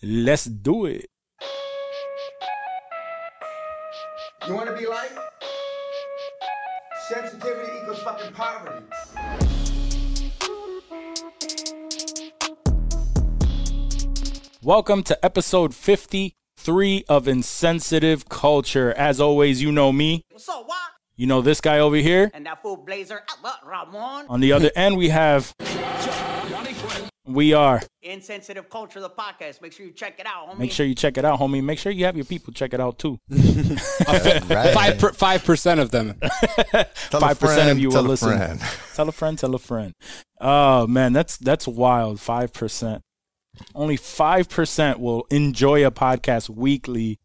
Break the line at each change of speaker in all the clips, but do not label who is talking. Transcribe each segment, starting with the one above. Let's do it.
You want to be like? Sensitivity equals fucking poverty.
Welcome to episode 53 of Insensitive Culture. As always, you know me.
So what?
You know this guy over here.
And that fool blazer, uh, what, Ramon?
On the other end, we have. We are.
Insensitive Culture, the podcast. Make sure you check it out, homie.
Make sure you check it out, homie. Make sure you have your people check it out too.
Five per, five percent of them.
Tell a
Five percent of
friend,
you will
tell a
listen.
friend.
Tell a friend. Tell a friend. Oh man, that's that's wild. Five percent. Only five percent will enjoy a podcast weekly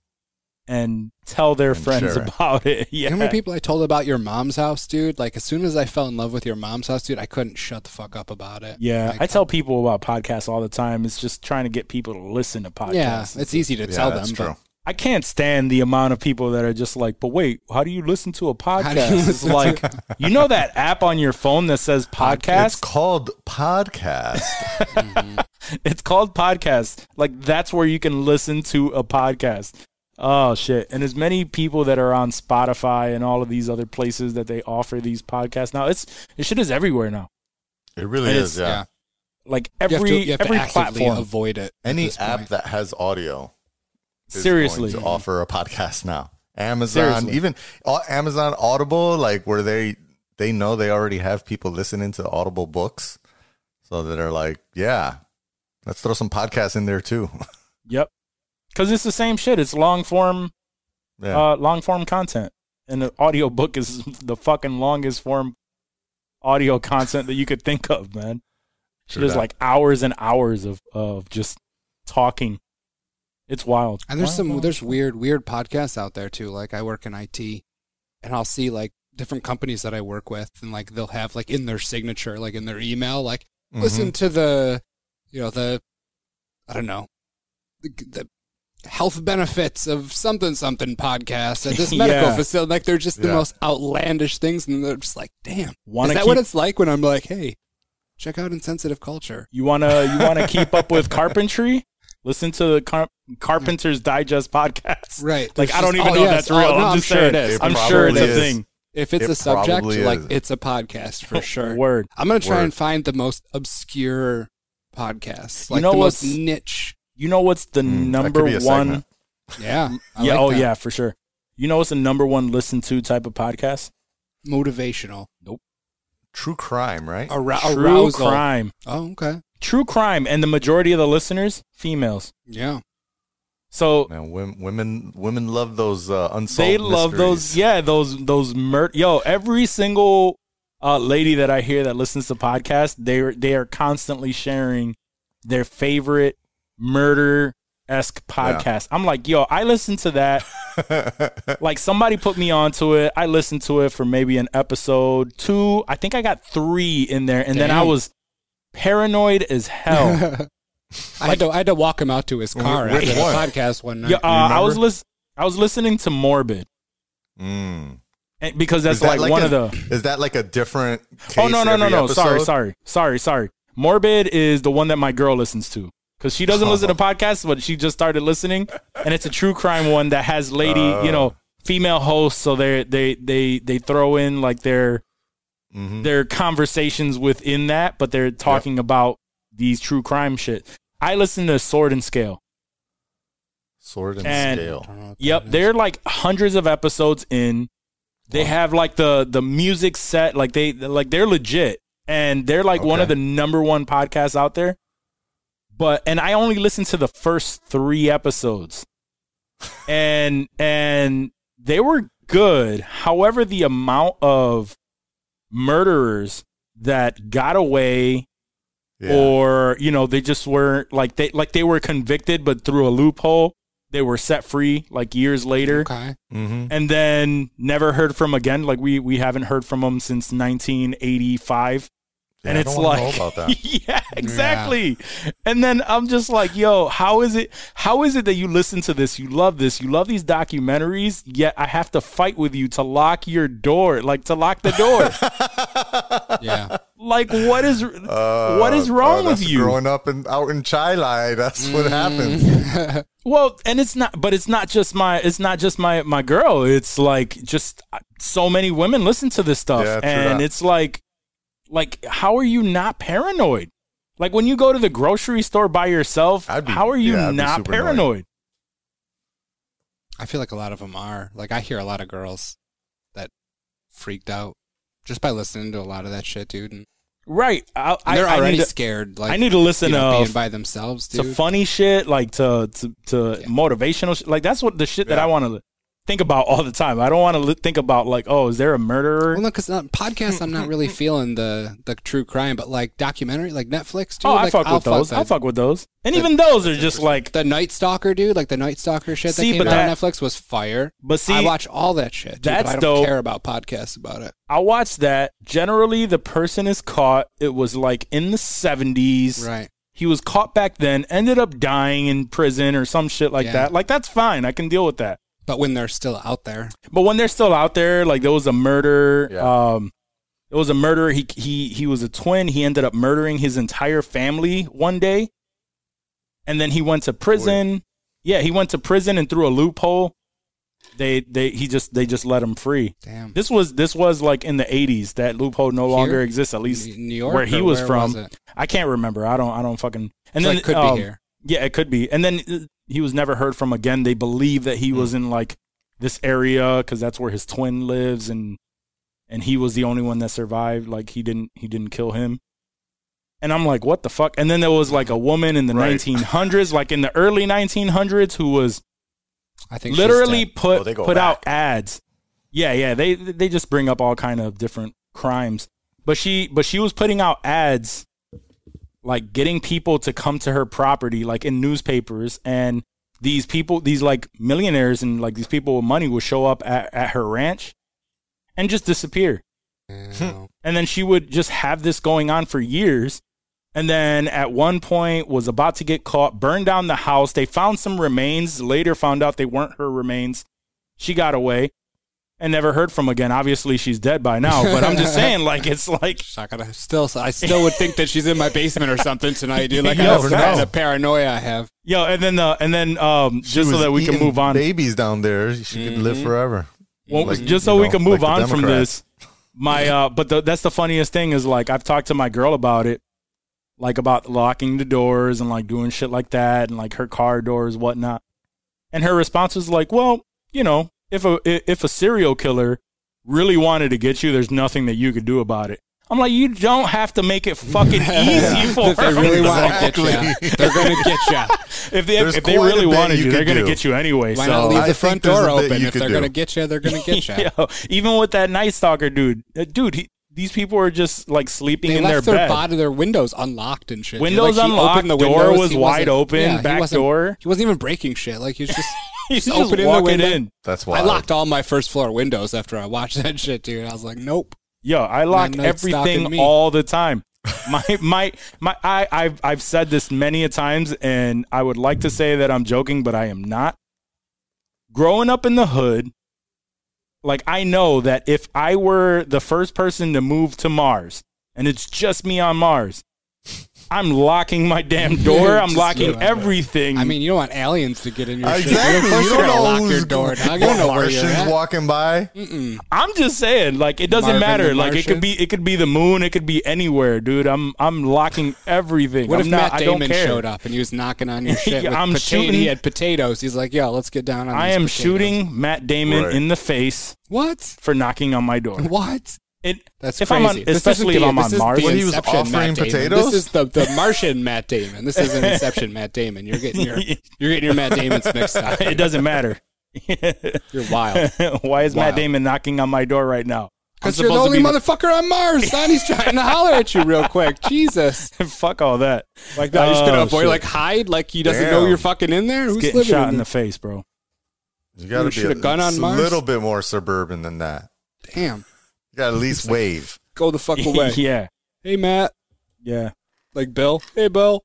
and tell their friends
sure.
about it. Yeah.
You know how many people I told about your mom's house, dude? Like as soon as I fell in love with your mom's house, dude, I couldn't shut the fuck up about it.
Yeah,
Like,
I tell people about podcasts all the time. It's just trying to get people to listen to podcasts.
yeah, it's easy to
Yeah,
tell
that's
them.
true.
I can't stand the amount of people that are just like, but wait, how do you listen to a
How do you
podcast? It's
listen to-
like, you know that app on your phone that says
It's
podcast?
called podcast.
It's called podcast. Like that's where you can listen to a podcast. Oh shit. And as many people that are on Spotify and all of these other places that they offer these podcasts now, it's it shit is everywhere now.
it really
It's-
is. Yeah.
yeah.
Like
But you
every
have to, you have
every
to actively
platform.
avoid it. at
Any
this
app
point.
that has audio is
Seriously.
going to offer a podcast now. Amazon,
Seriously.
even uh, Amazon Audible, like where they they know they already have people listening to Audible books, so that are like, yeah, let's throw some podcasts in there too.
Yep. Cuz it's the same shit. It's long form
yeah.
uh, long form content. And the audiobook is the fucking longest form audio content that you could think of, man.
True
There's
that.
like hours and hours of, of just talking. It's wild.
And there's
Wild,
some
wild.
there's weird weird podcasts out there too. Like I work in IT, and I'll see like different companies that I work with, and like they'll have like in their signature, like in their email, like
Mm-hmm.
Mm-hmm.
listen to the, you know the, I don't know, the, the health benefits of something something podcast at this medical
Yeah.
facility. Like they're just the
Yeah.
most outlandish things, and they're just like, damn,
Wanna
is that what
keep-
it's like when I'm like, hey, check out insensitive culture.
You wanna you wanna keep up with carpentry? Listen to the Car- Carpenter's Digest podcast.
Right.
Like
There's
I don't
just-
even
oh,
know
yes.
that's real.
Oh, no,
I'm
I'm
just
sure
saying.
it is.
I'm
It
sure it's a
probably is.
thing.
If it's
It
a subject,
probably
like
is.
it's a podcast for sure.
Word.
I'm gonna try
Word.
and find the most obscure podcasts,
You
like
know
the most
what's-
niche.
You know what's the
Mm, that could
number
be a
one?
segment.
Yeah, I
yeah.
like
oh
that.
yeah, for sure. You know what's the number one listened to type of podcast?
motivational,
True crime, right?
Arou-
True
arousal.
crime.
Oh, okay.
True crime, and the majority of the listeners females.
Yeah,
So
Man, women, women, women love those uh, unsolved.
they love those.
mysteries.
Yeah, those those mur- Yo, every single uh, lady that I hear that listens to podcasts, they are they are constantly sharing their favorite murder esque podcast. I'm like, yo, I listened to that. like somebody put me onto it. I listened to it for maybe an episode two. I think I got three in there, and then I
Damn.
was paranoid as hell.
I had to I had to walk him out to his car
Wh- which
after the
one?
podcast one night.
Yeah, uh, I was
remember?
lis- I was listening to Morbid
Mm.
and, because that's
Is that
like, one
a,
of the.
Is that like a different? Case
Oh no no no
every
no! Sorry
episode?
sorry sorry sorry. Morbid is the one that my girl listens to because she doesn't listen to podcasts, but she just started listening, and it's a true crime one that has lady
Oh.
you know female hosts, so they they they they throw in like their
Mhm.
their conversations within that, but they're talking about these true crime shit. I listen to Sword and Scale.
Sword and,
And-
I
scale.
don't know what
Yep,
that is.
they're like hundreds of episodes in. They have like the the music set, like they like they're legit, and they're like one
Okay.
of the number one podcasts out there. But and I only listened to the first three episodes, and and they were good. However, the amount of murderers that got away
Yeah.
or you know they just were like they like they were convicted but through a loophole they were set free like years later
okay.
Mhm.
and then never heard from again like we we haven't heard from them since 1985
Yeah,
and
I
it's
don't wanna know
like
about that.
yeah exactly and then i'm just like yo how is it how is it that you listen to this you love this you love these documentaries yet i have to fight with you to lock your door like to lock the door
Yeah,
Like what is
Uh,
what is
uh,
wrong with
that's
you? Mm.
Growing up in out in Chai Lai, that's what happens.
Well, and it's not, but it's not just my, it's not just my, my girl. It's like just uh, so many women listen to this stuff,
Yeah, true
and
that.
it's like, like how are you not paranoid? Like when you go to the grocery store by yourself,
I'd be-
how are you
yeah, I'd be
not
super annoyed.
paranoid?
I feel like a lot of them are. Like I hear a lot of girls that freaked out just by listening to a lot of that shit, dude. And
Right? I, I,
they're
I
already
need to,
scared. Like
I need to listen
you know,
to
being by themselves,
to
dude.
funny shit, like to to, to
Yeah.
motivational, shit. like that's what the shit that
Yeah.
I want to think about all the time. I don't want to li- think about like, oh, is there a murderer?
well, no, because podcasts, I'm not really feeling the the true crime, but like documentary, like Netflix, dude.
oh, I
like,
fuck with
I'll
those. I
that.
fuck with those, and even those are just like.
the Night Stalker, dude. Like the Night Stalker shit that
See,
came
but
out on
that-
Netflix was fire.
But see,
I watch all that shit. Dude,
that's
but I don't
dope.
care about podcasts about it.
I watched that. Generally, the person is caught. It was like in the 70s.
Right.
He was caught back then, ended up dying in prison or some shit like
Yeah.
that. Like, that's fine. I can deal with that.
But when they're still out there,
But when they're still out there, like there was a murder.
Yeah.
Um, there was a murder. He he he was a twin. He ended up murdering his entire family one day, and then he went to prison. Yeah, he went to prison and through a loophole, they they he just they just let him free.
damn.
This was this was like in the eighties. That loophole no longer
Here?
exists. At least
New York
where he
or
was
where
from.
was it?
I can't remember. I don't. I don't fucking. And
So
then
it could
um,
be here.
Yeah, it could be. And then uh, he was never heard from again. They believe that
Hmm.
he was in like this area because that's where his twin lives, and and he was the only one that survived. Like he didn't. He didn't kill him. And I'm like, what the fuck? And then there was like a woman in the
Right.
1900s, like in the early 1900s, who was
I think she's
literally
dead.
Oh,
put
they go
put out
back.
ads. Yeah, yeah. They they just bring up all kind of different crimes. But she but she was putting out ads like getting people to come to her property like in newspapers and these people these like millionaires and like these people with money would show up at, at her ranch and just disappear.
Yeah.
And then she would just have this going on for years. And then at one point was about to get caught, burned down the house. They found some remains, later found out they weren't her remains. She got away and never heard from again. Obviously she's dead by now, but I'm just saying like it's like
So I gotta still, I still would think that she's in my basement or something tonight, dude. Like
You
I
never
don't know
know.
the paranoia I have.
yo and then uh, and then um
She
just so
was
that we can
eating
move on. Mm-hmm.
Babies down there, she could live forever.
Well,
Like,
just
you
so we
know,
can move
like the
on from
Democrats.
this, my uh, but the, that's the funniest thing is like I've talked to my girl about it, like about locking the doors and like doing shit like that and like her car doors whatnot, and her response was like, well, you know, if a i- if a serial killer really wanted to get you, there's nothing that you could do about it. I'm like, you don't have to make it fucking easy for
If they
them.
really want to
Exactly.
get you, they're gonna get you.
if they
There's
if they
quite a
really
bit
wanted
you
you, they're
could
gonna
do.
get you anyway.
Why
so
not leave
I
the
think
front
there's
door
a bit
open?
you
If
could
they're
do.
gonna get you, they're gonna get you.
Yo, even with that night stalker dude, uh, dude, he, these people are just like sleeping
They
in
left
their,
their,
bed.
body, their windows unlocked and shit. dude.
Windows
like, he
unlocked,
opened the
door
windows,
was
he
wide
wasn't-
open,
yeah, he
back
wasn't-
door.
He wasn't even breaking shit. Like he was just.
He's
just
just
opening the
walking
window.
in.
That's why
I locked all my first floor windows after I watched that shit, dude. I was like, nope.
Yo, I lock
night stalking
everything
me.
all the time. My my my I I've I've said this many a times and I would like to say that I'm joking but I am not. Growing up in the hood, like I know that if I were the first person to move to Mars and it's just me on Mars, I'm locking my damn door, I'm
Just
locking
leave it.
everything.
I mean, you don't want aliens to get in your shit.
Exactly.
dude. Of course
You
you're
don't
gonna
know
lock
who's
your door, dog. You
what
don't know where
Martians
you're at.
walking by.
I'm just saying, like it doesn't
Marvin
matter.
the
Like it could
Martian?
be, it could be the moon. It could be anywhere, dude. I'm, I'm locking everything.
What
I'm
if
not,
Matt
I don't
Damon
care.
showed up and he was knocking on your shit
Yeah,
with
I'm
potato?
shooting-
He had potatoes. He's like, yo, let's get down on
I
these
am
potatoes."
shooting Matt Damon
Right.
in the face
What?
for knocking on my door.
What?
It,
That's
if
crazy.
I'm on,
This isn't
especially if
the-
I'm
this
on
is
Mars.
the
When he was
Inception Matt
offering
Damon.
potatoes?
This is the, the Martian Matt Damon. This isn't Inception Matt Damon. You're getting your you're getting your Matt Damons mixed up.
it doesn't matter.
You're wild.
Why is Matt
Wow.
Damon knocking on my door right now? I'm
Because you're the
supposed
only
to be
motherfucker on Mars, son. He's trying to holler at you real quick. Jesus.
fuck all that.
Like, no, you just gonna
Oh,
avoid,
shit.
like, hide, like he doesn't
Damn.
know you're fucking in there. Who's
getting
living
shot
in
in
there?
the face, bro.
You gotta be
shoot
a,
a gun on
it's
Mars?
a little bit more suburban than that.
Damn.
You gotta at least wave.
Go the fuck away.
yeah,
Hey, Matt.
yeah.
Like, Bill. Hey, Bill.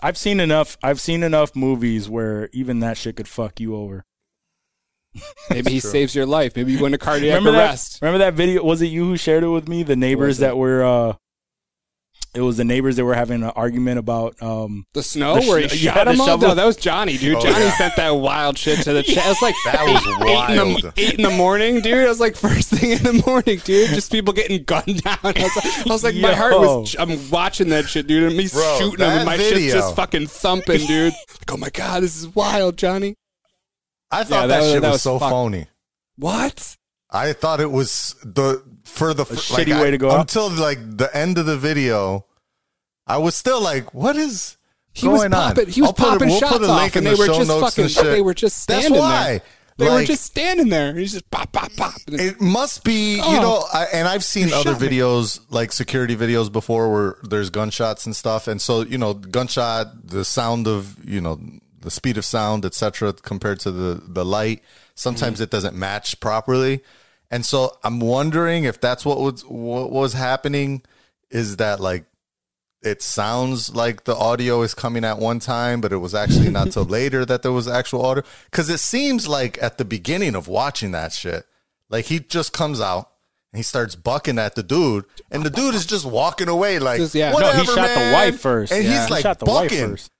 I've seen enough. I've seen enough movies where even that shit could fuck you over.
Maybe he saves your life. Maybe you go into cardiac
remember that,
arrest.
remember that video? Was it you who shared it with me? The neighbors
Was it?
that were uh, it was the neighbors that were having an argument about um
The snow
The sh-
where he
yeah,
shot
the
him all?
shovel.
No, that was Johnny, dude.
Oh,
Johnny
yeah.
sent that wild shit to the chat. It's like
That was wild.
Eight, in the, eight in the morning, dude. I was like, first thing in the morning, dude. Just people getting gunned down. I was like, I was like my heart was. I'm watching that shit, dude. And me
Bro,
shooting them,
that
and my shit's
video.
just fucking thumping, dude. Like, oh my god, this is wild, Johnny.
I thought
Yeah,
that,
that was-
shit
that
was,
was
so
fucked.
phony.
What?
I thought it was the for the
A
like,
shitty
I-
way to go out.
until like the end of the video. I was still like, "What is
He was
going on?"
popping. He was
I'll put a-
popping
we'll put
shots
a
off,
link in
and they
the
were
show
just
notes
fucking.
and shit.
They were just standing
That's why.
there. They were
Like,
just standing there. He's just pop, pop, pop. And
It must be, you
Oh.
know, I, and I've seen
You
other
shot me.
videos, like security videos before where there's gunshots and stuff. And so, you know, gunshot, the sound of, you know, the speed of sound, etc., compared to the, the light, sometimes
Mm.
it doesn't match properly. And so I'm wondering if that's what was, what was happening is that like, it sounds like the audio is coming at one time, but it was actually not till later that there was actual audio. Because it seems like at the beginning of watching that shit, like he just comes out and he starts bucking at the dude, and the dude is just walking away like
Just- yeah. No,
whatever.
no he shot
man."
the wife first
and
Yeah.
he's like
he shot the
bucking.
wife first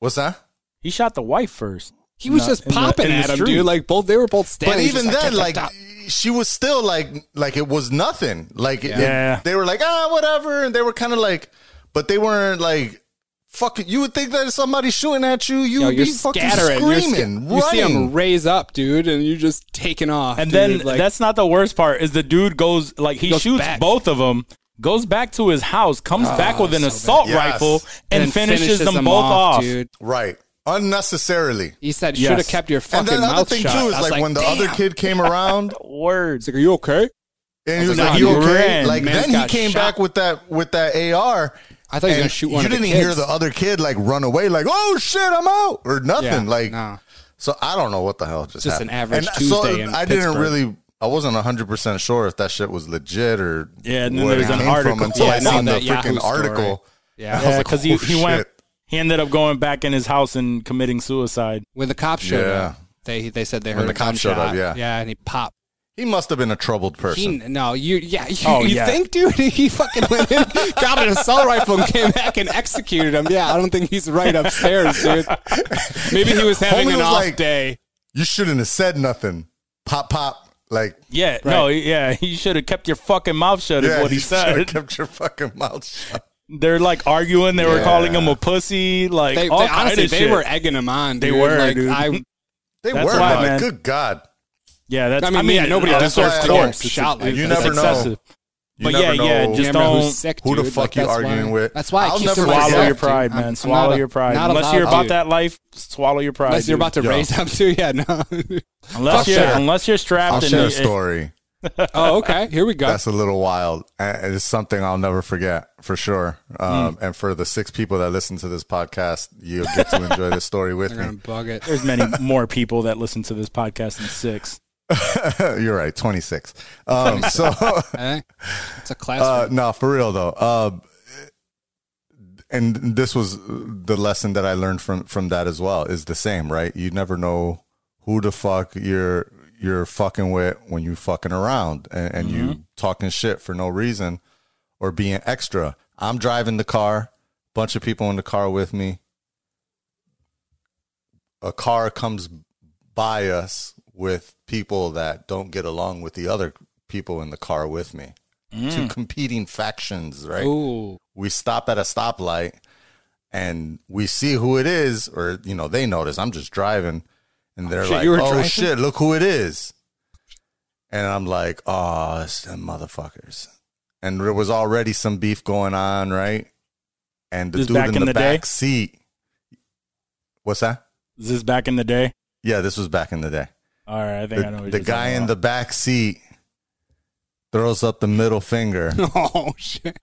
What's that?
he shot the wife first
He was
No,
just
in the-
popping
in the
at him,
street.
dude. Like both, they were both standing.
But
just
even then,
tap,
like
tap, tap.
she was still like like it was nothing. Like it- it-
Yeah.
they were like ah whatever, and they were kind of like, but they weren't like. Fuck it. You would think that if somebody's shooting at you, you
Yo,
would
you're
be fucking
scattering,
screaming,
you're sca- you see him
running.
raise up, dude, and you just taking off.
And
dude,
then
like,
that's not the worst part is the dude goes like he
Goes
shoots
back.
both of them, goes back to his house, comes back with an assault
Yes.
rifle and,
then
finishes, them, both off.
dude.
Right. Unnecessarily.
He said,
Yes.
"Should have kept your
And
fucking
then the other
mouth
thing
shut."
too is
I was
like, when the
"Damn."
other kid came around
Words.
He's like, "Are you okay?"
and he was
Nah,
like, "You
he
okay?"
ran.
Like
Man's
then he
got
came
shot.
back with that with that AR.
I thought he was
and
gonna shoot one.
You
of the
didn't
kids.
hear the other kid like run away, like "Oh shit, I'm out" or nothing.
Yeah,
like
nah.
so, I don't know what the hell just
Just
happened.
an average
And
Tuesday in
I didn't
Pittsburgh.
really. I wasn't hundred percent sure if that shit was legit or
Yeah, and then
where
there's
it
an
came from
article.
until
Yeah,
I
no,
seen the
that Yahoo
freaking
story.
article.
Yeah.
I was
Yeah,
like,
because he,
"Oh,
he went
shit."
he ended up going back in his house and committing suicide.
when the cops showed
Yeah.
up. They they said they heard
When the
a
cops showed up,
gunshot.
yeah.
yeah, and he popped.
He must have been a troubled
He,
person.
no, you yeah, you,
Oh,
you
yeah.
think, dude? He fucking went in, got an assault rifle, and came back and executed him. Yeah, I don't think he's right upstairs, dude. Maybe he was having
Homie
an
was
off
like-
day.
you shouldn't have said nothing. Pop, pop. Like
Yeah, no, yeah, you should have kept your fucking mouth shut. Is what he
you should've
said.
Kept your fucking mouth shut.
They're like arguing. They were
Yeah.
calling him a pussy. Like
They,
all
they-
kind
honestly,
of
they
shit.
were egging him on.
They
dude.
were,
Like,
dude.
I,
They
That's
were,
why,
like,
man.
Good God.
yeah, that's. uh,
I mean, yeah, nobody
all
else
sorts
was
of
getting
dorks.
shot like
It's-
You
it's
never know.
excessive.
You
But
never
yeah, yeah,
know.
just
remember
don't-
who's sick,
who the
dude.
fuck you
that's
arguing
why,
with?
That's why I
I'll
keep
never
to
forget.
myself,
swallow your
dude.
pride,
I'm-
man.
I'm
swallow
not a-
your pride.
not
Unless
allowed,
you're about
dude.
that life, swallow your pride.
Unless you're
dude.
about to
Yo.
raise up too, yeah, no.
unless
Fuck
you're
yeah.
unless you're strapped.
I'll
and
share a
you-
story.
oh, okay. Here we go.
That's a little wild. Uh, It's something I'll never forget for sure.
Mm.
Um, And for the six people that listen to this podcast, you'll get to enjoy this story with
They're gonna
me.
bug it.
There's many more people that listen to this podcast than six.
You're right, 26. Um, so.
Eh? It's a
Uh,
classroom.
no, for real though. Uh, and this was the lesson that I learned from from that as well. Is the same, right? You never know who the fuck you're you're fucking with when you fucking around and, and you talking shit for no reason or being extra. I'm driving the car, bunch of people in the car with me. A car comes by us with people that don't get along with the other people in the car with me. Two competing factions, right?
Ooh.
we stop at a stoplight and we see who it is, or you know, they notice I'm just driving, and they're
shit,
like,
you
"Oh
were driving?"
shit, look who it is," and I'm like, "Oh, it's them motherfuckers," and there was already some beef going on, right? And the
This
dude
back
in,
in
the,
the day?
back seat, what's that?
Is this back in the day?
Yeah, this was back in the day.
All right, I think I know.
The,
What
the
you're
guy
talking
in the
about.
back seat throws up the middle finger
Oh shit.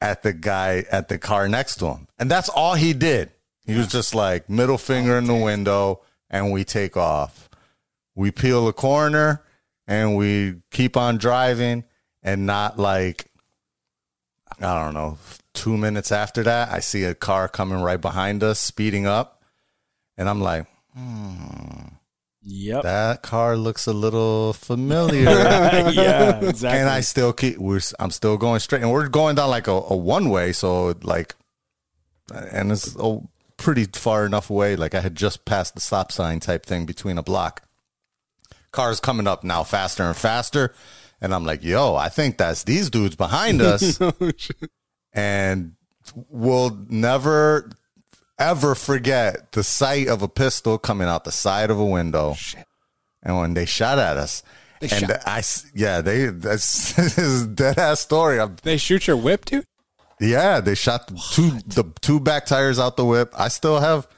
at the guy at the car next to him. And that's all he did. He was just like middle finger in the window and we take off. We peel the corner and we keep on driving and not like I don't know, 2 minutes after that, I see a car coming right behind us speeding up and I'm like,
Yep.
That car looks a little familiar.
yeah, exactly.
and I still keep we're s- I'm still going straight and we're going down like a, a one way, so like and it's a pretty far enough away. Like I had just passed the stop sign type thing between a block. Cars coming up now faster and faster. And I'm like, yo, I think that's these dudes behind us. and we'll never ever forget the sight of a pistol coming out the side of a window. And when they shot at us, and
shot.
I, s- yeah, they that's this is a dead ass story. I'm,
They shoot your whip, dude.
yeah, they shot the two the two back tires out the whip. I still have.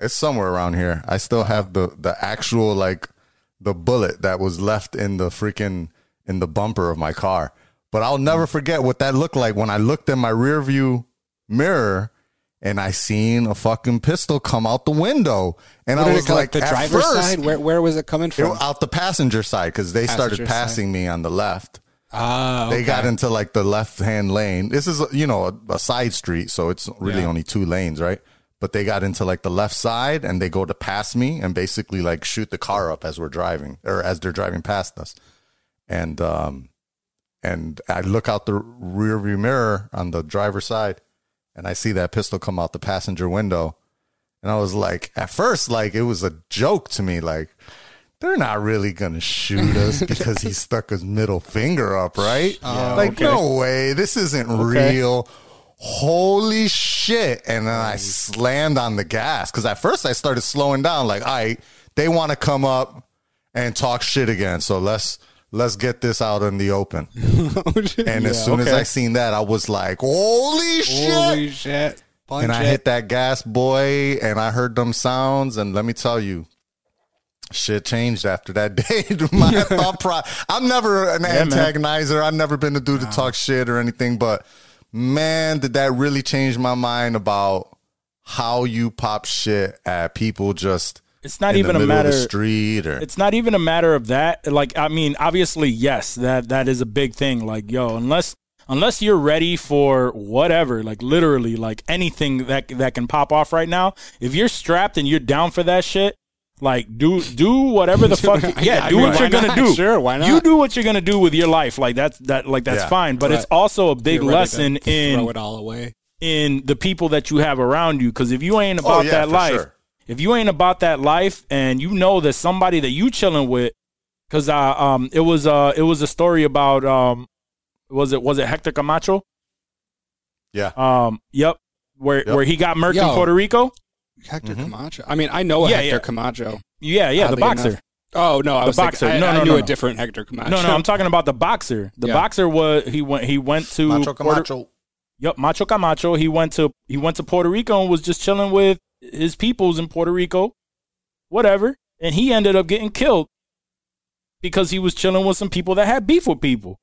It's somewhere around here. I still have the the actual like the bullet that was left in the freaking in the bumper of my car. But I'll
Hmm.
never forget what that looked like when I looked in my rear view mirror and I seen a fucking pistol come out the window. And
What
I
did
was
it come-
like,
the
at
driver's
first,
side. Where where was it coming
it-
from?
out the passenger side because they
Passenger
started
side.
passing me on the left
Ah,
they got into like the left hand lane. This is you know a, a side street, so it's really
Yeah.
only two lanes, right? But they got into like the left side and they go to pass me and basically like shoot the car up as we're driving or as they're driving past us. And um and I look out the rear view mirror on the driver's side and I see that pistol come out the passenger window. And I was like, at first, like it was a joke to me, like they're not really gonna shoot us because he stuck his middle finger up, right? like,
okay.
no way, this isn't real. Holy shit. And then I slammed on the gas because at first I started slowing down, like, all right, they want to come up and talk shit again. So let's let's get this out in the open.
oh,
And as soon as
okay.
I seen that, I was like, holy shit.
Holy shit! Punch
and I
it.
hit that gas, boy, and I heard them sounds. And let me tell you, shit changed after that day. My thought pro- I'm never an
man.
antagonizer. I've never been the dude to talk shit or anything. But man, did that really change my mind about how you pop shit at people just
it's not
in
even
the
a
middle
matter
of the street or
it's not even a matter of that like i mean obviously yes that that is a big thing like yo unless unless you're ready for whatever like literally like anything that that can pop off right now if you're strapped and you're down for that shit like do do whatever the fuck yeah
I
do
mean,
what
why
you're gonna
not?
do
Sure, why not?
you do what you're gonna do with your life like that's that like that's
Yeah.
fine but it's
Right.
also a big
You're ready to
lesson in
throw it all away.
in the people that you have around you. Because if you ain't
Oh,
about
Oh, yeah,
that
for
life,
sure.
if you ain't about that life, and you know that somebody that you chilling with, because uh, um, it was uh, it was a story about um, was it was it Hector Camacho?
yeah.
Um, yep, where
Yep.
where he got murked in
Yo.
Puerto Rico.
Hector
Mm-hmm.
Camacho. I mean, I know a
Yeah,
Hector
yeah.
Camacho.
Yeah, yeah,
Oddly
the boxer.
enough. Oh no, I was
boxer.
Like, I,
No, no,
I knew
no,
a
no.
different Hector Camacho.
No, no, I'm talking about the boxer. The
Yeah.
boxer was he went he went to Puerto-
Macho Camacho.
Yep, Macho Camacho. He went to he went to Puerto Rico and was just chilling with his peoples in Puerto Rico, whatever. And he ended up getting killed because he was chilling with some people that had beef with people.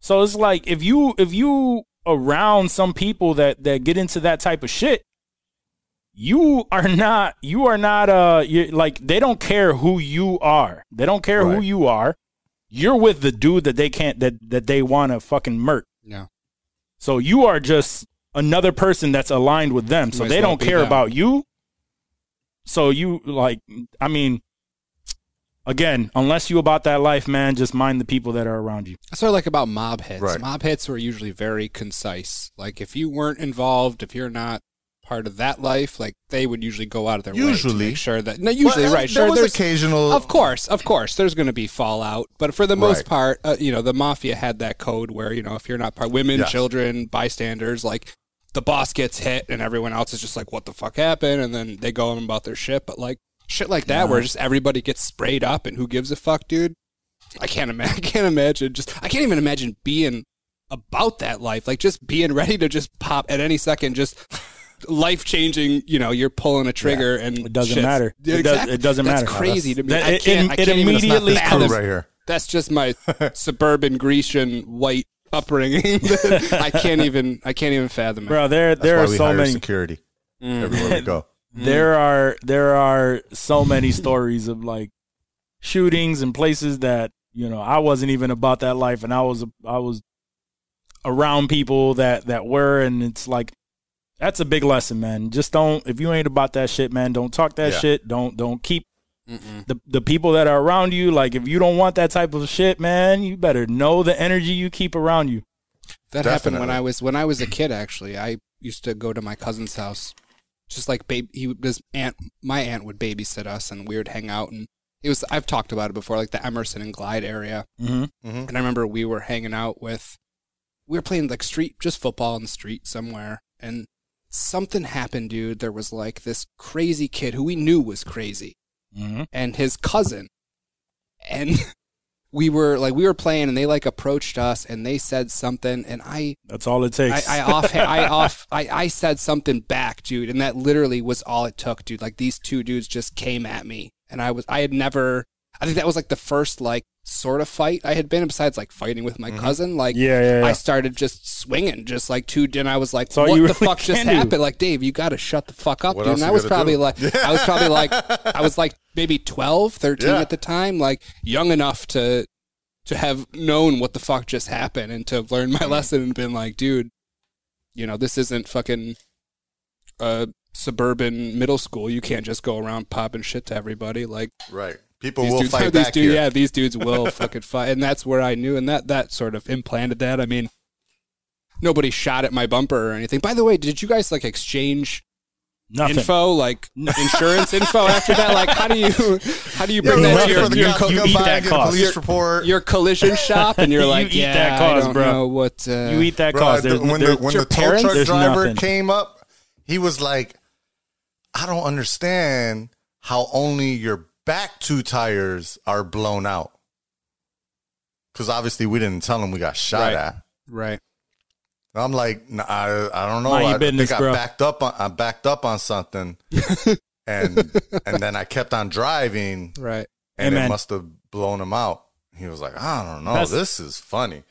So it's like if you if you around some people that that get into that type of shit, you are not you are not uh you're, like they don't care who you are. They don't care who
Right.
you are. You're with the dude that they can't that that they want to fucking murk.
Yeah.
So you are just another person that's aligned with them. So
Might as
they
well
don't
be
care
them.
about you. So you like I mean again, unless you about that life, man, just mind the people that are around you.
That's what I like about mob hits.
Right.
Mob hits were usually very concise. Like if you weren't involved, if you're not part of that life, like they would usually go out of their way to
Usually.
make sure that no, usually
Well,
right.
There
Sure,
was
there's
occasional.
of course, of course, there's going to be fallout, but for the most
Right.
part, uh, you know, the mafia had that code where you know if you're not part, women,
Yes.
children, bystanders, like the boss gets hit and everyone else is just like, what the fuck happened, and then they go on about their shit. But like shit like that, where just everybody gets sprayed up and who gives a fuck, dude. I can't imagine. I can't imagine. Just I can't even imagine being about that life. Like just being ready to just pop at any second. Just life changing. You know, you're pulling a trigger and
It doesn't
shit's-
matter. It does- it doesn't
That's
matter. No,
Crazy to me.
that-
I
it-
can't. I
it
can't
it's not
even
immediately
this crew
fathom.
right here.
That's just my suburban Grecian white upbringing. I can't even. I can't even fathom it.
Bro, there
That's
there
why
are
we
so
hire
many Mm.
security everywhere we go.
there are there are so many stories of like shootings and places that you know I wasn't even about that life, and I was I was around people that that were, and it's like that's a big lesson, man. Just don't if you ain't about that shit, man. Don't talk that
Yeah.
shit. Don't don't keep the the people that are around you. Like if you don't want that type of shit, man, you better know the energy you keep around you.
That happened when
Definitely.
I was when I was a kid. Actually, I used to go to my cousin's house, just like babe. He would- his aunt, my aunt would babysit us, and we would hang out. And it was I've talked about it before, like the Emerson and Glide area.
Mm-hmm.
And I remember we were hanging out with, we were playing like street, just football in the street somewhere, and something happened, dude. There was like this crazy kid who we knew was crazy,
Mm-hmm.
and his cousin. And we were like, we were playing and they like approached us and they said something. And I,
That's all it
I,
takes.
I off, I off, I, I said something back, dude. And that literally was all it took, dude. Like these two dudes just came at me and I was, I had never, I think that was like the first like sort of fight I had been in besides like fighting with my
Mm-hmm.
cousin. Like,
yeah, yeah, yeah.
I started just swinging, just like two, and I was like,
That's all
"What the
you really
fuck just
can do.
happened?" Like, Dave, you got to shut the fuck up,
What
dude.
else
And I
you
was
gotta
probably
do?
like, I was probably like, I was like maybe 12, 13
Yeah.
at the time, like young enough to to have known what the fuck just happened and to have learned
Mm.
my lesson and been like, dude, you know, this isn't fucking uh, suburban middle school. You can't just go around popping shit to everybody. Like,
Right. People
these
will
dudes,
fight
these
back
dude-
here.
yeah, these dudes will fucking fight, and that's where I knew, and that that sort of implanted that. I mean, nobody shot at my bumper or anything. By the way, did you guys like exchange
Nothing.
info, like insurance info after that? Like, how do you how do you
Yeah,
bring
we
that
went
to
from
your,
the
your,
cops
you
come
eat
by,
that
get a
cost.
police report.
your collision shop, and you're
You
like,
eat
yeah,
that
I
cost,
don't
bro.
know what. Uh,
you eat that
Bro,
cost.
the-
There's,
when the
there's-
when
your
the tow
parents?
truck
There's
driver
nothing.
came up, he was like, "I don't understand how only your back two tires are blown out." Because obviously we didn't tell him we got shot
Right.
at.
right?
And I'm like, "Nah, I, I don't know.
Mind your
I
business,
think
bro."
I backed up on I backed up on something, and and then I kept on driving,
Right.
Hey,
and it
man.
must have blown him out. He was like, "I don't know.
That's-
this is funny."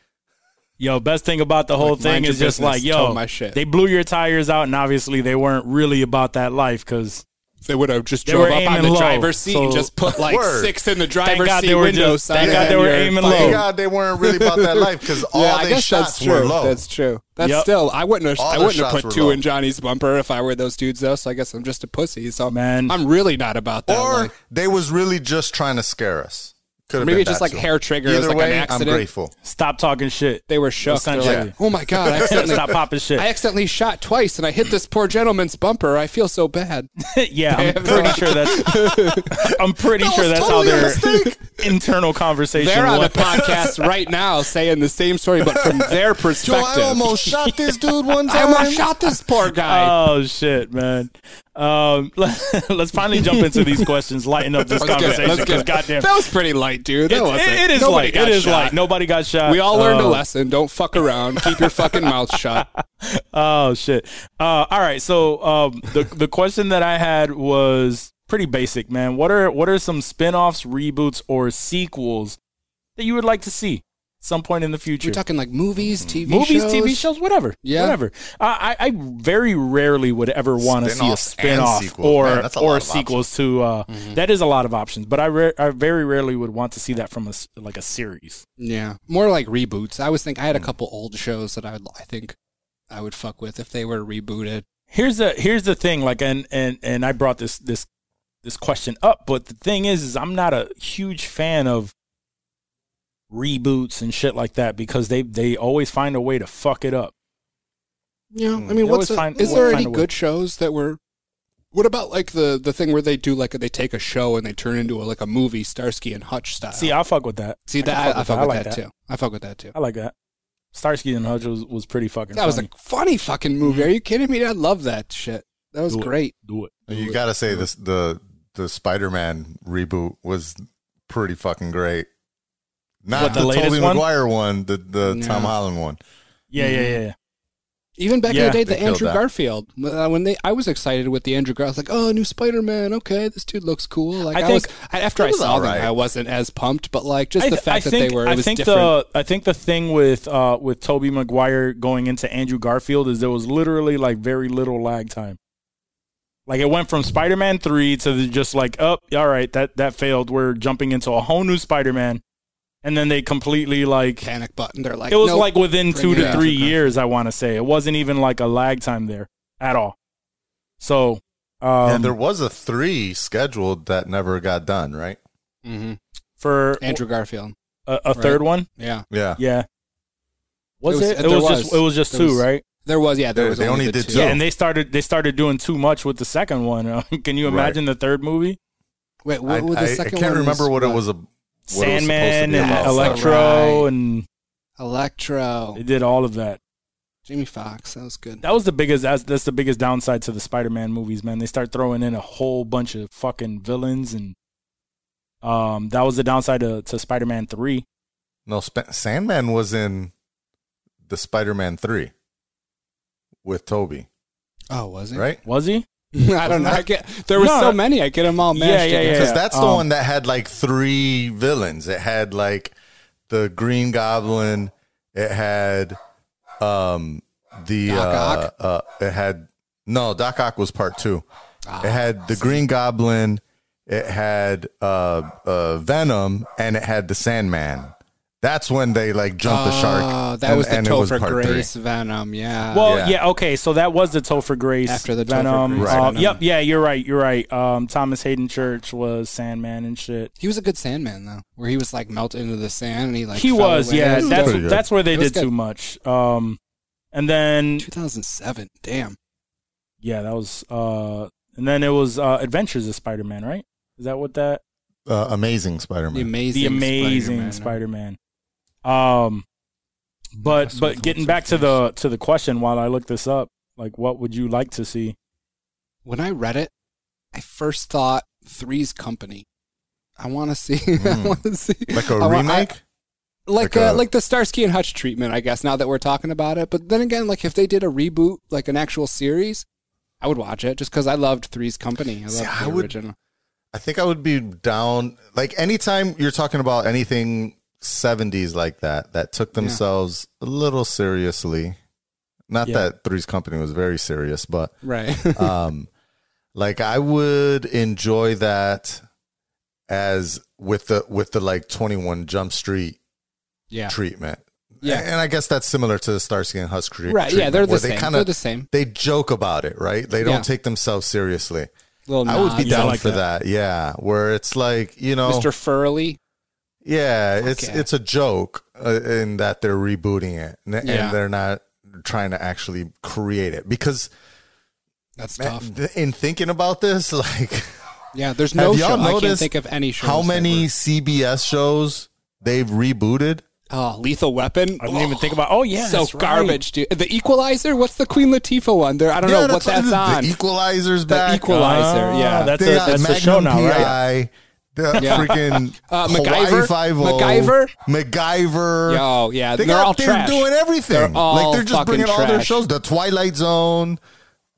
yo, best thing about the whole
Like, mind
thing
your
is just
business,
like,
tow
yo,
my shit.
they blew your tires out, and obviously they weren't really about that life because
They would have just
They
drove
were
up on
aiming
the
low,
driver's seat and
so-
just put like
Word.
six in the driver's
God
seat
they were
window
just-
side.
thank
and
God they were
you're
aiming
fucking-
low.
Thank God they weren't really about that life because all
yeah, I
they
guess
shots
that's
were
true.
low.
That's true. That's
Yep.
still. I wouldn't have.
All
I
their
wouldn't have
shots
put
were
two
low.
in Johnny's bumper if I were those dudes though. So I guess I'm just a pussy. So
Man.
I'm really not about that.
or
like,
they was really just trying to scare us. Could have
Maybe
been
just
that
like
too.
hair trigger, it was
Either
like an
way,
accident.
I'm grateful.
stop talking shit.
they were shook. They're like,
Essentially.
oh my god, I accidentally,
stop popping shit.
I accidentally shot twice and I hit this poor gentleman's bumper. I feel so bad.
yeah, I'm
have
pretty
no-
sure that's. I'm pretty sure that's
totally a
how their internal conversation
They're on the
was.
podcast right now saying the same story, but from their
Yo,
perspective.
I almost shot this dude one
I
time.
almost shot this poor guy.
Oh shit, man! Um, let, us finally jump into these questions. Lighten up this
Let's get it.
conversation
Let's get
because
it.
goddamn,
That was pretty light, dude. That
It's-
wasn't.
it- it is
Nobody
light.
got
It is
shot.
light. Nobody got shot.
We all learned a
Uh,
lesson. Don't fuck around. Keep your fucking mouth shut.
Oh shit! Uh, all right, so um, the the question that I had was pretty basic, man. What are what are some spin-offs, reboots, or sequels that you would like to see some point in the future?
You're talking like movies, TV
Movies,
shows?
TV shows, whatever,
Yeah.
whatever. I, I I very rarely would ever want to see a
Spin-offs and
spin-off
sequels.
or
Man, that's a lot
or
of Mm-hmm.
sequels to. Uh, that is a lot of options, but I ra- I very rarely would want to see that from a s like a series.
Yeah, more like reboots. I was think I had a couple old shows that I would, I think I would fuck with if they were rebooted.
here's the here's the thing like and and and i brought this this this question up but the thing is is i'm not a huge fan of reboots and shit like that because they they always find a way to fuck it up
Yeah, I
They
mean, what's
Hmm, always
the-
find-
is there
find
any
a way.
good shows that were? What about like the the thing where they do like they take a show and they turn into a, like a movie, Starsky and Hutch style?
see i fuck with that
see
can
that I, I,
with
fuck with
I like
that, too. I fuck with that too.
i like that starsky and hutch was, was pretty fucking
That was a
funny.
funny fucking movie. Are you kidding me? I love that shit. That was
Do it.
great.
do it
You gotta say this the the Spider Man reboot was pretty fucking great. Not
What, the
the,
latest
Tobey
one?
Maguire one, the the
No.
Tom Holland one.
yeah yeah yeah, yeah.
Even back
Yeah,
in the day,
they
the
killed
Andrew
that.
Garfield uh, when they, I was excited with the Andrew Garfield. Like, oh, new Spider Man. Okay, this dude looks cool. Like,
I
I,
think-
was I- after I
was
saw them,
alright.
I wasn't as pumped. But like, just the
th-
fact that they were, it
I
was
think
different.
the I think the thing with uh with Toby Maguire going into Andrew Garfield is there was literally like very little lag time. Like it went from Spider Man three to the just like up, all right, that that failed. We're jumping into a whole new Spider Man, and then they completely like
panic button. They're like,
it was
nope.
like within
Bring
two
it
to
out.
three years. I want to say it wasn't even like a lag time there. at all. So um,
and there was a three scheduled that never got done, right?
Mm-hmm.
hmm
for
Andrew Garfield.
a, a third one,
Yeah,
Yeah.
yeah. Was
It
it? It
was-
was,
there
just
was.
it was just
There
two,
was-
right?
there was. Yeah, there
They-
was.
they
only
only
the
did
two.
two.
Yeah, and they started they started doing too much with the second one. Can you
Right.
imagine the third movie?
Wait,
I,
what was
I-
the
I
second
can't
one
remember what it was. A, what it was supposed to
Sandman
be
and
about.
Electro,
Right.
and
Electro,
they did all of that.
Jamie Foxx. That was good.
That was the biggest. That's, that's the biggest downside to the Spider-Man movies, man. They start throwing in a whole bunch of fucking villains, and um, that was the downside to, to Spider-Man three.
no, Sp- Sandman was in the Spider-Man three with Toby,
Oh, was it?
right?
Was he?
I don't know. I get, there were
No.
so many. I get them all
Yeah,
mashed.
yeah,
together.
Because
Yeah,
that's the
um,
one that had like three villains. It had like the Green Goblin. It had um the
Doc
uh, uh it had no Doc Ock was part two.
Ah,
it had the Green Goblin. It had uh, uh Venom, and it had the Sandman. That's when they like jumped the
Oh,
shark.
that
and-
was the
and it
Topher
part three.
Grace Venom. Uh, Yeah.
Well, yeah.
Yeah.
okay. So that was the Topher Grace
After the Topher
Venom.
Grace
Uh,
Venom.
Yep, yeah, you're right. You're right. Um, Thomas Hayden Church was Sandman and shit.
he was a good Sandman though, where he was like melted into the sand and he like
he
fell
was,
away.
yeah.
It was
That's
pretty good.
that's where they
It was
did too
good.
much. Um, and then
2007. Damn.
yeah, that was uh, and then it was uh, Adventures of Spider-Man, right? Is that what that?
Uh, amazing
The
Spider-Man.
amazing,
the amazing
Spider-Man.
Spider-Man. Um, but
That's what
but
it
getting
looks
back
like
to the to the question while I look this up, like what would you like to see?
When I read it, I first thought Three's Company. I want to see. I
Mm.
want to see
Like a
Oh, I wa- I-
remake.
like
Like
uh,
a-
like the Starsky and Hutch treatment, I guess. Now that we're talking about it, but then again, like if they did a reboot, like an actual series, I would watch it just because I loved Three's Company. I loved
See, I
the
would-
original.
I think I would be down. Like anytime you're talking about anything 70s like that, that took themselves a little seriously. Not
Yeah.
that Three's Company was very serious, but
Right.
um, like I would enjoy that as with the with the like 21 Jump Street
yeah.
treatment.
Yeah.
and I guess that's similar to the Starsky and Hutch cre-
Right. Yeah.
treatment,
They're the
where
same.
They kind
they're
of
the same.
they joke about it, right? They don't
Yeah.
take themselves seriously.
Little
I would be
nods.
Yeah, I
down
like
for
that.
that. Yeah, where it's like you know,
Mr. Furley.
yeah, it's
yeah.
it's a joke uh, in that they're rebooting it and, and
Yeah.
they're not trying to actually create it because
That's
man,
tough.
th- in thinking about this, like
Yeah. There's no
Have
show.
y'all
I can't
noticed
think of any show.
how many CBS shows they've rebooted.
Oh, Lethal Weapon.
I didn't even think about. Oh yeah,
so
that's right.
garbage, dude. The Equalizer. What's the Queen Latifah one? There, I don't know what
that's
that's
the
on.
Equalizer's
The
back. Oh.
Equal- Equalizer,
Ah,
yeah.
that's
They
a,
got
that's the
Magnum
show now, right?
PI, The
Yeah.
freaking
Uh, MacGyver?
MacGyver,
MacGyver?
MacGyver.
Yo, yeah,
they
they're
got,
all
they're
trash.
doing everything.
They're all
like they're just
fucking
bringing all their
trash.
shows. The Twilight Zone,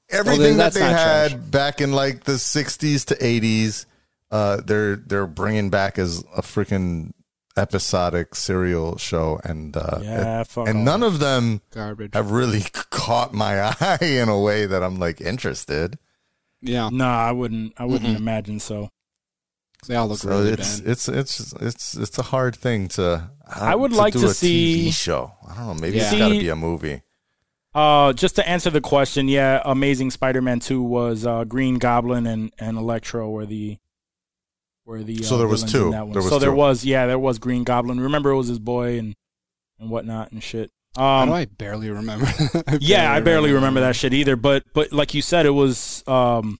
everything that
that's
they
not
had
trash.
back in like the '60s to '80s, uh, they're they're bringing back as a freaking episodic serial show, and uh,
Yeah, fuck
and
all
none of them
Garbage.
have really caught my eye in a way that I'm like interested.
Yeah,
Nah, I wouldn't. I wouldn't
Mm-hmm.
imagine so.
they all look
So
really
it's,
bad.
it's it's it's it's a hard thing to.
I would like
do
to
a
see-
TV show. I don't know. Maybe
Yeah.
it's got to
See-
be a movie.
Uh, just to answer the question, yeah, Amazing Spider-Man two was uh, Green Goblin and and Electro were the were the uh,
So there was
villains in
two.
That one.
There was
so there
two.
was yeah, there was Green Goblin. Remember, it was his boy and and whatnot and shit.
How
Um,
do I barely remember?
yeah, I barely remember that shit either. But but like you said, it was um,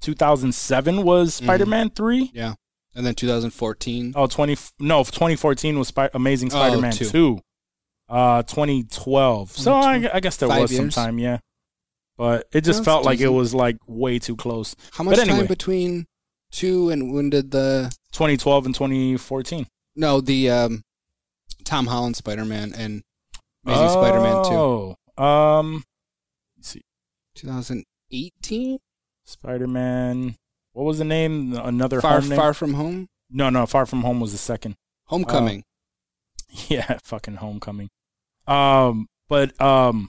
2007 was
Mm-hmm.
Spider-Man three.
Yeah, and then 2014.
Oh, 20 no, 2014 was Spy- Amazing
Oh,
Spider-Man
two.
2. Uh 2012. So I, I guess there
Five
was
years.
some time, yeah. But it just
That's
felt like it
decent.
was like way too close.
How much
but anyway,
time between two and when did the
2012 and 2014.
no the um, Tom Holland Spider-Man and Amazing Spider-Man two?
Oh. Um
2018.
Spider-Man what was the name? Another
Far
home name? Oh.
Far From Home,
No, no, Far From Home was the second.
Homecoming.
Yeah, fucking Homecoming. Um but um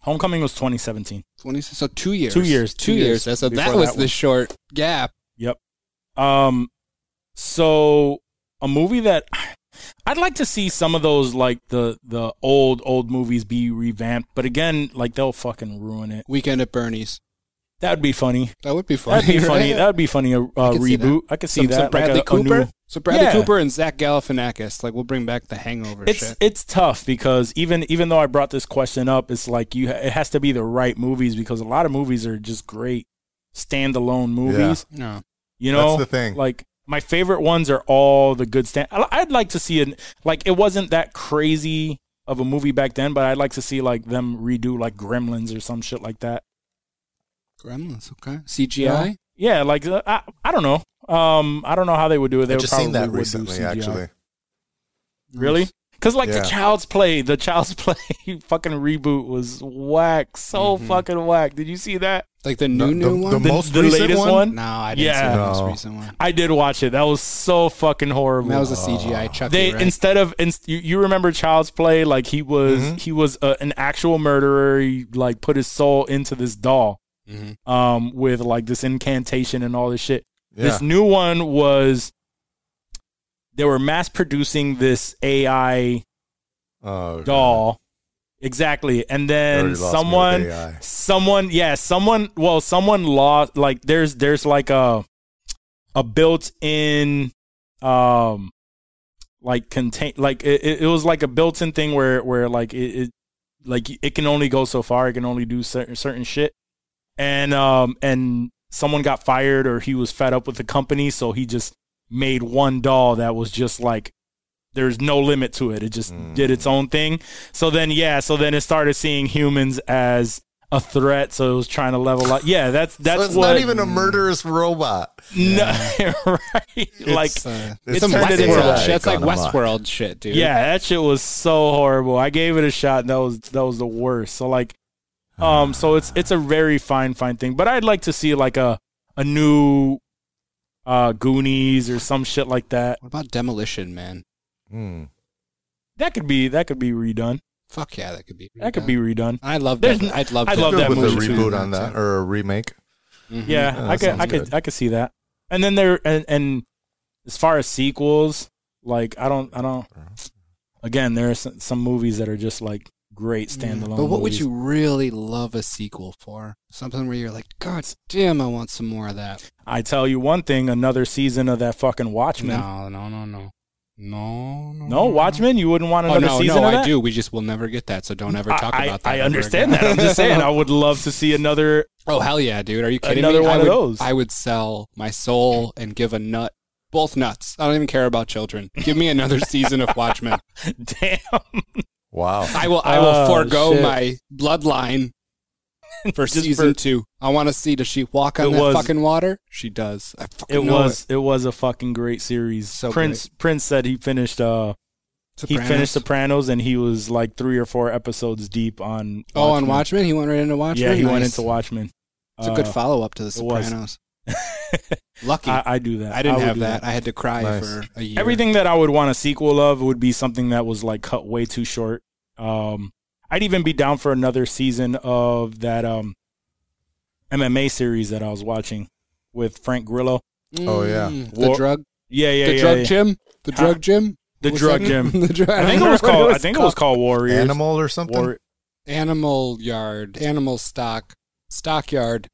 Homecoming was 2017.
20, so two years.
Two years,
Two,
two
years.
years
So that
before
was
that
the
one.
short gap.
Um, so a movie that I'd like to see some of those like the the old old movies be revamped, but again, like they'll fucking ruin it.
Weekend at Bernie's.
That'd be funny.
That would be funny.
That'd be funny.
right?
That'd be funny. A uh,
could see that.
reboot. I could see
some,
that.
some
like
Bradley
a- a new-
Cooper. so Bradley
Yeah.
Cooper and Zach Galifianakis. Like we'll bring back the Hangover
it's
shit.
it's tough because even even though I brought this question up, it's like you ha- it has to be the right movies because a lot of movies are just great standalone movies.
no,
You know,
That's the thing.
Like my favorite ones are all the good stand. I- I'd like to see it. Like it wasn't that crazy of a movie back then, but I'd like to see like them redo like Gremlins or some shit like that.
Gremlins. Okay, CGI.
Yeah, like uh, I, I don't know. Um, I don't know how they would do it. They
I
would
just
probably
seen that
would do
recently,
CGI.
actually.
Really? Because like
Yeah.
the Child's Play, the Child's Play fucking reboot was whack, so
Mm-hmm.
fucking whack. Did you see that?
Like the
The-
new
the-
new
the
one.
The,
most
the
recent
latest
one?
one?
no, I didn't
Yeah.
see the most
No.
recent one.
I did watch it. That was so fucking horrible.
That was a CGI Chucky.
they
right?
instead of in, you, you remember Child's Play, like he was
Mm-hmm.
he was uh an actual murderer. He like put his soul into this doll,
Mhm.
um, with like this incantation and all this shit.
Mm-hmm. Yeah.
This new one was they were mass producing this AI
oh, God.
doll. Exactly. And then
Already lost me with
someone
AI.
someone yeah, someone well, someone lost like there's there's like a a built-in um like contain like it, it- it was like a built-in thing where where like it, it like it can only go so far, it can only do certain certain shit. And um and someone got fired or he was fed up with the company, so he just made one doll that was just like there's no limit to it. It just
Mm.
did its own thing. So then, yeah. So then it started seeing humans as a threat. So it was trying to level up. Yeah, that's that's
so it's
what.
not even a murderous robot.
no, right? like,
It's, uh,
It's
some
turned into
Westworld
a-
shit. It's like
gone amok.
Westworld shit, dude.
yeah, that shit was so horrible. I gave it a shot. And that was that was the worst. So like, um, so it's it's a very fine fine thing. But I'd like to see like a a new, uh, Goonies or some shit like that.
What about Demolition Man?
Hmm.
That could be that could be redone.
Fuck yeah, that could be.
That could be redone.
I love
There's
that.
n-
I'd love.
I'd
to-
love that
With a
movie too.
reboot on that or a remake.
Yeah,
Mhm.
Yeah,
I
that
could,
sounds
I could,
good.
I could see that. And then there, and, and as far as sequels, like I don't, I don't. Again, there are some, some movies that are just like great standalone.
But what would
movies.
you really love a sequel for? Something where you're like, God damn, I want some more of that.
I tell you one thing: another season of that fucking Watchmen. No,
No, no, no, no, no, no.
Watchmen. You wouldn't want
Oh
another
no,
season
no,
of that.
I do. We just will never get that. So don't ever talk
I,
about that.
I
ever
understand
again.
that. I'm just saying, I would love to see another.
oh hell yeah, dude! Are you kidding
Another
me?
one
I
of
would,
those.
I would sell my soul and give a nut. Both nuts. I don't even care about children. Give me another season of Watchmen.
Damn.
Wow.
I will. I will
Oh,
forego
shit.
my bloodline for
Just
season
for-
two. I want to see. Does she walk on
It
that
was-
fucking water? She does. I fucking
It
know
was it. was a fucking great series.
So
Prince Prince said he finished uh
Sopranos.
he finished Sopranos and he was like three or four episodes deep on
Oh, on Watchmen, he went right into Watchmen.
Yeah, he went
Nice.
into Watchmen.
It's a good
Uh,
follow up to The
it was.
Sopranos. Lucky,
I,
I,
I do that.
didn't
would
have
do
that. I had to cry
Nice.
for a year.
Everything that I would want a sequel of would be something that was like cut way too short. Um, I'd even be down for another season of that um, MMA series that I was watching with Frank Grillo.
Oh, yeah.
Mm, the
War-
drug,
Yeah, yeah,
the
yeah.
drug
yeah.
gym, the
Huh?
drug gym,
The
What was
drug
that?
gym.
the drug.
I think it
don't
was
remember
called.
what
I think it was called Warriors.
Animal or something?
War-
Animal Yard, Animal Stock, Stockyard,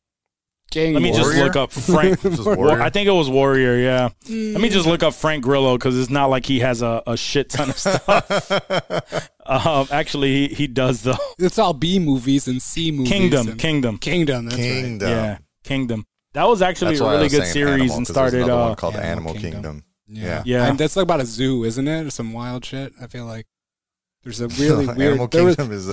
Gang.
Let me
War.
just
Warrior?
look up Frank.
This is
Well,
Warrior.
I think it was Warrior. Yeah. Let me just
Mm.
look up Frank Grillo because it's not like he has a, a shit ton of stuff. um, actually, he, he does though.
It's all B movies and C movies.
Kingdom,
and-
Kingdom,
Kingdom. That's right.
Kingdom.
yeah, Kingdom. That was actually
That's
a
why I
really
was
good
saying
series
animal,
and
'cause there's
started.
another
Uh,
one called
Animal
Animal
Kingdom.
Kingdom.
Yeah.
Yeah.
And that's like about a zoo, isn't it? Or some wild shit. I feel like there's a really weird.
Animal
there was-
Kingdom is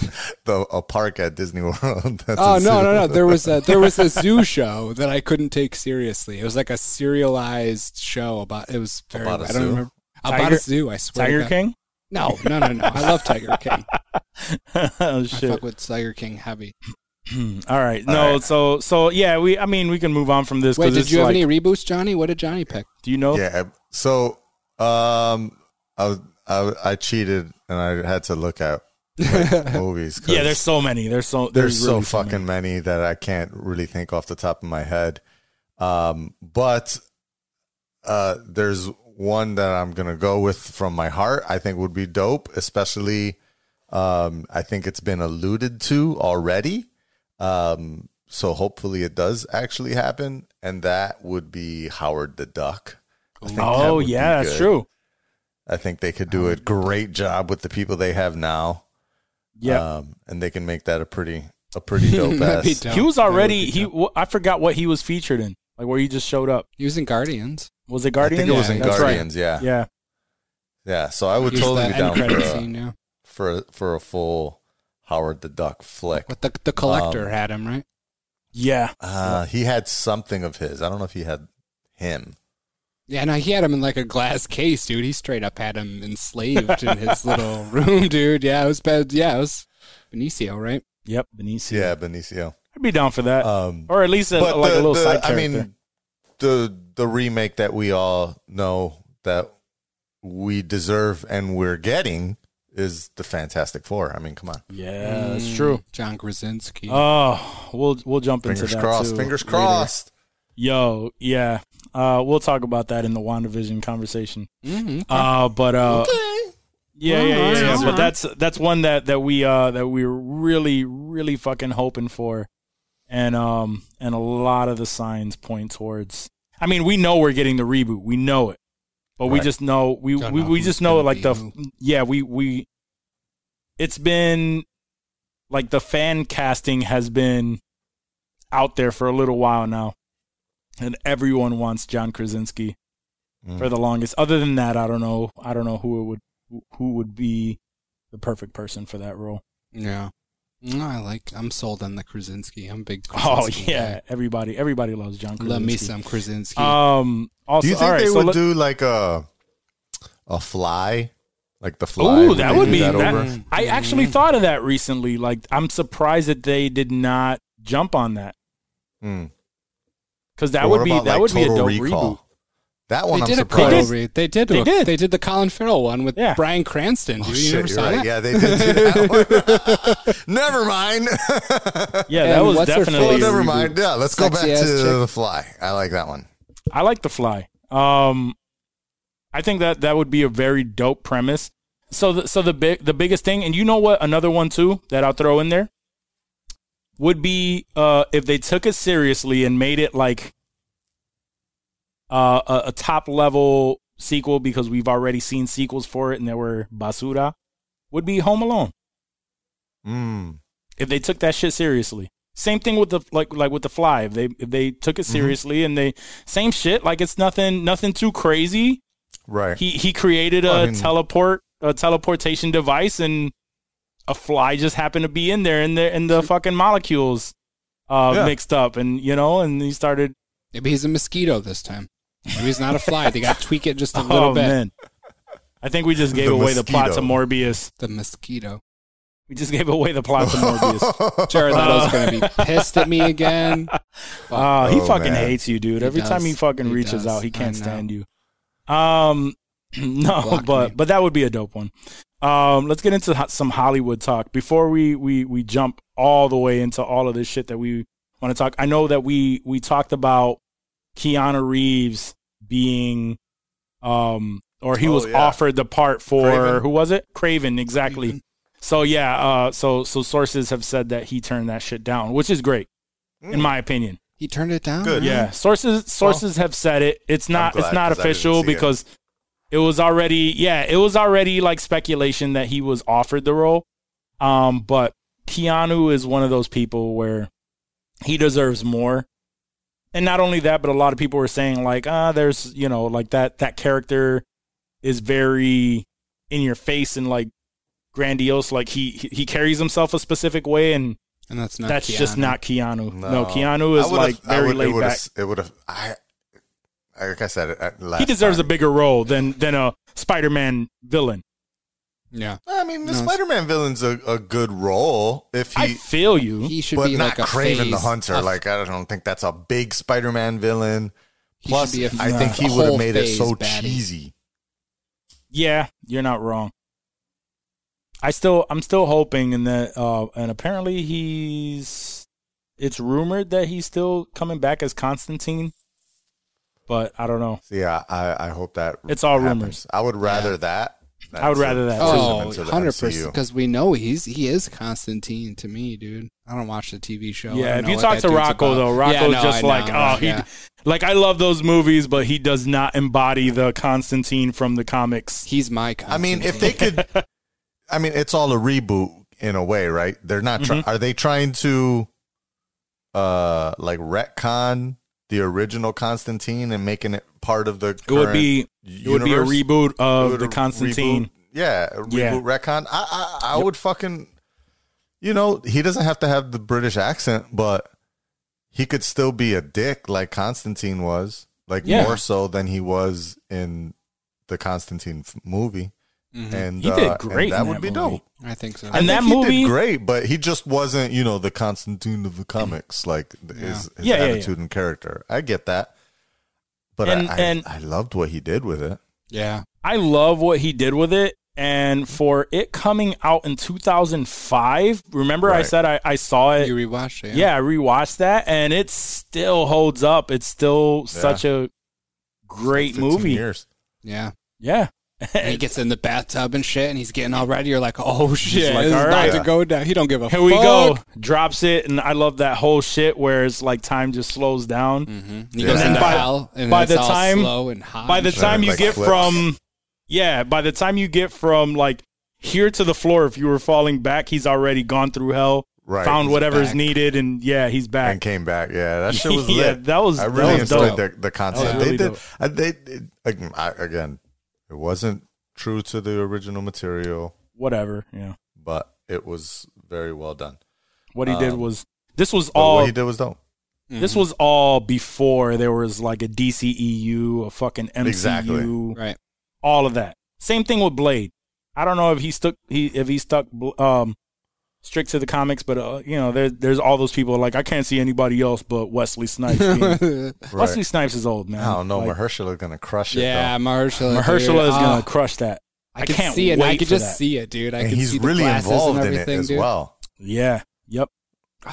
the, a park at Disney World. That's
oh
a zoo.
no no no! There was a there was a zoo show that I couldn't take seriously. It was like a serialized show about it was very
About a
I don't
zoo?
remember about
Tiger-
a zoo. I swear. to
Tiger
God.
King.
No no no no! I love Tiger King.
oh
I
shit!
fuck with Tiger King heavy.
All right, no. So so yeah, we. I mean, we can move on from this.
Wait,
'cause
did
it's
you have
like-
any reboots, Johnny? What did Johnny pick?
Do you know?
Yeah. So, um, I, was- I I cheated and I had to look at like, movies. 'cause
Yeah, there's so many. There's so
there's, so
really
fucking many. that I can't really think off the top of my head. Um, but uh, there's one that I'm gonna go with from my heart. I think would be dope, especially. Um, I think it's been alluded to already. Um, so hopefully it does actually happen, and that would be Howard the Duck. I think that
Oh
would be
yeah, that's
good.
true.
I think they could do a great job with the people they have now.
Yeah,
Um, and they can make that a pretty a pretty dope
That'd be
ass.
dope.
he was
That would
already
be
he.
dope.
wh- I forgot what he was featured in. Like where he just showed up.
He was in Guardians.
Was it
I
Guardians?
think it was in
Guardians? That's right.
Guardians, yeah. yeah,
Yeah,
So I would
He's
totally
the
be down
end
for
credit
a,
scene. Yeah,
for a, for a full Howard the Duck flick.
but the the
Um,
collector had him right.
yeah.
Uh, he had something of his. I don't know if he had him.
Yeah, no, he had him in like a glass case, dude. He straight up had him enslaved in his little room, dude. Yeah, it was bad. Yeah, it was Benicio, right?
Yep, Benicio.
Yeah, Benicio.
I'd be down for that,
Um,
or at least a, like a little side character.
I mean, the the remake that we all know that we deserve and we're getting is the Fantastic Four. I mean, come on,
yeah, that's Uh, true.
Mm, John Krasinski.
Oh, we'll we'll jump
fingers
into that
crossed,
too
fingers
later.
crossed.
Yo, yeah. Uh, we'll talk about that in the Wandavision conversation.
Mhm.
Uh, but uh, yeah, yeah, yeah,
Alright,
yeah. But
alright.
that's that's one that that we uh that we were really really fucking hoping for, and um and a lot of the signs point towards. I mean, we know we're getting the reboot. We know it, but we
Right.
just know we
Don't
we,
know
we
who's
just know
gonna
like
be
the
who.
yeah we we. It's been like the fan casting has been out there for a little while now, and everyone wants John Krasinski
Mm.
for the longest. Other than that, I don't know. I don't know who it would who would be the perfect person for that role.
Yeah. No, I like. I'm sold on the Krasinski. I'm a big.
Oh
Krasinski
yeah, everybody everybody loves John
guy. love me
Krasinski.
some Krasinski.
Um. Also,
Do you think
all right,
they
so
would
let-
do like a a fly, like the fly?
Ooh,
Would
that
they
would
do
be that. Mm.
over?
I
Mm-hmm.
actually thought of that recently. Like, I'm surprised that they did not jump on that
Mm.
because that
Or
would
what
be that
about, like,
would be a
Total
dope
Recall?
reboot.
That
they
one, Oh, I'm
did a
surprised.
Coral read. They did.
They
a-
did.
They did the Colin Farrell one with
Yeah.
Brian Cranston. Dude,
Oh,
you
shit, you're
never saw
right.
that?
Yeah, they did. Do that one. never mind.
Yeah, that
And
was
what's her
definitely.
oh,
a
never
reboot.
mind. Yeah, let's go back to
Sexy ass chick.
the fly. I like that one.
I like the fly. Um, I think that that would be a very dope premise. So, the, so the big, the biggest thing, and you know what? Another one too that I'll throw in there would be uh, if they took it seriously and made it like uh, a, a top level sequel because we've already seen sequels for it and there were basura. Would be Home Alone
Mm.
if they took that shit seriously. Same thing with the like like with the fly. If they if they took
Mm-hmm.
it seriously and they same shit like it's nothing nothing too crazy.
Right.
He he created a
Well, I mean-
teleport a teleportation device and a fly just happened to be in there and the and the fucking molecules uh
Yeah.
mixed up and you know and he started
Maybe he's a mosquito this time. Maybe he's not a fly. They got to tweak it just a little
oh
bit.
man. I think we just gave
The
away the plot to
mosquito.
Morbius.
The mosquito.
We just gave away the plot to Morbius.
Jared Leto's gonna be pissed at me again.
Oh, he
Oh,
fucking
man.
hates you, dude.
He
Every time
does.
he fucking
He
reaches
does.
out, he
I
can't
know.
stand you. Um, no,
blocked
but
me.
but that would be a dope one. Um, let's get into ho- some Hollywood talk before we we we jump all the way into all of this shit that we want to talk. I know that we we talked about Keanu Reeves being, um, or he
Oh,
was
yeah.
offered the part for
Craven.
who was it? Craven, exactly. So yeah, uh, so so sources have said that he turned that shit down, which is great,
Mm.
in my opinion.
He turned it down.
Good.
huh?
Yeah, sources sources have said it. It's not
Mm-hmm. glad,
it's not
'cause I didn't see
official
it.
because it. was already yeah it was already like speculation that he was offered the role. Um, but Keanu is one of those people where he deserves more. And not only that, but a lot of people were saying like, ah, there's you know like that that character is very in your face and like grandiose. Like he he he carries himself a specific way, and
And that's not.
that's just
Keanu.
not Keanu. No, Keanu
I
is
would've-
like
I
very
would- it
laid
would've-
back
It would have. I like I said. At last
he deserves
time.
a bigger role than than a Spider-Man villain.
Yeah.
I mean, the
No, it's-
Spider-Man villain's a, a good role if
I
he,
feel you.
He should
but
be
not
like a
Craven
phase,
the Hunter.
a-
like I don't think that's a big Spider-Man villain.
he should
Plus,
be a-
I think he
a
would have
whole
made it
phase
so
baddie.
cheesy.
Yeah, you're not wrong. I still I'm still hoping in that uh and apparently he's it's rumored that he's still coming back as Constantine. but I don't know.
See, I, I, I hope that
It's all
happens.
rumors.
I would rather that. than
I would
to-
rather that,
to
too.
send
Oh,
him to the
100%.
MCU.
Because we know he's he is Constantine to me, dude. I don't watch the TV show. I
Yeah,
don't
if
know
you
what
talk
that
to
dude's
Rocco
about.
though,
Yeah,
Rocco's
no,
just
I
like,
know,
oh, he
yeah.
like I love those movies, but he does not embody the Constantine from the comics.
he's my
I
Constantine.
mean, if they could, I mean, it's all a reboot in a way, right? They're not. Try-
Mm-hmm.
Are they trying to, uh, like retcon the original Constantine and making it part of the?
It would be
Current
it would be a
universe?
reboot of the
reboot-
Constantine.
yeah, a reboot
Yeah.
retcon. I I, I would fucking, you know, he doesn't have to have the British accent, but he could still be a dick like Constantine was, like
Yeah.
more so than he was in the Constantine f- movie. And
Mm-hmm. He
uh,
did
and
great
that
in
would
that
be
movie.
dope.
I think so.
I
And
think
that
he
movie-
did great, but he just wasn't, you know, the Constantine of the comics, like th- his, his
Yeah, yeah,
attitude and character. I get that, but
And-
I, I,
and-
I loved what he did with it.
yeah.
I love what he did with it. And for it coming out in 2005, remember I
Right.
said I, I saw it.
You rewatched it.
yeah, I rewatched that, and it still holds up. It's still such a great
15
movie.
Years.
Yeah.
Yeah,
And he gets in the bathtub and shit, and he's getting all ready. You're like, oh shit,
like,
this
all
is
right.
about to go down. He don't give a
Here we go. Drops it, and I love that whole shit where it's like time just slows down.
Mm-hmm.
hmm He
Yeah.
goes
And then
into
by-
hell, and
by
it's
the
all
time-
slow and hot.
By the
Sure,
time you
like
get
flips.
from, yeah, by the time you get from like here to the floor, if you were falling back, he's already gone through hell,
Right.
found
He's
whatever's
back.
needed, and yeah, he's
and
back.
came back. Yeah, that shit was
Yeah,
lit.
that was-
I
that
really
was
enjoyed
dope.
the, the concept.
That was really
they did.
dope.
uh, They did- like, I, again, it wasn't true to the original material,
Whatever, yeah.
but it was very well done.
What he did
Um,
was this was
But
all
what he did Mm-hmm. was dope.
this was all before there was like a DCEU, a fucking MCU,
Exactly.
right.
all of that. Same thing with Blade. I don't know if he stuck he if he stuck bl- um strict to the comics, but uh, you know there there's all those people like I can't see anybody else but Wesley Snipes. being- Wesley
Right.
Snipes is old man.
I don't know.
Like,
Mahershala gonna crush it.
yeah,
though.
Mahershala. dude.
Mahershala is
Ah,
gonna crush that.
I,
I
can
can't
see it.
wait
I can
for
just
that.
see it, dude. I
and
can
he's
see the
really
glasses
involved
and
in it
everything,
as
dude.
well.
Yeah. Yep.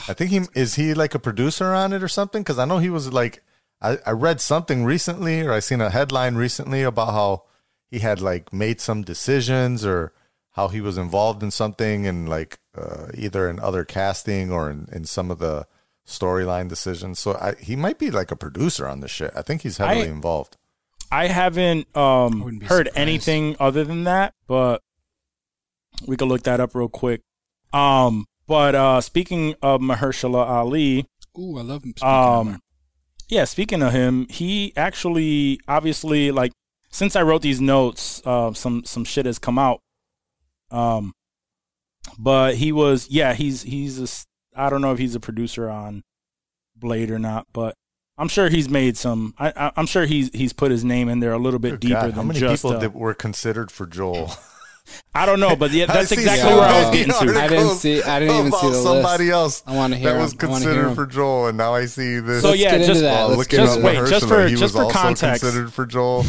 I think he is he like a producer on it or something because I know he was like I, I read something recently or I seen a headline recently about how he had like made some decisions or how he was involved in something and like uh, either in other casting or in, in some of the storyline decisions. So I, he might be like a producer on this shit. I think he's heavily
I-
involved.
I haven't um
wouldn't be
heard
surprised.
anything other than that, but we could look that up real quick. Um, but uh speaking of Mahershala Ali,
Ooh, I love him. speaking of
um yeah speaking of him he actually obviously like since i wrote these notes uh, some some shit has come out um but he was yeah he's he's a s- i don't know if he's a producer on blade or not but i'm sure he's made some i, I i'm sure he's he's put his name in there a little bit
Good
deeper
God,
than
how many
just
people
uh,
that were considered for Joel?
i don't know but yeah
I
that's
see
exactly
so
where i was
many
getting to
I didn't see- I didn't even
about
see the list.
somebody else.
I wanna hear
that was
him. I wanna hear
considered
him.
for Joel, and now I see this.
So
Let's
yeah,
get into
just-
that.
Oh,
Let's
looking
get
just-
up
into
wait,
that.
Mahershala,
just for-
he
just
was
for
also
context.
considered for Joel.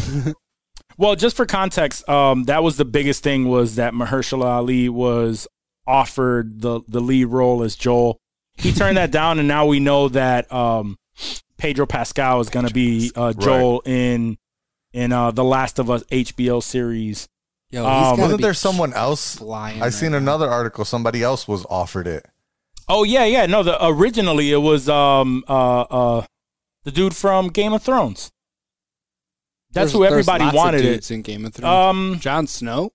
Well, just for context, um, that was the biggest thing was that Mahershala Ali was offered the the lead role as Joel. He turned that down, and now we know that um, Pedro Pascal is going to be uh, Joel in in uh, the Last of Us HBO series.
Yo,
Um,
he's gotta
Wasn't
be
there someone else?
flying
I seen
right
another article. Somebody else was offered it.
Oh yeah, yeah. No, the originally it was um uh uh the dude from Game of Thrones. That's
There's-
who
there's
everybody
lots of
wanted it.
dudes in Game of Thrones.
Um,
Jon Snow.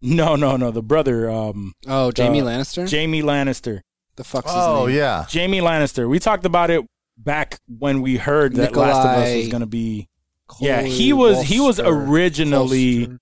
no, no, no. The brother, um,
Oh, Jamie
uh,
Lannister.
Jamie Lannister.
the fuck's his
Oh
name?
yeah,
Jamie Lannister. We talk about it back when we heard that Last of Us was
Nikolai
going to be.
Cole
yeah, he was. He was
Bolster.
originally
Bolster.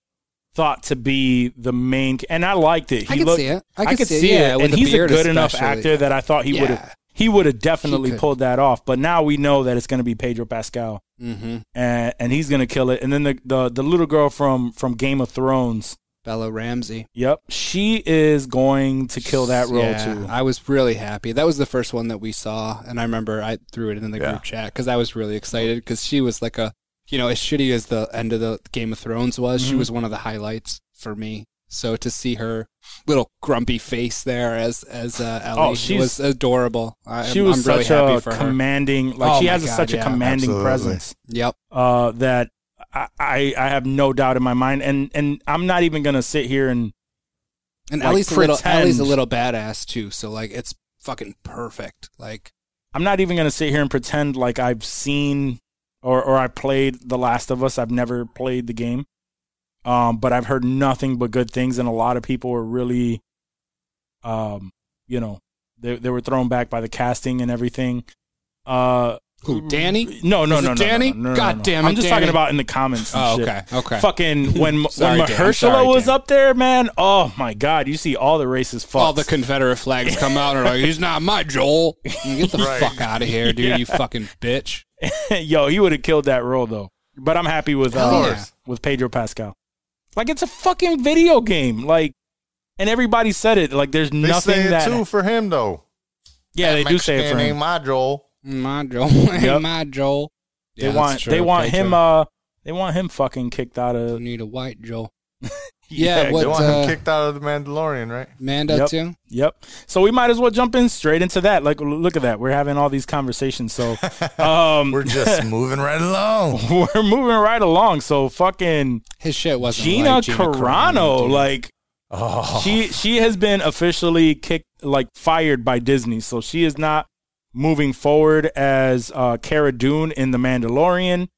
thought to be the main, and I liked it. He
I could
looked,
see it.
I,
I could
could
see,
see
yeah,
it,
with
and
the
he's a
beard
good enough
especially.
actor that I thought he would
Yeah.
have. He would have definitely
could.
pulled that off. But now we know that it's going to be Pedro Pascal,
Mm-hmm.
and and he's going to kill it. And then the, the the little girl from from Game of Thrones.
Bella Ramsey.
Yep, she is going to kill that role
Yeah,
too.
I was really happy. That was the first one that we saw, and I remember I threw it in the
Yeah.
group chat because I was really excited because she was
Mm-hmm.
like a, you know, as shitty as the end of the Game of Thrones was, she was one of the highlights for me So to see her little grumpy face there as as uh, Ellie
Oh, she's-
was adorable. I,
she
am
was
I'm really
such
happy
a
for her.
commanding, like
Oh
she
my
has a,
God,
such a
yeah.
commanding
Absolutely.
presence
Yep.
uh, that I, I I have no doubt in my mind, and and I'm not even gonna sit here and
And
like,
Ellie's a little
pretend-
Ellie's a little badass too. So like it's fucking perfect. Like
I'm not even gonna sit here and pretend like I've seen or or I played The Last of Us. I've never played the game, um, but I've heard nothing but good things, and a lot of people were really, um, you know, they they were thrown back by the casting and everything. Uh,
who? Danny?
No, no,
Is it
no, no,
Danny?
no, no, no,
God
no.
damn it,
I'm just talking
Danny.
about in the comments. And
Oh,
shit.
okay, okay.
Fucking when
Sorry,
when
Dan.
Mahershala
Sorry,
was
Dan.
up there, man. Oh my god, you see all the racist fucks.
All the Confederate flags come out and are like, he's not my Joel. Get the fuck out of here, dude, you fucking bitch.
Yo, he would have killed that role though. But I'm happy with
Of
uh,
course.
with Pedro Pascal. Like it's a fucking video game. Like, and everybody said it. Like, there's
They
nothing
say it
that.
too for him though.
Yeah, they do say it for
Mexican
him.
ain't my Joel.
My Joel.
Yep.
My Joel. Yeah,
they
that's
want
true.
they want
Pedro.
him. Uh, they want him fucking kicked out
You
of.
need a white Joel. Yeah,
They
But,
want
uh,
him kicked out of the Mandalorian, right?
Mando
Yep.
too?
Yep. So we might as well jump in straight into that. Like, l- look at that. We're having all these conversations. So, um,
We're just moving right along.
we're moving right along. So fucking
His shit wasn't
Gina,
like
Carano,
dude.
like
Oh,
she she has been officially kicked, like fired by Disney. So she is not moving forward as uh, Cara Dune in The Mandalorian.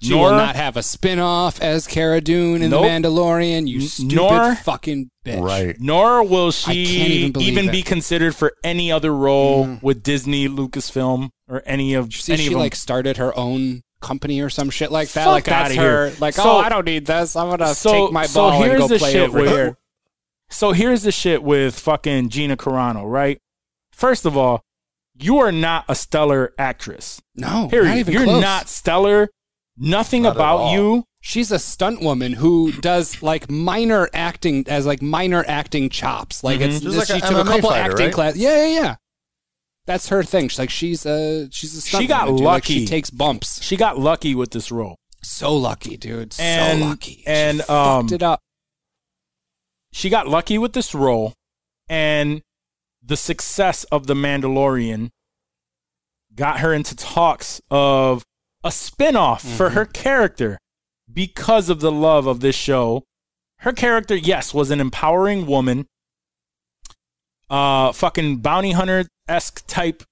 She will not have a spin-off as Cara Dune in
Nope.
The Mandalorian, you
N-
stupid
nor-
fucking bitch.
right.
nor will she
can't even
even,
believe it.
be considered for any other role with Disney, Lucasfilm, or any of
See,
any
she
of them.
like started her own company or some shit like that.
Fuck
like that's
outta here.
her. Like,
So-
oh, I don't need this. I'm gonna
so-
take my
so
ball and
here's
go
the
play
shit
over
with-
here.
So here's the shit with fucking Gina Carano, right? First of all, you are not a stellar actress.
No,
Period.
not even
You're
close.
not stellar. Nothing
Not at
about
all.
you.
She's a stunt woman who does like minor acting as like minor acting chops. Like
Mm-hmm.
it's
She's like
she
a
took a
MMA
couple
fighter,
acting
right?
class. Yeah, yeah, yeah. That's her thing. She's like she's a she's a stunt.
got
woman, dude. Like, she
lucky.
takes bumps.
She got lucky with this role.
So lucky, dude.
And-
so lucky.
and,
she
um,
fucked it up.
She got lucky with this role and the success of The Mandalorian got her into talks of a spin-off for her character because of the love of this show. Her character, yes, was an empowering woman. Uh fucking bounty hunter-esque type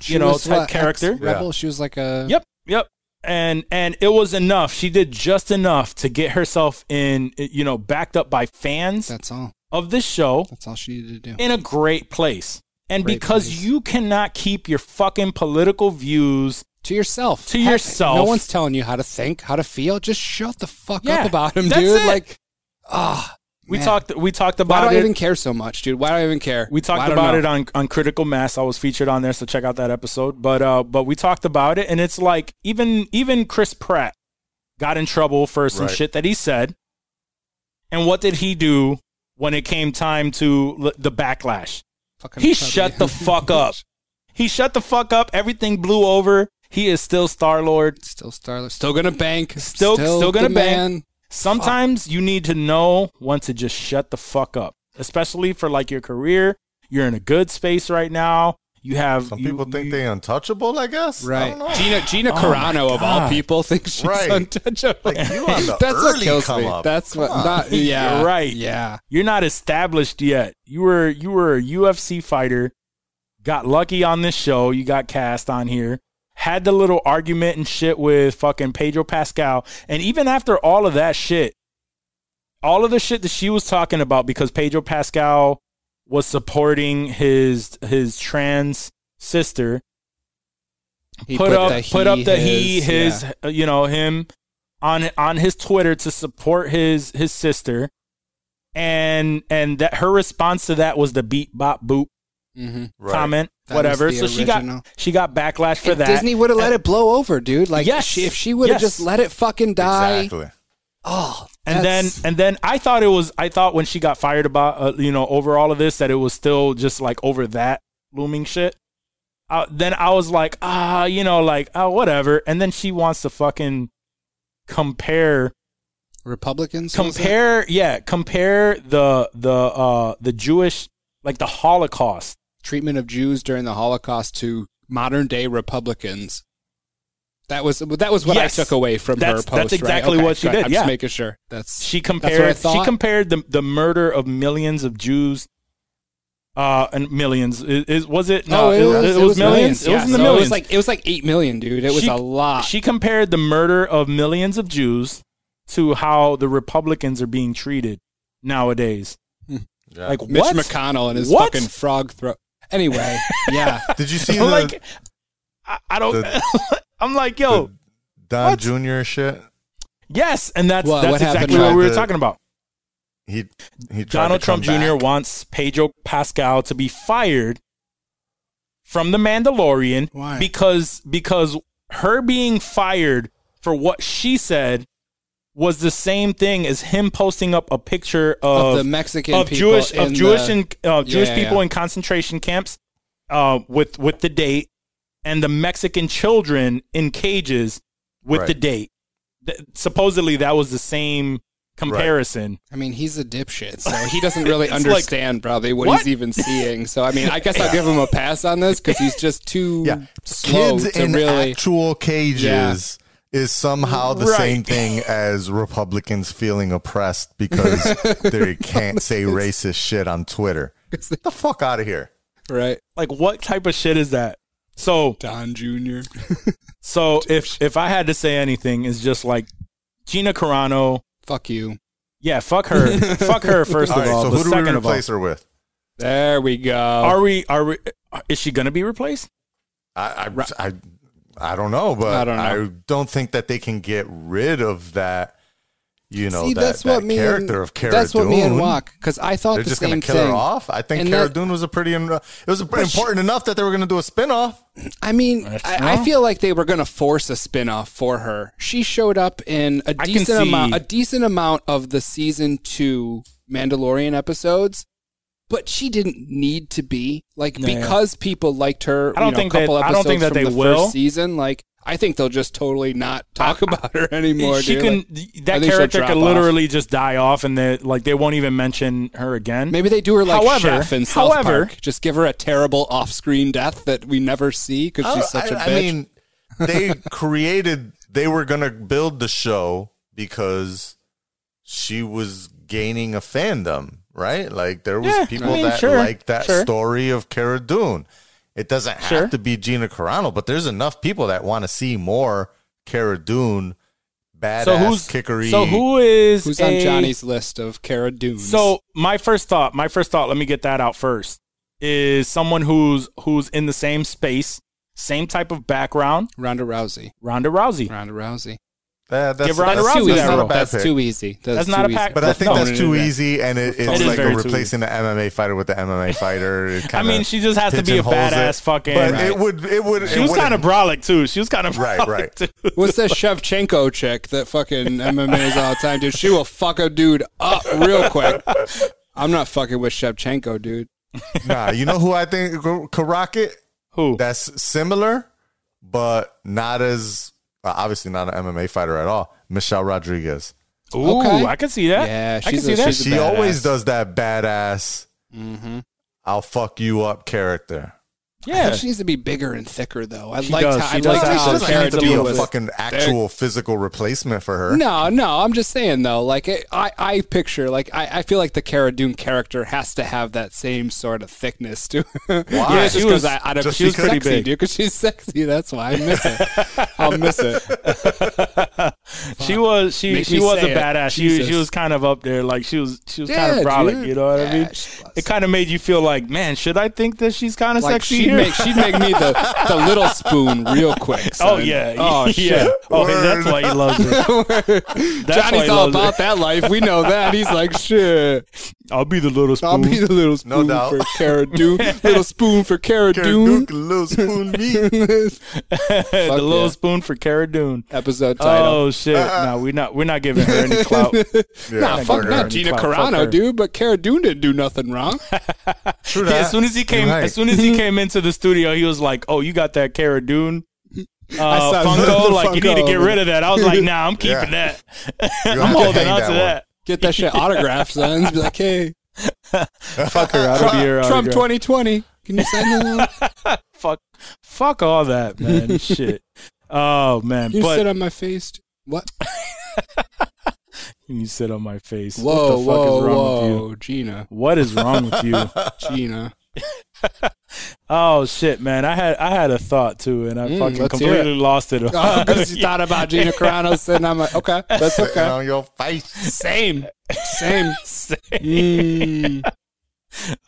She
you know,
was
type
a
character.
ex-rebel. She was like a
Yep, yep. And and it was enough. She did just enough to get herself in, you know, backed up by fans
That's all.
of this show
That's all she needed to do.
in a great place. And
Great
because
place.
you cannot keep your fucking political views,
to yourself.
To
Heck,
yourself.
No one's telling you how to think, how to feel. Just shut the fuck
Yeah,
up about him,
that's
dude.
it.
Like, ah,
we
man.
talked we talked
Why do
about
I
it.
even care so much, dude? Why do I even care?
we
Why
talked
don't
about
know.
it on on Critical Mass. I was featured on there, so check out that episode. But uh, but we talked about it, and it's like even even Chris Pratt got in trouble for some
Right.
shit that he said. And what did he do when it came time to l- the backlash?
Fucking
He
Chubby.
shut the fuck up. He shut the fuck up. Everything blew over. He is still Star Lord.
Still Starler. Still gonna bank.
Still- still gonna
the
bank.
man.
Sometimes you need to know when to just shut the fuck up, especially for like your career. You're in a good space right now. You have
Some
you-
people think
you-
they untouchable. I guess. I
Right.
don't know.
Gina Gina
Oh
Carano
my
of all
God.
people thinks she's
Right.
untouchable.
Like, you on the
That's what
early
kills
come
me.
up.
That's what.
Come on.
Not, yeah.
You're right.
Yeah.
you're not established yet. You were you were a UFC fighter, got lucky on this show, you got cast on here, had the little argument and shit with fucking Pedro Pascal, and even after all of that shit, all of the shit that she was talking about because Pedro Pascal was supporting his his trans sister,
He
put, up
the
put up the he
yeah.
his uh, you know him on on his Twitter to support his his sister, and and that her response to that was the beat bop boop
Mhm.
Right.
comment
That was
whatever.
the
So she
original.
got she got backlash for
If
that.
Disney would have let it blow over, dude. Like,
Yes.
she, if she would have
Yes.
just let it fucking die,
Exactly.
Oh,
and then
that's-
and then I thought it was I thought when she got fired about uh, you know over all of this that it was still just like over that looming shit. Uh, then I was like, ah, you know, like, oh, whatever. And then she wants to fucking compare
Republicans. who was that?
compare yeah compare the the uh the jewish like the holocaust
treatment of Jews during the Holocaust to modern day Republicans. That was that was what
Yes.
I took away from
That's-
her
that's
post. right?
exactly
Okay,
what she
right.
did,
I'm just
yeah.
making sure. That's
she
what I
compared she
thought.
compared the the murder of millions of jews uh and millions is, is was it no
oh,
it, was, it was millions, it was
yeah.
in the
So
millions
It was like it was like eight million, dude. It was
She-
a lot.
she compared the murder of millions of jews to how the republicans are being treated nowadays
Yeah.
like
Uh, Mitch
what
McConnell and his
What?
fucking frog throat. Anyway, yeah,
Did you see the
I'm like I, I don't i'm like yo
Don
what?
Jr. shit?
yes and that's
What-
that's
what happened
exactly what
with
we were
the-
talking about
He he. tried
Donald
to
Trump
come
Jr.
back.
wants Pedro Pascal to be fired from The Mandalorian
Why?
because because her being fired for what she said was the same thing as him posting up a picture
of
of
the Mexican
of
people
Jewish of
in
Jewish
the-
and uh, Jewish
yeah,
people
yeah.
in concentration camps uh, with with the date and the Mexican children in cages with
Right.
the date. Th- supposedly that was the same comparison.
I mean, he's a dipshit, so he doesn't really
It's
understand probably what,
what?
he's even seeing. So, I mean, I guess I'll give him a pass on this because he's just too
Yeah,
slow
kids
to
in
really.
actual cages is somehow the
Right.
same thing as Republicans feeling oppressed because they can't say racist shit on Twitter. Get the fuck out of here.
right,
like what type of shit is that so
Don Jr.
so if if i had to say anything it's just like gina carano
Fuck you.
yeah fuck her fuck her first
All
of
right,
all
so
but
who do we
second of all
replace her with?
There we go.
are we are we uh, is she gonna be replaced
I I, I, I don't know, but I don't,
know.
think that they can get rid of that. You know,
See,
that,
that's
that
what me
character
and,
of Cara
That's what me and
Dune.
Walk because I thought
They're
the
just
same
going to kill
thing.
her off. I think
And
Cara
that-
Dune was a pretty. en- It was a,
But she-
important enough that they were going to do a spinoff.
I mean,
That's
I, I
true.
feel like they were going to force a spinoff for her. She showed up in a
I can
decent amount,
see-
a decent amount of the season two Mandalorian episodes, but she didn't need to be like
Yeah, yeah.
because people liked her.
I don't
you know,
think
a couple
that- I
episodes
don't think that
from
they
the
will.
first season. Like, I think they'll just totally not talk about her anymore.
she
dude.
can
Like, I
that
think she'll
character
drop
could
off.
literally just die off and they like they won't even mention her again
Maybe they do her like
However-
Chef in South
however-
Park. Just give her a terrible off-screen death that we never see because she's
Oh,
I-
such a
I-
bitch.
I mean, they created. They were going to build the show because she was gaining a fandom, right? Like there was
Yeah,
people
I mean,
that
sure,
liked that
sure.
story of Cara Dune. It doesn't have
Sure.
to be Gina Carano, but there's enough people that want to see more Cara Dune, badass
so who's
kickery.
so who is
Who's on
a-
Johnny's list of Cara Dune?
So my first thought, my first thought, let me get that out first, is someone who's who's in the same space, same type of background,
Ronda Rousey.
Ronda Rousey.
Ronda Rousey.
Uh, that's,
Give Ronda
that's-
Rousey
too
that
easy.
that's not a
role.
bad
That's
pick.
too easy. That's,
That's not
too
a pack-
easy.
But I think
No,
that's
no,
too
no.
easy, and it, it's
It is
like
very
a
too
replacing the MMA fighter with the MMA fighter. It
I mean,
kinda
she just has to be a
pigeonholes it.
badass fucking-
But
Right.
it would, it would.
She was kind of brolic too. She was kind of
Right,
brolic
right.
Too.
What's that Shevchenko chick that fucking MMAs all the time, dude? She will fuck a dude up real quick. I'm not fucking with Shevchenko, dude.
nah. You know who I think could rock it?
Who?
That's similar, but not as uh, obviously not an MMA fighter at all. Michelle Rodriguez.
Ooh,
Okay.
I can see that.
Yeah,
I can
she's
see
a-
that.
she's a
She
badass.
always does that badass.
Mm-hmm.
I'll fuck you up character.
yeah,
She needs to be bigger and thicker, though. I
She
like
does.
how
She
I
does
like
have-
She
how
how
doesn't
Cara
have
Cara
to be
Dune
a
was.
fucking actual physical replacement for her.
No, no, I'm just saying though. Like it, I, I picture like I, I feel like the Cara Dune character has to have that same sort of thickness to.
Why?
Why? just
She
because
was-
I, I don't-
just
she's
because-
sexy,
pretty big.
dude. Because she's sexy, that's why I miss it. I'll miss it.
she was she
Make
she
me
was a
say it.
badass. She was, she
Jesus.
was kind of up there. Like she was she was
Yeah,
kind of brolic.
dude.
You know what I
Yeah,
mean?
she was.
It kind of made you feel like, man, should I think that she's kind of
Like
sexy
she'd
here?
make she'd make me the, the little spoon real quick.
oh
son.
yeah,
Oh
yeah.
shit.
Oh, hey, that's why he loves her. That's why
Johnny's
he
all
loves her.
about that life. We know that. He's like, shit.
I'll be the little spoon.
I'll be the little
No
spoon
doubt.
for Cara Dune. little spoon for Cara
Cara
Dune.
Duke, Lil Spoon me.
the
Fuck
little
yeah.
spoon for Cara Dune.
Episode title. Uh-uh.
Oh shit! no, we're not. We're not giving her any clout.
Yeah,
Nah,
fuck
fuck
her.
not Gina
Fuck her.
Carano, dude. But Cara Dune didn't do nothing wrong.
True
Yeah,
that.
as soon as he
You're
came,
right.
as soon as he came into the studio, he was like, "Oh, you got that Cara Dune uh,
saw
Funko,
another
like you need to
Funko
get
over
rid of that. I was like, nah, I'm keeping that.
gonna
I'm
have to
holding
hang
on
that
to
one.
that.
Get that shit autographed, son. Be like, hey,
Fucker out of your
Trump
autograph.
2020. Can you sign that? One?
Fuck, fuck all that, man. Shit. Oh man,
You
but
sit on my face. too." What?
you sit on my face.
Whoa,
what the fuck
whoa,
is wrong with you?
whoa, Gina,
What is wrong with you?
Gina.
Oh shit, man! I had I had a thought too, and I
Mm,
fucking
let's hear
completely lost it.
Oh, because you thought about Gina Carano sitting on my. Okay, that's
Sitting
okay.
on your face.
Same, same. Mm.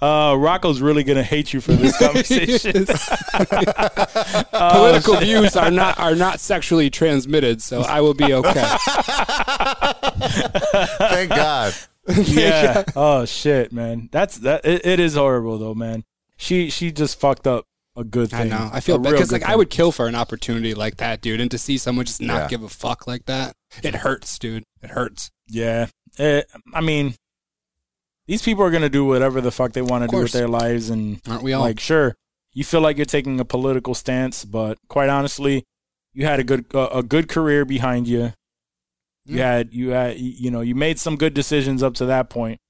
Uh, Rocco's really gonna hate you for this conversation.
Political views are not are not sexually transmitted, so I will be okay.
Thank God.
yeah. Oh shit, man. That's that. It, it is horrible though, man. She she just fucked up a good
I
thing.
know. I feel
A
bad
real
because
good
like I
thing.
would kill for an opportunity like that, dude, and to see someone just not
Yeah.
give a fuck like that, it hurts, dude. It hurts.
Yeah. Eh, I mean, these people are gonna do whatever the fuck they want to
Of
do with
course.
their lives, and
Aren't we all?
like, sure, you feel like you're taking a political stance, but quite honestly, you had a good a, a good career behind you. You
Yeah.
had you had you know you made some good decisions up to that point,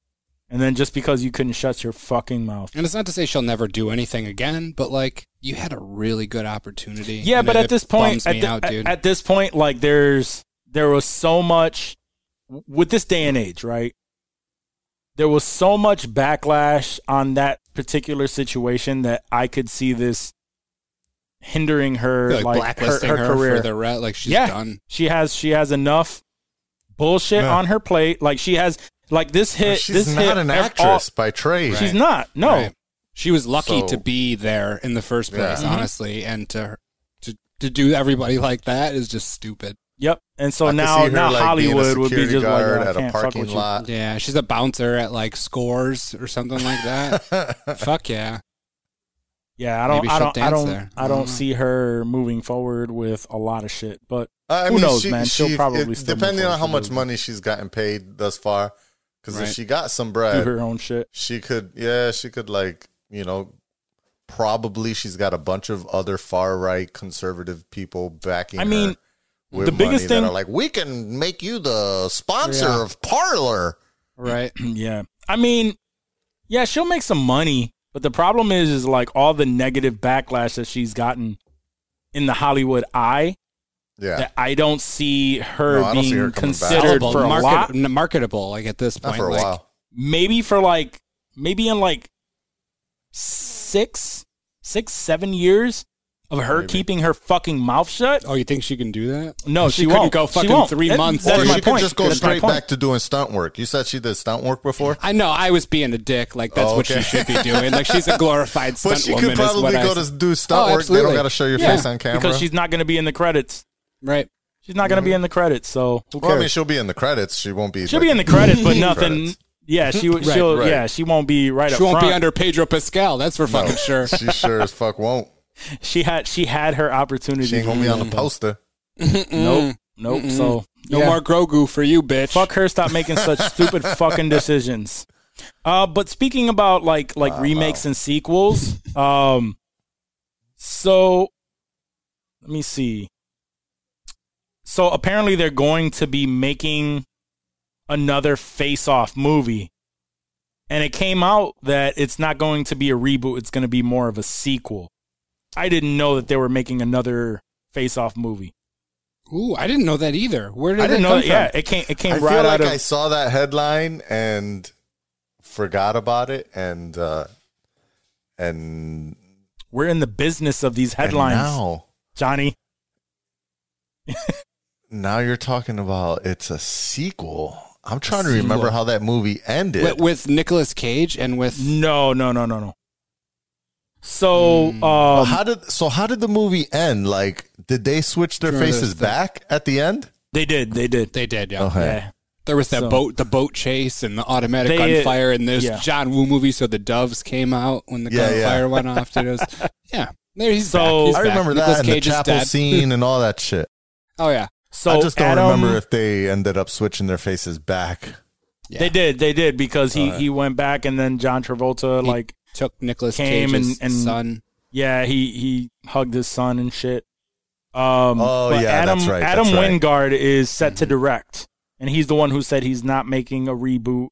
and then just because you couldn't shut your fucking mouth.
and it's not to say she'll never do anything again, but like you had a really good opportunity.
Yeah,
and
but
it-
at
it
this point,
bums
at,
me
thi-
out,
at-
dude.
at this point, like there's there was so much with this day and age, right? There was so much backlash on that particular situation that I could see this hindering her,
like,
like, her,
blacklisting
her,
her,
career.
for the rat. Like she's
Yeah.
done.
she has she has enough bullshit
Yeah.
on her plate. Like she has like this hit.
She's
this hit,
not an
ev- all-
actress by trade.
she's not. No.
Right. She was lucky
So-
to be there in the first place,
Mm-hmm.
Yeah. Mhm.
honestly, and to to to do everybody like that is just stupid.
Yep. And so
I could
now
see her,
now
like, being a
Hollywood would be
security
just like
guard
"Oh, I
at a
can't fuck
parking
with you."
lot.
Yeah, she's a bouncer at like Scores or something like that. Fuck yeah.
Yeah, I don't,
Maybe
I
she'll
don't, I
dance
don't,
there.
I don't
Mhm.
see her moving forward with a lot of shit. But
I
Who knows, man? She'll probably
it-
still move
depending
forward.
on how
She'll
much
do-
money she's gotten paid thus far. Because
Right.
if she got some
do
bread,
her own shit.
she could yeah she could like you know probably she's got a bunch of other far right conservative people backing
I mean,
her with
the biggest
money
thing-
that are like we can make you the sponsor
Yeah.
of parlor
Right.
yeah, I mean, yeah, she'll make some money, but the problem is, is like all the negative backlash that she's gotten in the Hollywood eye.
yeah
That I don't see her
No, I don't
being
see her coming back.
considered
Sellable,
for a
market-
lot.
n- marketable like at this
not
point.
for a
like,
while
Maybe for like, maybe in like six, six, seven years of her keeping her fucking mouth shut.
Oh, you think she can do that?
No,
she,
she
couldn't
won't.
go
She
fucking
won't.
three
That-
months.
that's
or
my
she
point.
could just go
That's my
straight
point.
back to doing stunt work you said she did stunt work before
I know I was being a dick. Like that's
Oh,
what she
okay.
should be doing. Like she's a glorified stunt
but she
woman.
could
is what
probably
I
go
s-
to do stunt
Oh,
work they
absolutely.
don't got to show your
Yeah,
face on camera
because she's not going to be in the credits.
right.
She's not going to be in the credits. So who
well, I mean,
cares?
she'll be in the credits. She won't be.
She'll
like,
be in the credits, but
main
nothing.
credits.
Yeah, she w-
Right,
she'll
right.
yeah she won't be right up
She won't
front.
be under Pedro Pascal. That's for
No,
fucking sure.
She sure as fuck won't.
she had she had her opportunity.
She ain't gonna be on the
Mm.
poster.
Nope, nope. So
No
yeah.
more Grogu for you, bitch.
Fuck her. Stop making such stupid fucking decisions. Uh, but speaking about like like remakes and sequels, um, so let me see. So apparently they're going to be making another Face Off movie, and it came out that it's not going to be a reboot. It's going to be more of a sequel. I didn't know that they were making another Face Off movie.
Ooh, I didn't know that either. Where did
I didn't
that
know.
come
That, yeah,
from?
it came. It came
I
right
feel
out
like
of.
I saw that headline and forgot about it, and uh, and
We're in the business of these headlines,
And now,
Johnny.
now you're talking about it's a sequel. I'm trying to remember how that movie ended.
With, with Nicolas Cage and with
No, no, no, no, no. So,
Hmm. Well,
um,
how did so? How did the movie end? Like, did they switch their
Sure,
faces
the- the-
back at the end?
they did, they did.
they did.
Uh-huh.
Yeah.
yeah.
There was that
So-
boat, the boat chase, and the automatic
They-
gunfire, and there's
yeah.
John Woo movie. So the doves came out when the
Yeah, yeah.
gunfire went off. It was, yeah, there he's
So-
back. He's
I
back.
remember
Nicolas
that and the
Cage is
chapel
dead.
scene and all that shit.
Oh yeah,
So
I just don't
Adam-
remember if they ended up switching their faces back.
yeah.
They did, they did, because he he went back, and then John Travolta,
He-
like,
took Nicolas
Came
Cage's
and- and-
son.
yeah, he he hugged his son and shit. Um,
Oh,
but
yeah,
Adam,
that's right,
Adam
that's right. Mm-hmm.
Wingard is set to direct, and he's the one who said he's not making a reboot.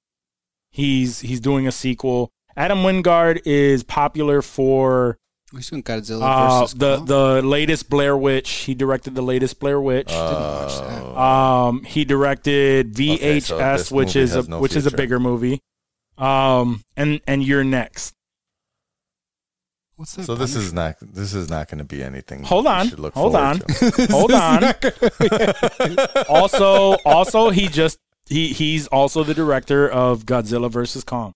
He's he's doing a sequel. Adam Wingard is popular for
He's doing Godzilla
uh,
versus
the
Kong.
the latest Blair Witch. He directed the latest Blair Witch.
Didn't watch that.
Um, he directed VHS,
Oh, Okay, so this
which
movie
is a
has no
which is a
future.
bigger movie. Um, and and you're next.
What's that?
So this is not this is not going to be anything.
Hold
we
on,
Mm, should look
hold
forward
on,
to.
hold on. also, also he just he he's also the director of Godzilla versus Kong.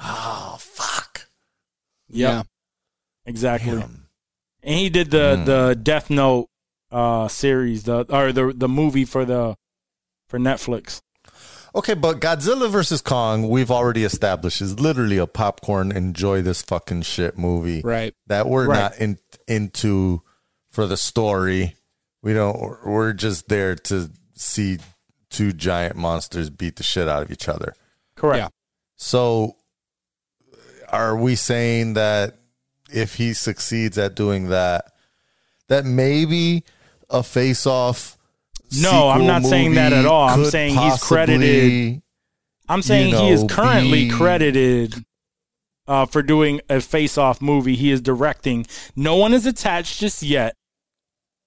Oh fuck!
Yep. Exactly.
Damn.
And he did the
Hmm.
the Death Note uh series, the or the the movie for the for Netflix.
Okay, but Godzilla versus Kong, we've already established, is literally a popcorn enjoy this fucking shit movie
right.
that we're
Right.
not in, into for the story. We don't. We're just there to see two giant monsters beat the shit out of each other.
Correct.
Yeah.
So, are we saying that if he succeeds at doing that, that maybe a face-off?
No, I'm
sequel
not saying that
movie
at all. I'm
could
saying he's
possibly-
credited- I'm saying
you
he is
know,
currently
be-
credited uh, for doing a face off movie. He is directing. No one is attached just yet.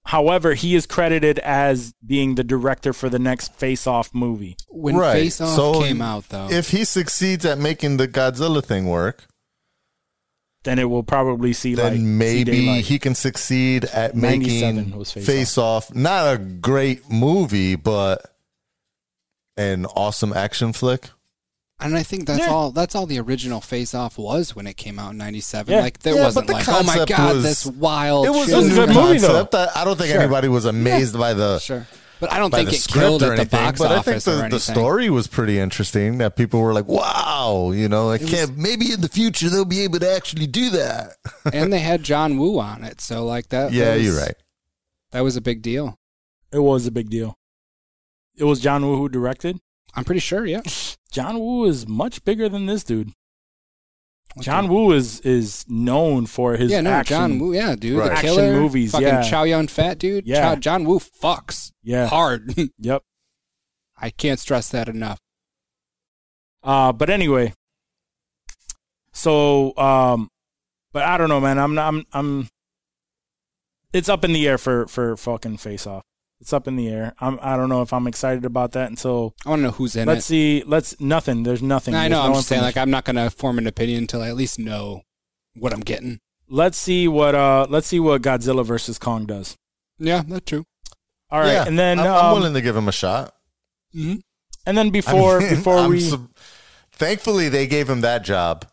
However, he is credited as being the director for the next face off movie.
When
Right.
Face Off
So
came out, though,
If he succeeds at making the Godzilla thing work,
Then it will probably see
then
like
maybe he can succeed at
97
making
was Face
Face Off not a great movie, but an awesome action flick.
and I think that's
Yeah.
all. That's all the original Face Off was when it came out in '97.
Yeah.
Like there
Yeah,
wasn't
but the
like, oh my
concept
god,
was-
this wild.
It was
shit
a
a
is
good
good
coming out."
movie,
movie,
though.
though. I don't think
Sure.
anybody was amazed by the
Sure, but I don't
by
think
the
it
script
killed
or
at the
anything.
box
But I
office
think
or
the,
anything.
the story was pretty interesting. That people were like, "Wow, you know, I
was-
can't. Maybe in the future they'll be able to actually do that."
and they had John Woo on it, so like that.
yeah,
was-
you're right.
That was a big deal.
It was a big deal. It was John Woo who directed.
I'm pretty sure. Yeah,
John Woo is much bigger than this dude. John Woo is is known for his
yeah, no,
action.
John Woo. Yeah, dude,
Right.
the
Action
killer
movies,
Fucking
yeah.
Chow Yun Fat, dude.
Yeah.
Chow- John Woo fucks.
Yeah.
hard.
Yep.
I can't stress that enough.
Uh, but anyway, so um, but I don't know, man. I'm not. I'm. I'm. It's up in the air for for fucking face off. It's up in the air. I'm. I don't know if I'm excited about that until
I want to know who's in
let's
it.
see. Let's nothing. There's nothing.
I
There's
know.
no
I'm just saying, like,
information.
I'm not gonna form an opinion until I at least know what I'm getting.
let's see what uh. Let's see what Godzilla versus Kong does.
Yeah, that's true.
All right,
Yeah,
and then
I'm,
um,
I'm willing to give him a shot.
hmm
and then
I
before
mean,
before
I'm
we
su- thankfully they gave him that job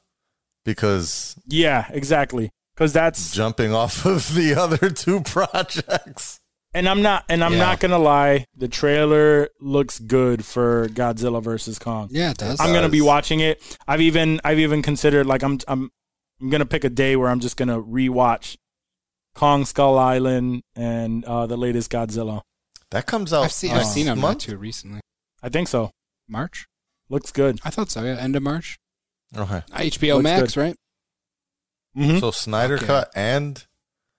because
yeah exactly because that's
jumping off of the other two projects.
and I'm not and I'm
Yeah.
not gonna lie. The trailer looks good for Godzilla versus Kong.
Yeah, it does.
I'm gonna be
does.
watching it. I've even I've even considered like I'm I'm I'm gonna pick a day where I'm just gonna rewatch Kong Skull Island and uh, the latest Godzilla.
That comes out.
I've seen. I've
next
seen him not
month?
too recently.
I think so.
March.
Looks good.
I thought so. Yeah, end of March.
Okay.
HBO
Looks
Max,
good.
right?
hmm
So Snyder
Okay.
cut and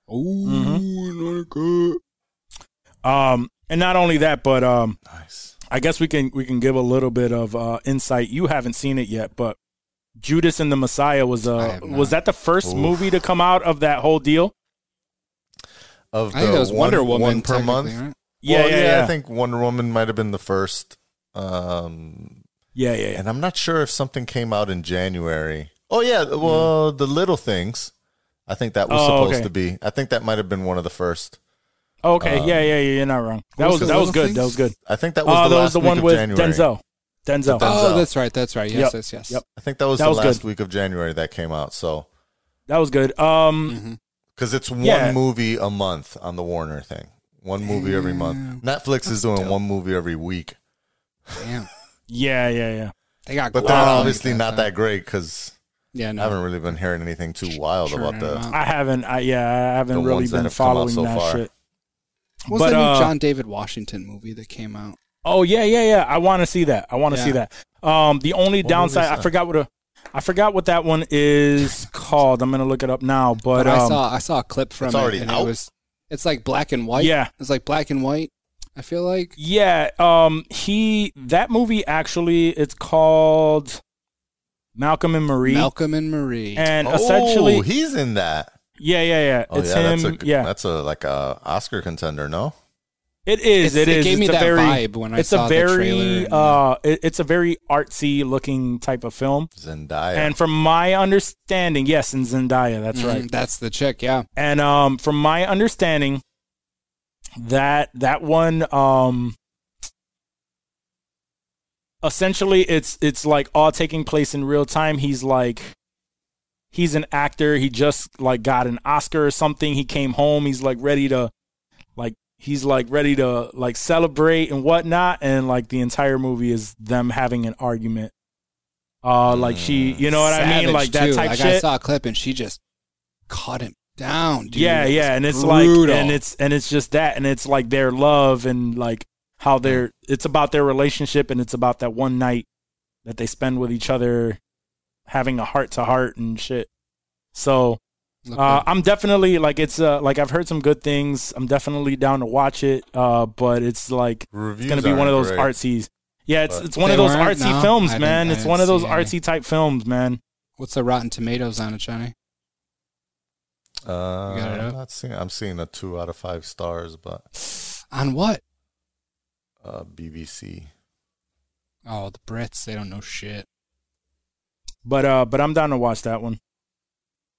Oh, not good.
Um, and not only that, but um,
nice.
I guess we can we can give a little bit of uh, insight. You haven't seen it yet, but Judas and the Messiah was
I
uh
have not.
was that the first
Oof.
movie to come out of that whole deal?
Of
I think
the
that was
one-
Wonder Woman
one per
technically,
month.
right?
Yeah,
Well,
yeah, yeah,
I think Wonder Woman might have been the first. Um,
yeah, yeah, yeah.
and I'm not sure if something came out in January. Oh yeah, well the Little Things. I think that was
Hmm. Oh,
supposed
okay.
to be. I think that might have been one of the first.
Okay,
Um,
yeah, yeah, yeah. You're not wrong. That was
the
that was
Little
good. That
Things?
was good.
I think that
Oh,
was the
that
last
was the
week
one
of
with
January.
Denzel. Denzel.
The Denzel.
Oh, that's right. That's right. Yes,
Yep.
yes, yes.
Yep.
I think that was
That
the
was
last
good.
week of January that came out. So
That was good.
Mm-hmm.
Um,
Mhm.
because it's one
Yeah.
movie a month on the Warner thing. One movie every
Damn.
month. Netflix is doing one movie every week,
Damn.
yeah, yeah, yeah.
They got.
but they're
Guam
obviously
like
not
huh?
that great because
Yeah, no.
I haven't really been hearing anything too wild
Churning
about the.
them out.
I haven't. I yeah, I haven't
Uh-huh. The
really
ones that
been
have come out
following
so
that
far.
shit.
What was
But,
that new
uh,
John David Washington movie that came out?
Oh yeah, yeah, yeah. I want to see that. I want to
Yeah.
see that. Um, the only
movie
downside,
is
I
that?
forgot what a, I forgot what that one is called. I'm gonna look it up now. But,
But I
um,
saw I saw a clip from
It's
it,
already
and
out?
it was It's like black and white.
Yeah.
It's like black and white. I feel like
Yeah, um he that movie actually it's called Malcolm and Marie.
Malcolm and Marie.
And
oh,
essentially
he's in that.
Yeah, yeah, yeah.
Oh
it's
yeah,
him.
that's a
yeah.
that's a like a Oscar contender. No,
It is.
It's-
It
it
is.
gave
it's
me
a
that
very,
vibe when I
it's
saw
a
the
very,
trailer and-
uh, it- it's a very artsy looking type of film.
Oh,
Zendaya.
And from my understanding, yes, in Zendaya, that's
Mhm,
right.
That's the chick. Yeah.
And um, from my understanding, that that one, um, essentially, it's it's like all taking place in real time. He's like, he's an actor. He just like got an Oscar or something. He came home. He's like ready to, like he's like ready to like celebrate and whatnot. And like the entire movie is them having an argument. Uh, like she, you know what I mean,
Mm. Savage,
like that
too.
type
like,
shit
I saw a clip and she just caught him down, dude.
yeah
It was
yeah and it's
brutal.
like and it's and it's just that and it's like their love and like how they're it's about their relationship and it's about that one night that they spend with each other having a heart to heart and shit so
Look,
uh, i'm definitely like it's uh, like i've heard some good things i'm definitely down to watch it uh, but it's like
Reviews
it's gonna be one of
aren't
those
great.
artsy yeah it's,
But-
it's one
They
of those
weren't?
artsy
No, I
films
didn't-
man
I
it's
didn't
one of those
see any.
artsy type films man
what's the Rotten Tomatoes on it, Johnny?
Uh,
You got it
I'm
up?
not seeing. I'm seeing a two out of five stars, but
On what?
uh, BBC.
Oh, the Brits. They don't know shit.
but uh but i'm down to watch that one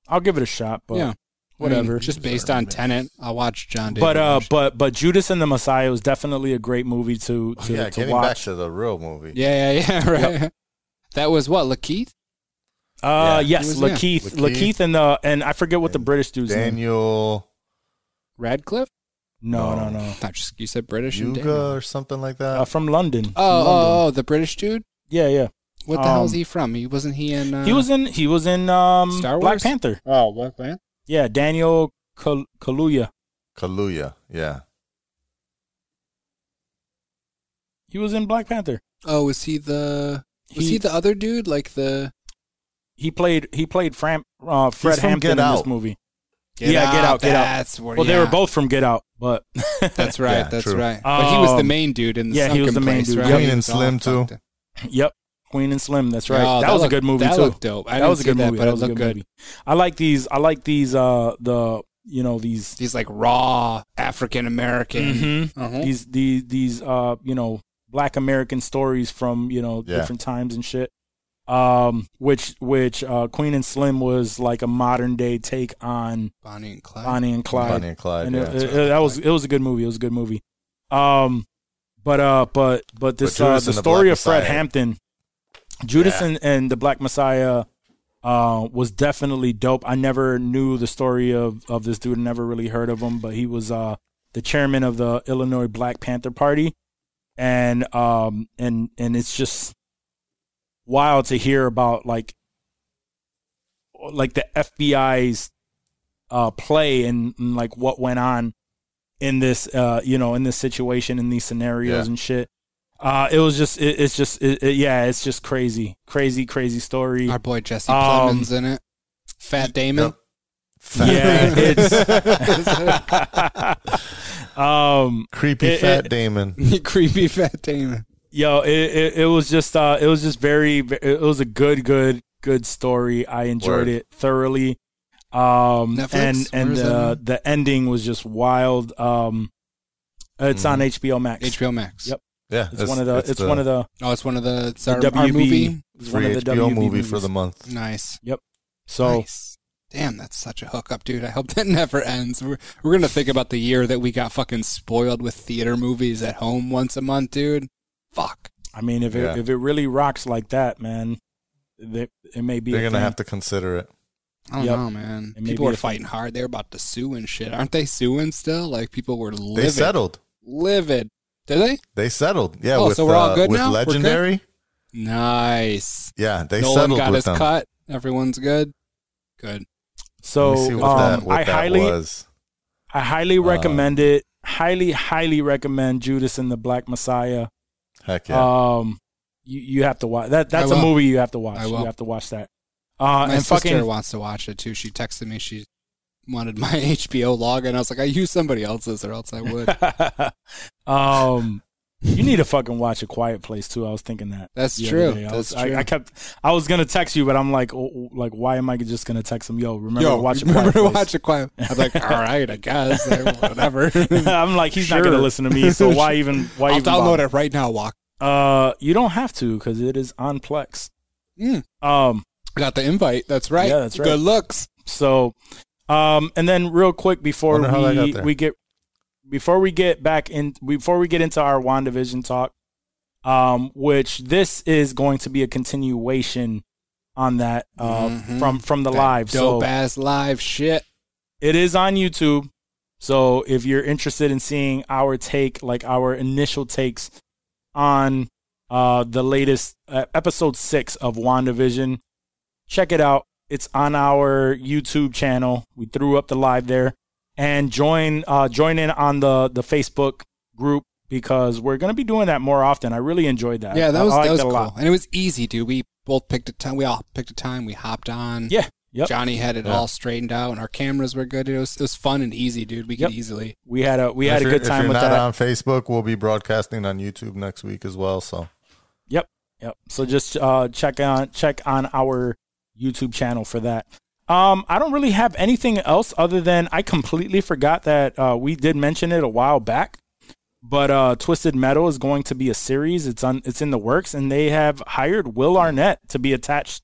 i'll give it a shot but
yeah.
whatever.
I mean, just based on Tenant, I'll watch John. David
but uh,
Washington.
but but Judas and the Messiah was definitely a great movie to
Oh,
to,
yeah,
to
getting back
watch.
to the real movie.
yeah, yeah, yeah, right. That was what Lakeith.
Uh,
Yeah.
yes,
Who was that?
Lakeith,
Lakeith.
Lakeith, and the and I forget what the
And
British dude's name.
Daniel
Radcliffe?
No, no,
No.
no.
Not just you said British and Danish.
Yuga or something like that.
Uh, from London.
Oh,
London.
oh, oh, the British dude.
yeah, yeah.
What the hell is
Um,
he from? He wasn't he in? Uh,
He was in he was in um
Star
Black
Wars?
Panther.
Oh, Black Panther.
Yeah, Daniel Kal- Kaluuya.
Kaluuya. Yeah.
He was in Black Panther.
Oh, was he the? Was
He-
he, the other dude? Like the?
He played he played Fram, uh, Fred
He's from
Hampton
Get
in this
Out.
movie. Yeah, Get Out, Get Out.
That's where.
Well, they
yeah.
were both from Get Out, but
That's right.
Yeah,
that's
true.
right. But he was the
Um,
main dude in the
yeah, he was
sunken
the main
place,
dude.
Right?
Queen
He
and
was all
Slim, too.
fucked up.
yep, Queen and Slim. That's right.
Oh,
that, was
looked-
a good movie
that
too.
looked dope. I
that was a
didn't
good
see that,
movie.
but
that
it
was a
looked
good,
good.
movie. I like these. I like these. Uh, the you know these
These like raw African American.
Mhm.
Uh-huh.
these these these uh you know Black American stories from you know
Yeah.
different times and shit. Um, which which uh, Queen and Slim was like a modern day take on
Bonnie and Clyde.
Bonnie and Clyde.
Bonnie and Clyde.
And
yeah.
it- it- that was it was a good movie. It was a good movie. Um, but uh, but but this
But
uh,
Judas
the
and the
story
Black
of Fred
Messiah.
Hampton, Judas
Yeah.
and, and the Black Messiah, uh, was definitely dope. I never knew the story of of this dude. Never really heard of him, but he was uh the chairman of the Illinois Black Panther Party, and um and and it's just wild to hear about like like the FBI's uh, play and, and like what went on in this uh, you know in this situation in these scenarios
Yeah.
and shit. Uh, it was just it, it's just it, it- yeah it's just crazy crazy crazy story.
Our boy Jesse
Um,
Plemons in it. Fat Damon.
Yep. Fat
yeah,
Damon.
it's um
creepy
it-
Fat
it-
Damon.
Creepy Fat Damon.
yo it, it it was just uh it was just very it was a good good good story. I enjoyed
Word.
it thoroughly. Um
Netflix?
and
Where
and
is that
the
on?
the ending was just wild. Um, it's on
Mm.
HBO Max.
HBO Max.
Yep.
Yeah,
It's, one of the. It's, one of the.
Oh, it's one of the, it's
The
our, our
WB.
movie.
It's
free
one of the
HBO
WB
movie
movies.
for the month.
Nice.
So
Nice. Damn, that's such a hookup, dude. I hope that never ends. We're, we're going to think about the year that we got fucking spoiled with theater movies at home once a month, dude. Fuck.
I mean, if it
Yeah.
if it really rocks like that, man, that it may be.
They're
a
gonna
thing.
have to consider it.
I don't
Yep.
know, man.
It may
People
be
are
a thing.
fighting hard. They're about to sue and shit. Aren't they suing still? Like, people were
They
livid.
settled.
Livid. Did they?
They settled. Yeah.
Oh,
with,
so we're all
uh,
good
with
now? We're good?
Legendary.
Nice.
Yeah, they
Nolan
settled
got
with
his
them.
cut. Everyone's good. Good.
So
Let me see what
um,
that, what
I
that
highly,
was.
I highly
Um,
recommend it. Highly, highly recommend Judas and the Black Messiah.
Heck
Uh,
yeah.
Um, you you have to watch that. That's
I
a
will.
movie you have to watch.
I
You
will.
have to watch that. Uh,
My
and
sister
fucking
wants to watch it too. She texted me. She wanted my HBO log, and I was like, I use somebody else's, or else I would.
um, you need to fucking watch A Quiet Place too. I was thinking that.
That's
the other
true.
day. I,
That's
was, I-
true.
I, kept. I was gonna text you, but I'm like, oh, oh, like, why am I just gonna text him? Yo, remember to watch A
remember
Quiet
to
Place.
watch a quiet. I'm like, all right, I guess, or whatever.
I'm like, he's not
Sure.
gonna listen to me, so why even? Why
I'll
even
download
bother?
it right now. Walk.
Uh, you don't have to because it is on Plex.
Mm.
Um,
I Got the invite. That's right.
Yeah, that's right.
Good looks.
So, um, and then real quick before
Wonder how that
we
got there.
we get before we get back in before we get into our Wandavision talk, um, which this is going to be a continuation on that uh,
Mhm.
from from the
That
live.
dope
So
ass live shit.
it is on YouTube. So if you're interested in seeing our take, like our initial takes on uh, the latest uh, episode six of WandaVision, check it out. It's on our YouTube channel. We threw up the live there, and join uh, join in on the the Facebook group because we're gonna be doing that more often. I really enjoyed that.
Yeah, that
I-
was
I liked
that was
it a
cool,
lot.
and it was easy, dude. We both picked a time. We all picked a time. We hopped on.
Yeah, yep.
Johnny had it
Yeah.
all straightened out, and our cameras were good. It was it was fun and easy, dude. We could
Yep.
easily.
we had a we
If
had a
you're-
good
if
time
you're
with
not
that.
on Facebook, we'll be broadcasting on YouTube next week as well. So
Yep. So just uh, check on check on our YouTube channel for that. Um, I don't really have anything else other than I completely forgot that uh, we did mention it a while back. But uh, Twisted Metal is going to be a series. It's on. It's in the works, and they have hired Will Arnett to be attached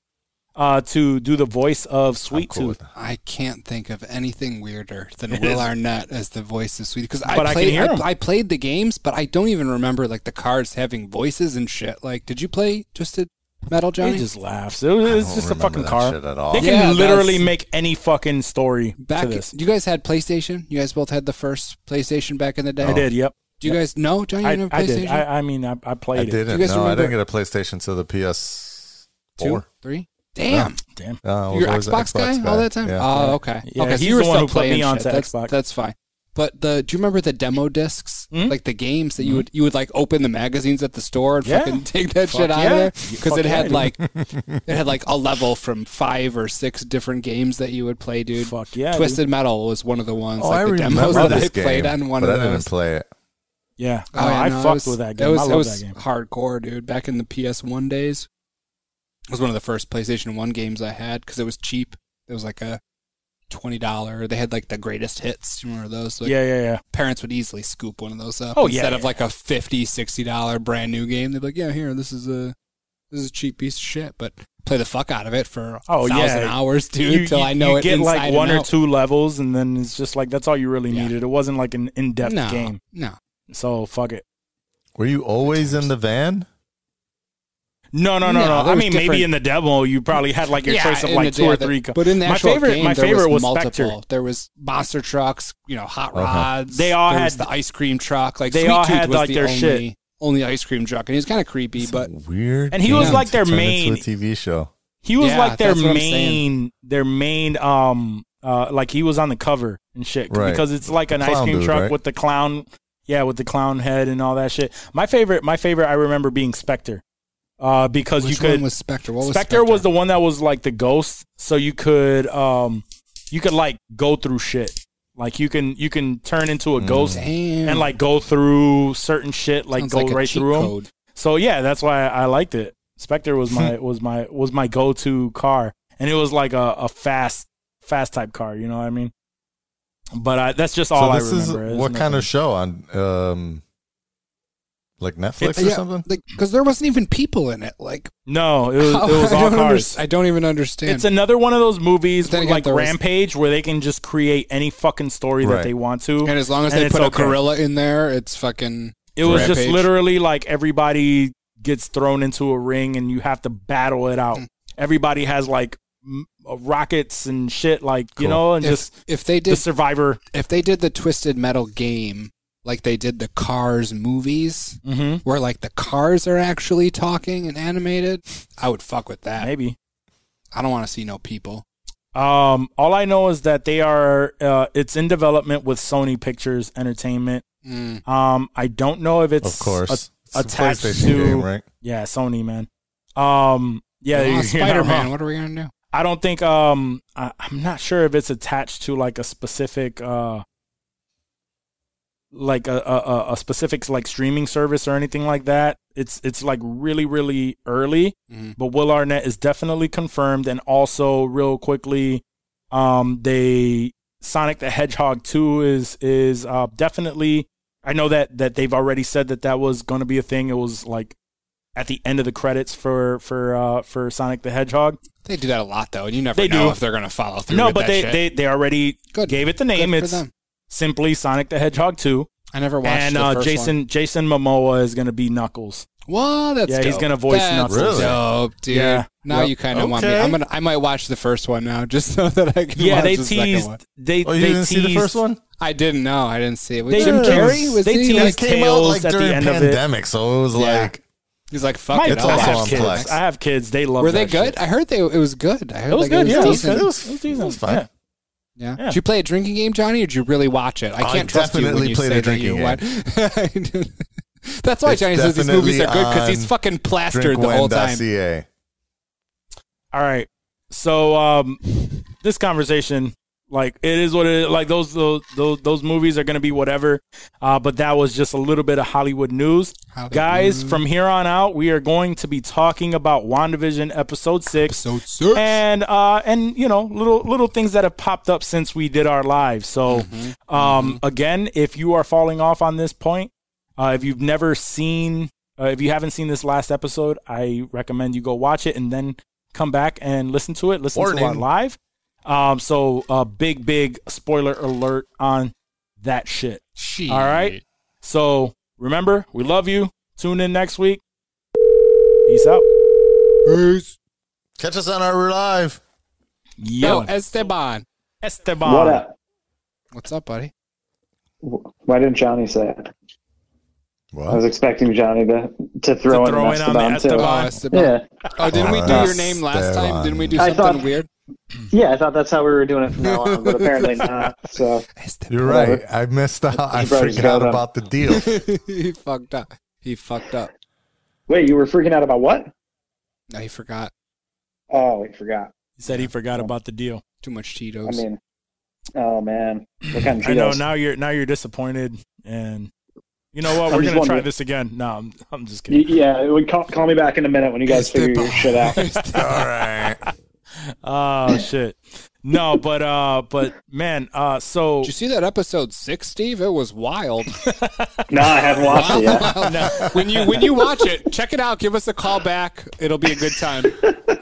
uh, to do the voice of Sweet
cool with
Tooth.
I can't think of anything weirder than
It
Will
is-
Arnett as the voice of Sweetie because I
But I can
played
hear him.
I, played the games, but I don't even remember like the cards having voices and shit. Like, did you play Twisted Metal, Johnny?
He just laughs. It was, it's
don't
just a
remember
fucking
that
car.
shit at all.
They can
Yeah,
literally
that's-
make any fucking story
back,
to this.
you guys had PlayStation. You guys both had the first PlayStation back in the day.
I did. Yep.
Do you guys know Johnny? You
I,
remember
I
PlayStation?
did. I, I mean, I, I played
I
it.
didn't.
guys
No, I
remember-
didn't get a PlayStation to the PS.
Two,
Four.
three. Damn.
Damn.
No, I Oh, was
Your
always an
Xbox, guy, all that time.
Yeah.
Oh, okay.
Yeah,
okay, so
he's
you were
the one
still
who put me
playing
onto
shit. That's,
Xbox.
that's fine. But the do you remember the demo discs,
Mhm.
like the games that you would you would like open the magazines at the store and
Yeah.
fucking take that
Fuck
shit out
yeah.
of there
Fuck
because it
yeah,
had
dude.
like it had like a level from five or six different games that you would play, dude.
Fuck yeah, dude.
Twisted Metal was one of the ones.
Oh,
like
I
the demos
remember
that
this
I played
game,
on one
but
of
I didn't
those.
play it.
Yeah.
Oh, yeah,
I
no, it
fucked
was-
with that
It
game.
was,
I
it
love
was
that game.
hardcore, dude. Back in the PS1 days, it was one of the first PlayStation 1 games I had because it was cheap. It was like a $20. They had like the greatest hits. You remember those? Like,
yeah, yeah, yeah.
Parents would easily scoop one of those up
Oh, yeah,
instead of
yeah.
like a $50, $60 brand new game. They'd be like, yeah, here, this is a. This is a cheap piece of shit, but play the fuck out of it for a
Oh,
thousand
yeah.
hours, dude, till I know
you
it
get
inside
like one
and
or
out.
two levels, and then it's just like that's all you really
Yeah.
needed. It wasn't like an in-depth
no,
game,
No,
so fuck it.
Were you always in the van?
No, no, no,
No,
no.
there
I
was
mean, maybe
different-
in the demo you probably had like your
Yeah,
choice of
in
like
the-
two
yeah,
or
the-
three. co-
But in the
my
actual
favorite,
game,
my
there
favorite was,
multiple.
Spectre.
There was monster trucks, you know, hot
Uh-huh.
rods.
They all
there
had-
was the ice cream truck. Like
they
Sweet
all
Tooth
had,
was
like,
the
their
only,
shit.
Only ice cream truck, and he's kind of creepy, but
Weird.
And he was
game
like
to
their
turn
main-
into a TV show.
He was
Yeah,
like their
that's what I'm saying.
main, their main, um, uh, like he was on the cover and shit
Right.
because it's like an ice
clown
cream
dude,
truck
right?
with the clown, yeah, with the clown head and all that shit. My favorite, my favorite, I remember being Spectre, uh, because
which
you could
one was Spectre? What was
Spectre, was the one that was like the ghost, so you could um you could like go through shit. Like you can you can turn into a ghost
Damn.
and like go through certain shit, like
Mm. Sounds
go
a
right
cheat
through 'em.
code.
So yeah, that's why I liked it. Spectre was my was my was my go to car, and it was like a, a fast fast type car. You know what I mean? But I, that's just all
so
I
this is
remember. There's
what kind of
nothing-
show on um like Netflix or
Yeah,
something?
like because there wasn't even people in it. Like
no, it was,
how-
it was
I,
all
don't under-
cars.
I don't even understand.
It's another one of those movies
Then
with,
again,
like
there was-
Rampage where they can just create any fucking story that
Right.
they want to.
and as long as
and
they
it's
put
okay.
a gorilla in there, it's fucking.
It was just
Rampage.
literally like everybody gets thrown into a ring and you have to battle it
Hmm.
out. Everybody has like m- uh, rockets and shit, like you
Cool.
know, and
If,
just
if they
the
did
survivor.
if they did the Twisted Metal game like they did the Cars movies,
Mm-hmm.
where like the cars are actually talking and animated, I would fuck with that.
Maybe.
I don't want to see no people.
Um, all I know is that they are. Uh, it's in development with Sony Pictures Entertainment.
Mm.
Um, I don't know if it's
Of course.
a-
It's a
attached
PlayStation
to
game, right?
yeah Sony man. Um, yeah,
Oh,
you're not
Spider Man.
wrong.
What are we gonna do?
I don't think um I, I'm not sure if it's attached to like a specific uh like a, a a- a specific like streaming service or anything like that. It's it's like really really early,
Mhm.
but Will Arnett is definitely confirmed, and also real quickly, um they Sonic the Hedgehog two is is uh definitely. I know that that they've already said that that was going to be a thing. It was like at the end of the credits for for uh for Sonic the Hedgehog.
They do that a lot though, and you never
They
know
do.
if they're gonna follow through.
No,
with
but
that
they,
shit.
they they already
Good.
gave it the
Good
name.
for
it's
them.
simply Sonic the Hedgehog two,
I never watched
and
the
uh,
first
Jason Jason Momoa is going to be Knuckles.
One. What? That's
Yeah, he's
dope.
gonna voice
That's
Knuckles.
Really?
dope, dude.
Yeah.
Now
Yep.
you kind of want me.
Okay.
I'm gonna. I might watch the first one now, just so that I can.
Yeah,
watch
they
the second
teased.
one.
They
Oh, you
they
didn't see
teased,
the first one?
I didn't know. I didn't see it. With
They
Jim
teased-
Carrey was
they
he?
teased-
Like,
It came out
Tails
like
at the
during
end of it.
pandemic, so it was
Yeah.
like
he's like, fuck it.
it's
I
I'll
also
have
watch
on
it.
kids.
Plex.
I have kids. They love.
Were they
that
good?
shit.
I heard they. It was good. I heard
It was
like,
good.
It was
Yeah, it was
decent.
good.
It was-
It was decent.
it was fine.
Yeah.
Yeah.
Yeah.
Did you play a drinking game, Johnny, or did you really watch it? I
I
can't trust you when
definitely
you
played
say
a
that you watch. That's why
It's
Johnny says these movies are good because he's
definitely uh,
fucking plastered the whole time.
drinkwhen.ca.
All right. So um this conversation like it is what it like those those those, those movies are going to be whatever. Uh but that was just a little bit of Hollywood news.
Hollywood
Guys, from here on out we are going to be talking about WandaVision episode 6
So sir,
and uh and you know little little things that have popped up since we did our live. So um again, if you are falling off on this point, uh if you've never seen uh, if you haven't seen this last episode, I recommend you go watch it and then come back and listen to it. Listen to our
Warning.
live. Um, so uh, big, big spoiler alert on that shit.
Shit.
All right. So remember, we love you. Tune in next week. Peace out.
Peace.
Catch us on our live.
Yo,
Yo, Esteban,
Esteban.
What up?
what's up, buddy?
Why didn't Johnny say it? I was
What?
expecting Johnny to, to throw,
Oh. To throw
in,
in
an
on the
Esteban, too.
Esteban.
Oh,
Fine.
Esteban.
Yeah,
Oh, didn't we do
Alright.
your name last time? Didn't we do
I
something
thought-
weird?
yeah. I thought that's how we were doing it from now on, but apparently not. So
You're right. I missed out. I
You brought his
forgot
gun up.
about the deal.
he fucked up. He fucked up.
wait, you were freaking out about what?
No, he forgot.
Oh, I forgot.
He said he forgot about the deal.
Too much Cheetos.
I mean, oh man, what kind of
I know.
Cheetos?
Now you're now you're disappointed, and you know what?
I'm
We're
just
gonna try
wondering.
this again. No, I'm, I'm just
Y-
kidding.
yeah, we call, call me back in a minute when you guys figure your shit out.
All right.
Oh shit. No, but uh, but man, uh, so
Did you see that episode six, Steve? It was wild.
no, I haven't watched it yet.
when you when you watch it, check it out. Give us a call back. It'll be a good time.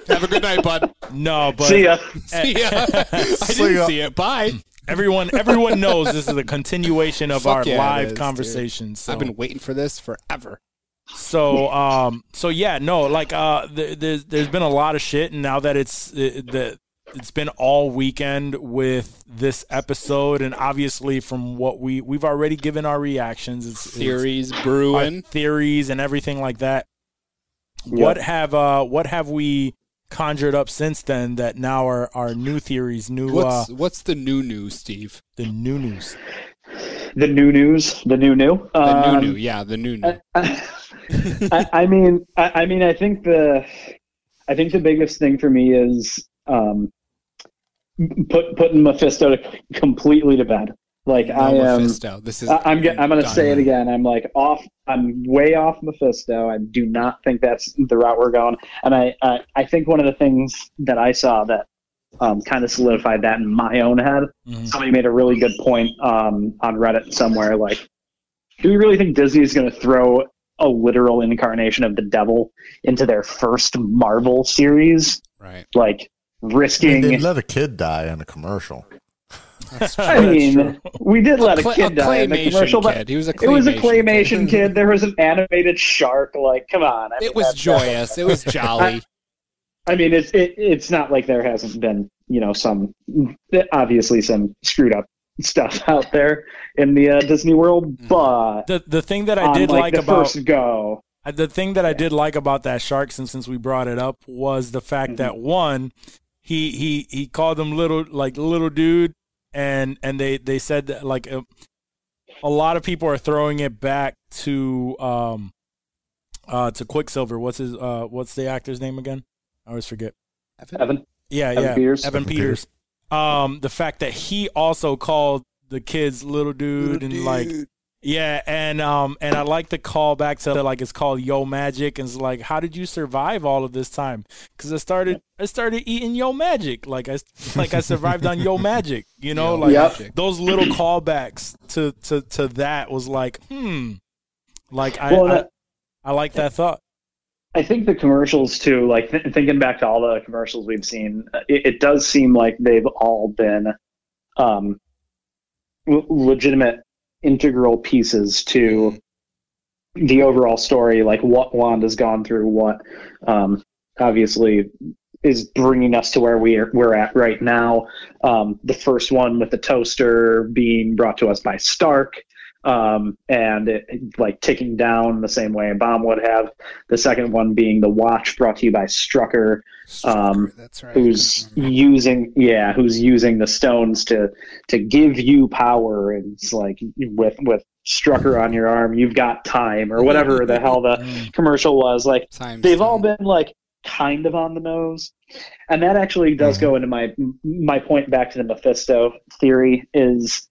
Have a good night, bud.
no, but
See ya.
See ya. I
See
didn't
ya.
see it. Bye.
Everyone, everyone knows this is a continuation of
Fuck
our
yeah, it is,
live
dude.
conversations. So,
I've been waiting for this forever.
so, um, so yeah, no, like, uh, th- there's there's been a lot of shit, and now that it's uh, the it's been all weekend with this episode, and obviously from what we we've already given our reactions, it's, it's
Series
our
brewing.
theories and everything like that.
Yeah.
What have uh, what have we conjured up since then that now are are new theories, new uh,
What's what's the new news, Steve?
the new news?
The new news. The new new.
The
Um,
new new, yeah, the new new.
I, I, I mean, I, I mean, I think the, I think the biggest thing for me is um, put putting Mephisto to, completely to bed. Like
No
I am,
Mephisto. This is.
I, I'm, ge- I'm gonna
done.
say it again. I'm like off. I'm way off Mephisto. I do not think that's the route we're going. And I, I, I think one of the things that I saw that um, kind of solidified that in my own head
Mhm.
somebody made a really good point um, on Reddit somewhere. Like, do we really think Disney is going to throw a literal incarnation of the devil into their first Marvel series?
Right.
Like,
They
risking.
didn't let a kid die on a commercial.
I mean, we did let a,
Cla-
kid die in the
claymation
commercial, but
kid. He was a
it was a
claymation
claymation kid. There was an animated shark. Like, come on. I mean,
It was
that-
joyous. It was jolly.
I mean, it's it, it's not like there hasn't been you know some obviously some screwed up stuff out there in the uh, Disney world,
Mhm.
but
The the thing that Mm. I
on,
did like,
the
about
first go.
Uh, The thing that I did like about that shark, since since we brought it up, was the
Mm-hmm.
fact that one, he he he called them little like little dude, and and they they said that like a, a lot of people are throwing it back to um uh to Quicksilver. What's his uh what's the actor's name again? I always forget.
Evan.
Yeah,
Evan
yeah.
Peters?
Evan
Evan
Peters. Um, the fact that he also called the kids little dude and like yeah, and um and I like the call back to like it's called Yo Magic and it's like how did you survive all of this time? Cuz I started I started eating Yo Magic. Like I like I survived on Yo Magic, you know, like
Yep.
those little callbacks to to to that was like, hmm. Like I
Well,
I,
that-
I like that thought.
I think the commercials too. Like th- thinking back to all the commercials we've seen, uh, it, it does seem like they've all been um, l- legitimate, integral pieces to the overall story. Like what Wanda's gone through, what um, obviously is bringing us to where we are, we're at right now. Um, the first one with the toaster being brought to us by Stark. Um, and it, it, like ticking down the same way a bomb would have the second one being the watch brought to you by Strucker, Um,
that's right.
who's using yeah, who's using the stones to to give you power. And it's like with with Strucker on your arm, you've got time or whatever the hell
Mm.
the commercial was. Like
Time
they've all
stone.
been like kind of on the nose and that actually does go into my my point back to the mephisto theory is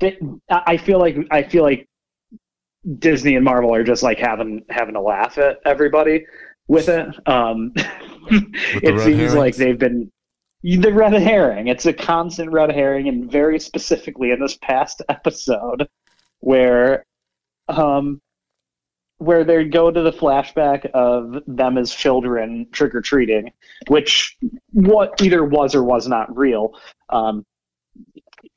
that i I feel like i feel like disney and marvel are just like having having a laugh at everybody with it um
the
it
red
seems
herrings?
like they've been the red herring it's a constant red herring and very specifically in this past episode where um where they go to the flashback of them as children trick or treating, which what either was or was not real. Um,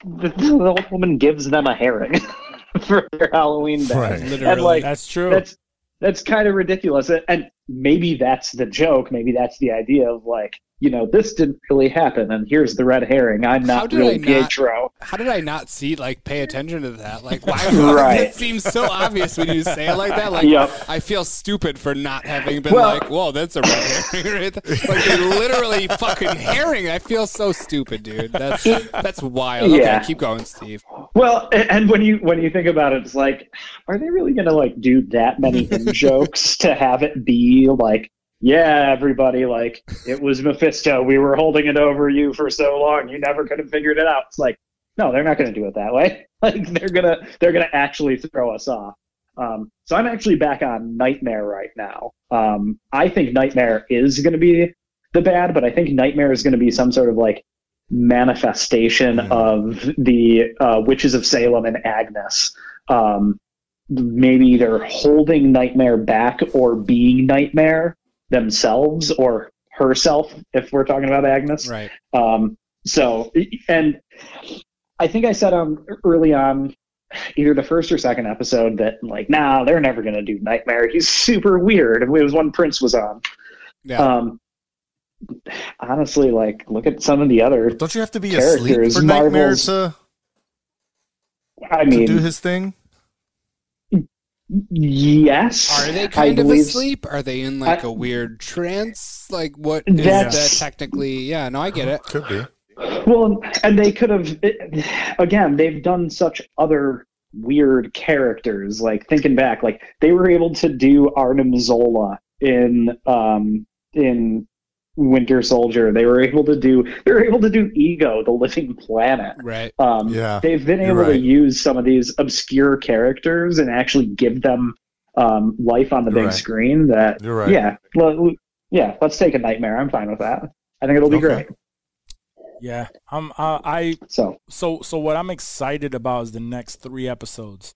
the, the old woman gives them a herring for their Halloween bag.
Right.
And like
That's true.
that's that's kind of ridiculous. And- And maybe that's the joke. Maybe that's the idea of like you know this didn't really happen, and here's the red herring. I'm
How
not
did I
really
not-
Pietro.
How did I not see like pay attention to that? Like why
Right.
it seems so obvious when you say it like that. Like
Yep.
I feel stupid for not having been
Well-
like, whoa, that's a red herring right there. Like they literally fucking herring. I feel so stupid, dude. That's that's wild.
Yeah.
Okay, keep going, Steve.
Well, a- and when you when you think about it, it's like, are they really gonna like do that many in jokes to have it be like, yeah, everybody, like it was Mephisto. We were holding it over you for so long, you never could have figured it out. It's like, no, they're not gonna do it that way. Like they're gonna they're gonna actually throw us off. Um, so I'm actually back on Nightmare right now. Um, I think Nightmare is gonna be the bad, but I think Nightmare is gonna be some sort of like manifestation of the uh, witches of Salem and Agnes. Um, maybe they're holding Nightmare back or being Nightmare themselves or herself, if we're talking about Agnes.
Right.
Um, so, and I think I said um, early on, either the first or second episode, that like, nah, they're never going to do Nightmare. He's super weird. It was when Prince was on.
Yeah.
Um, honestly, like, look at some of the other
Don't you have to be asleep
Characters,
for Nightmare
Marvel's-
to,
I
to do
mean,
his thing?
yes.
Are they
I
kind of
believe s-
asleep? Are they in like
I-
a weird trance? Like what is
That's-
that technically? Yeah, no, I get it.
Could be.
Well, and they could have. Again, they've done such other weird characters. Like thinking back, like they were able to do Arnim Zola in um in Winter Soldier. They were able to do. They were able to do Ego, the Living Planet.
Right.
Um,
Yeah,
they've been
you're
able to
right.
use some of these obscure characters and actually give them um, life on the
You're
big
right.
screen. That
You're right.
yeah, le- yeah. Let's take a nightmare. I'm fine with that. I think it'll be
Okay.
great.
yeah. I'm uh, I
So
so so what I'm excited about is the next three episodes.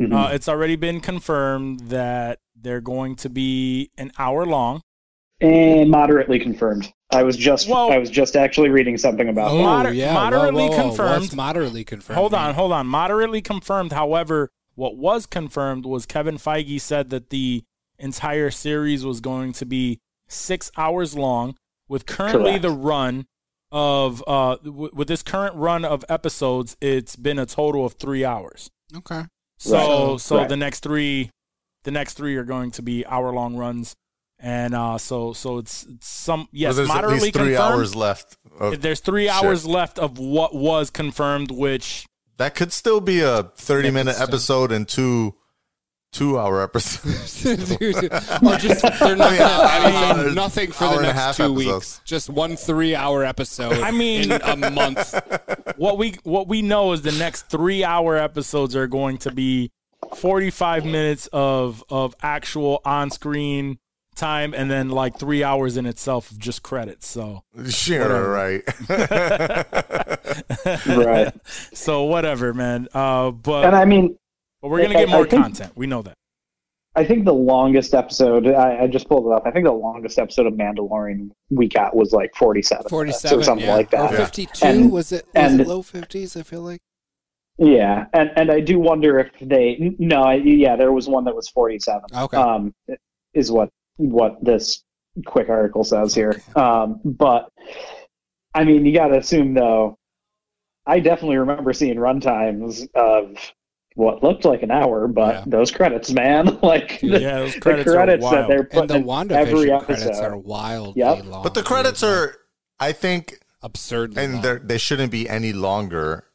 mhm.
Uh, it's already been confirmed that they're going to be an hour long.
Eh, moderately confirmed. I was just
Well-
I was just actually reading something about. it.
Oh,
Moder- moderately
What's
confirmed.
moderately confirmed.
Hold on,
man?
hold on. Moderately confirmed. However, what was confirmed was Kevin Feige said that the entire series was going to be six hours long, with currently
Correct.
the run of uh w- with this current run of episodes, it's been a total of three hours.
Okay.
So
Right.
so
Right.
the next three, the next three are going to be hour long runs, and uh, so so it's, it's some yes
there's at
moderately
least three
confirmed.
hours left. of-
There's three
Shit.
hours left of what was confirmed, which
that could still be a
That could
thirty-minute
still-
episode and two two hour episodes.
well, Oh, just they're not.
Oh, mean,
I mean,
hour-
nothing for
hour
the
and a
next
half
two
episodes.
weeks. Just one three-hour episode.
I mean-
in a month.
what we what we know is the next three hour episodes are going to be forty five minutes of of actual on screen time and then like three hours in itself of just credits. So
sure, right.
right.
so whatever, man. Uh,
And
but
I mean,
but we're gonna
I-
get
I
more
think-
content. We know that.
I think the longest episode I, I just pulled it up. I think the longest episode of Mandalorian we got was like forty-seven, minutes
Forty-seven,
or something
yeah.
like that.
Or Fifty-two
And-
was it? Was
and-
it low fifties? I feel like.
Yeah, and and I do wonder if they n- no, I, yeah, there was one that was forty-seven.
Okay.
um, is what what this quick article says here. Um, but I mean, you got to assume though. I definitely remember seeing runtimes of what looked like an hour, but
Yeah.
those credits, man, like the,
Yeah, those
the
credits,
credits,
are
that
wild.
they're
and
putting
the
in every
WandaVision
episode.
credits are wildly
Yep.
long.
But the credits
dude, like,
are, I think,
absurdly
and
Oh, long.
they're- they shouldn't be any longer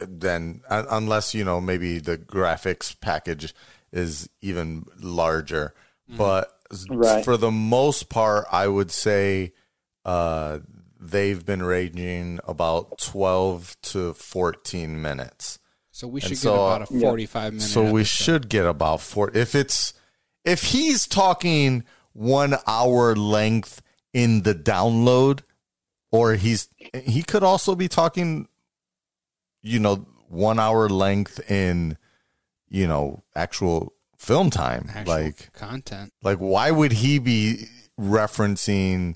than un- unless you know maybe the graphics package is even larger.
Hmm.
But s-
Right.
for the most part, I would say uh, they've been ranging about twelve to fourteen minutes.
So we should get
so,
about a
Yeah.
forty-five minute.
So we
episode.
should get about four. If it's if he's talking one hour length in the download, or he's he could also be talking, you know, one hour length in, you know, actual film time.
Actual
Like
content.
like why would he be referencing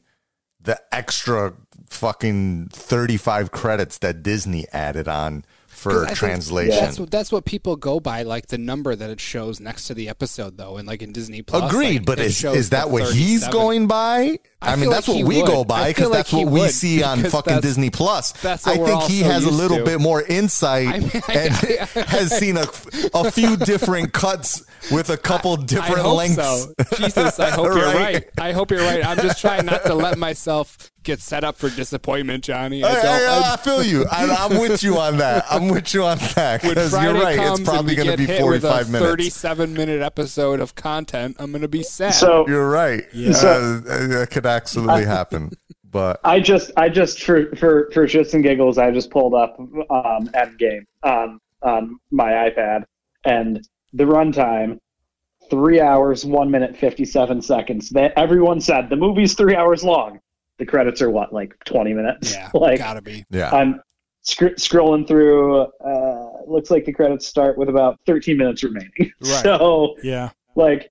the extra fucking thirty five credits that Disney added on for
'Cause I think
translation?
That's what that's what people go by, like the number that it shows next to the episode, though, and like in Disney Plus.
Agreed,
like,
but
it
is,
shows
is that
the
what he's
37.
going by? I,
I
mean,
feel
that's
like
what
he
we
would.
go by
I
because
feel like
that's
he
what we
would,
see on
because
fucking
that's-
Disney Plus.
that's what
I
we're
think he
all so
has a
used
little
to.
bit more insight
I mean, I-
and
I- I-
has seen a, a few different cuts with a couple
I
different
hope
lengths.
so. Jesus, I hope you're
Right?
right. I hope you're right. I'm just trying not to let myself get set up for disappointment, Johnny. I
I,
don't.
I- I
I-
feel you. I, I'm with you on that. I'm with you on that
when
because you're
Friday
right. It's
comes and
probably
we
going to be
get hit with a
45 minutes.
37 minute episode of content. I'm going to be sad.
So
You're right. Uh, that could absolutely happen, but
I just, I just for for for shits and giggles, I just pulled up um, Endgame on um, on my iPad, and the runtime three hours one minute fifty seven seconds. That everyone said the movie's three hours long. The credits are what like twenty minutes.
yeah,
like
gotta be.
yeah.
I'm sc- scrolling through. Uh, looks like the credits start with about thirteen minutes remaining.
Right.
So
Yeah.
like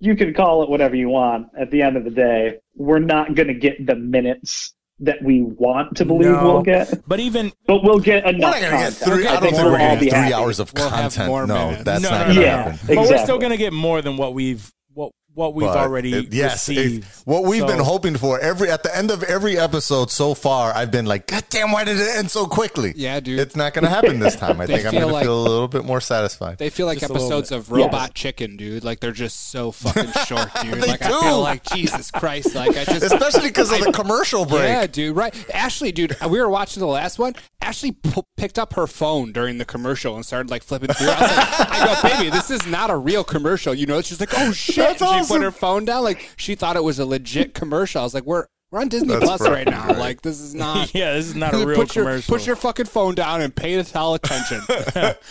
you can call it whatever you want at the end of the day we're not going to get the minutes that we want to believe
No.
we'll get
But even
but we'll get
We're
enough
not gonna get
content.
three. I
that
don't think we're
we'll all
gonna
be
get
happy.
three hours of
We'll have
content.
more
no,
minutes.
that's
no,
not
no,
gonna
no.
Yeah.
happen.
But we're still
Exactly.
gonna get more than what we've what what we've
But
already
it- yes, it-
received.
what we've
So-
been hoping for every at the end of every episode so far. I've been like, God damn, why did it end so quickly?
Yeah, dude.
It's not gonna happen this time. I
They
think I'm
feel
gonna
like-
feel a little bit more satisfied.
They feel like
Just a little
episodes
bit.
of Robot Chicken, dude. Like they're just so fucking short, dude.
They
like
do.
I feel like Jesus Christ. Like I just
Especially because of the commercial break.
Yeah, dude. Right, Ashley, dude. We were watching the last one. Ashley p- picked up her phone during the commercial and started like flipping through. I, was like, I go, baby, this is not a real commercial. You know, she's like, oh shit.
That's
And she
awesome.
put her phone down. Like she thought it was a legit commercial. I was like, we're we're on Disney
That's
Plus right
fucking
now.
great.
Like this is not.
yeah, this is not a real
put your
commercial.
put your fucking phone down and pay the hell attention.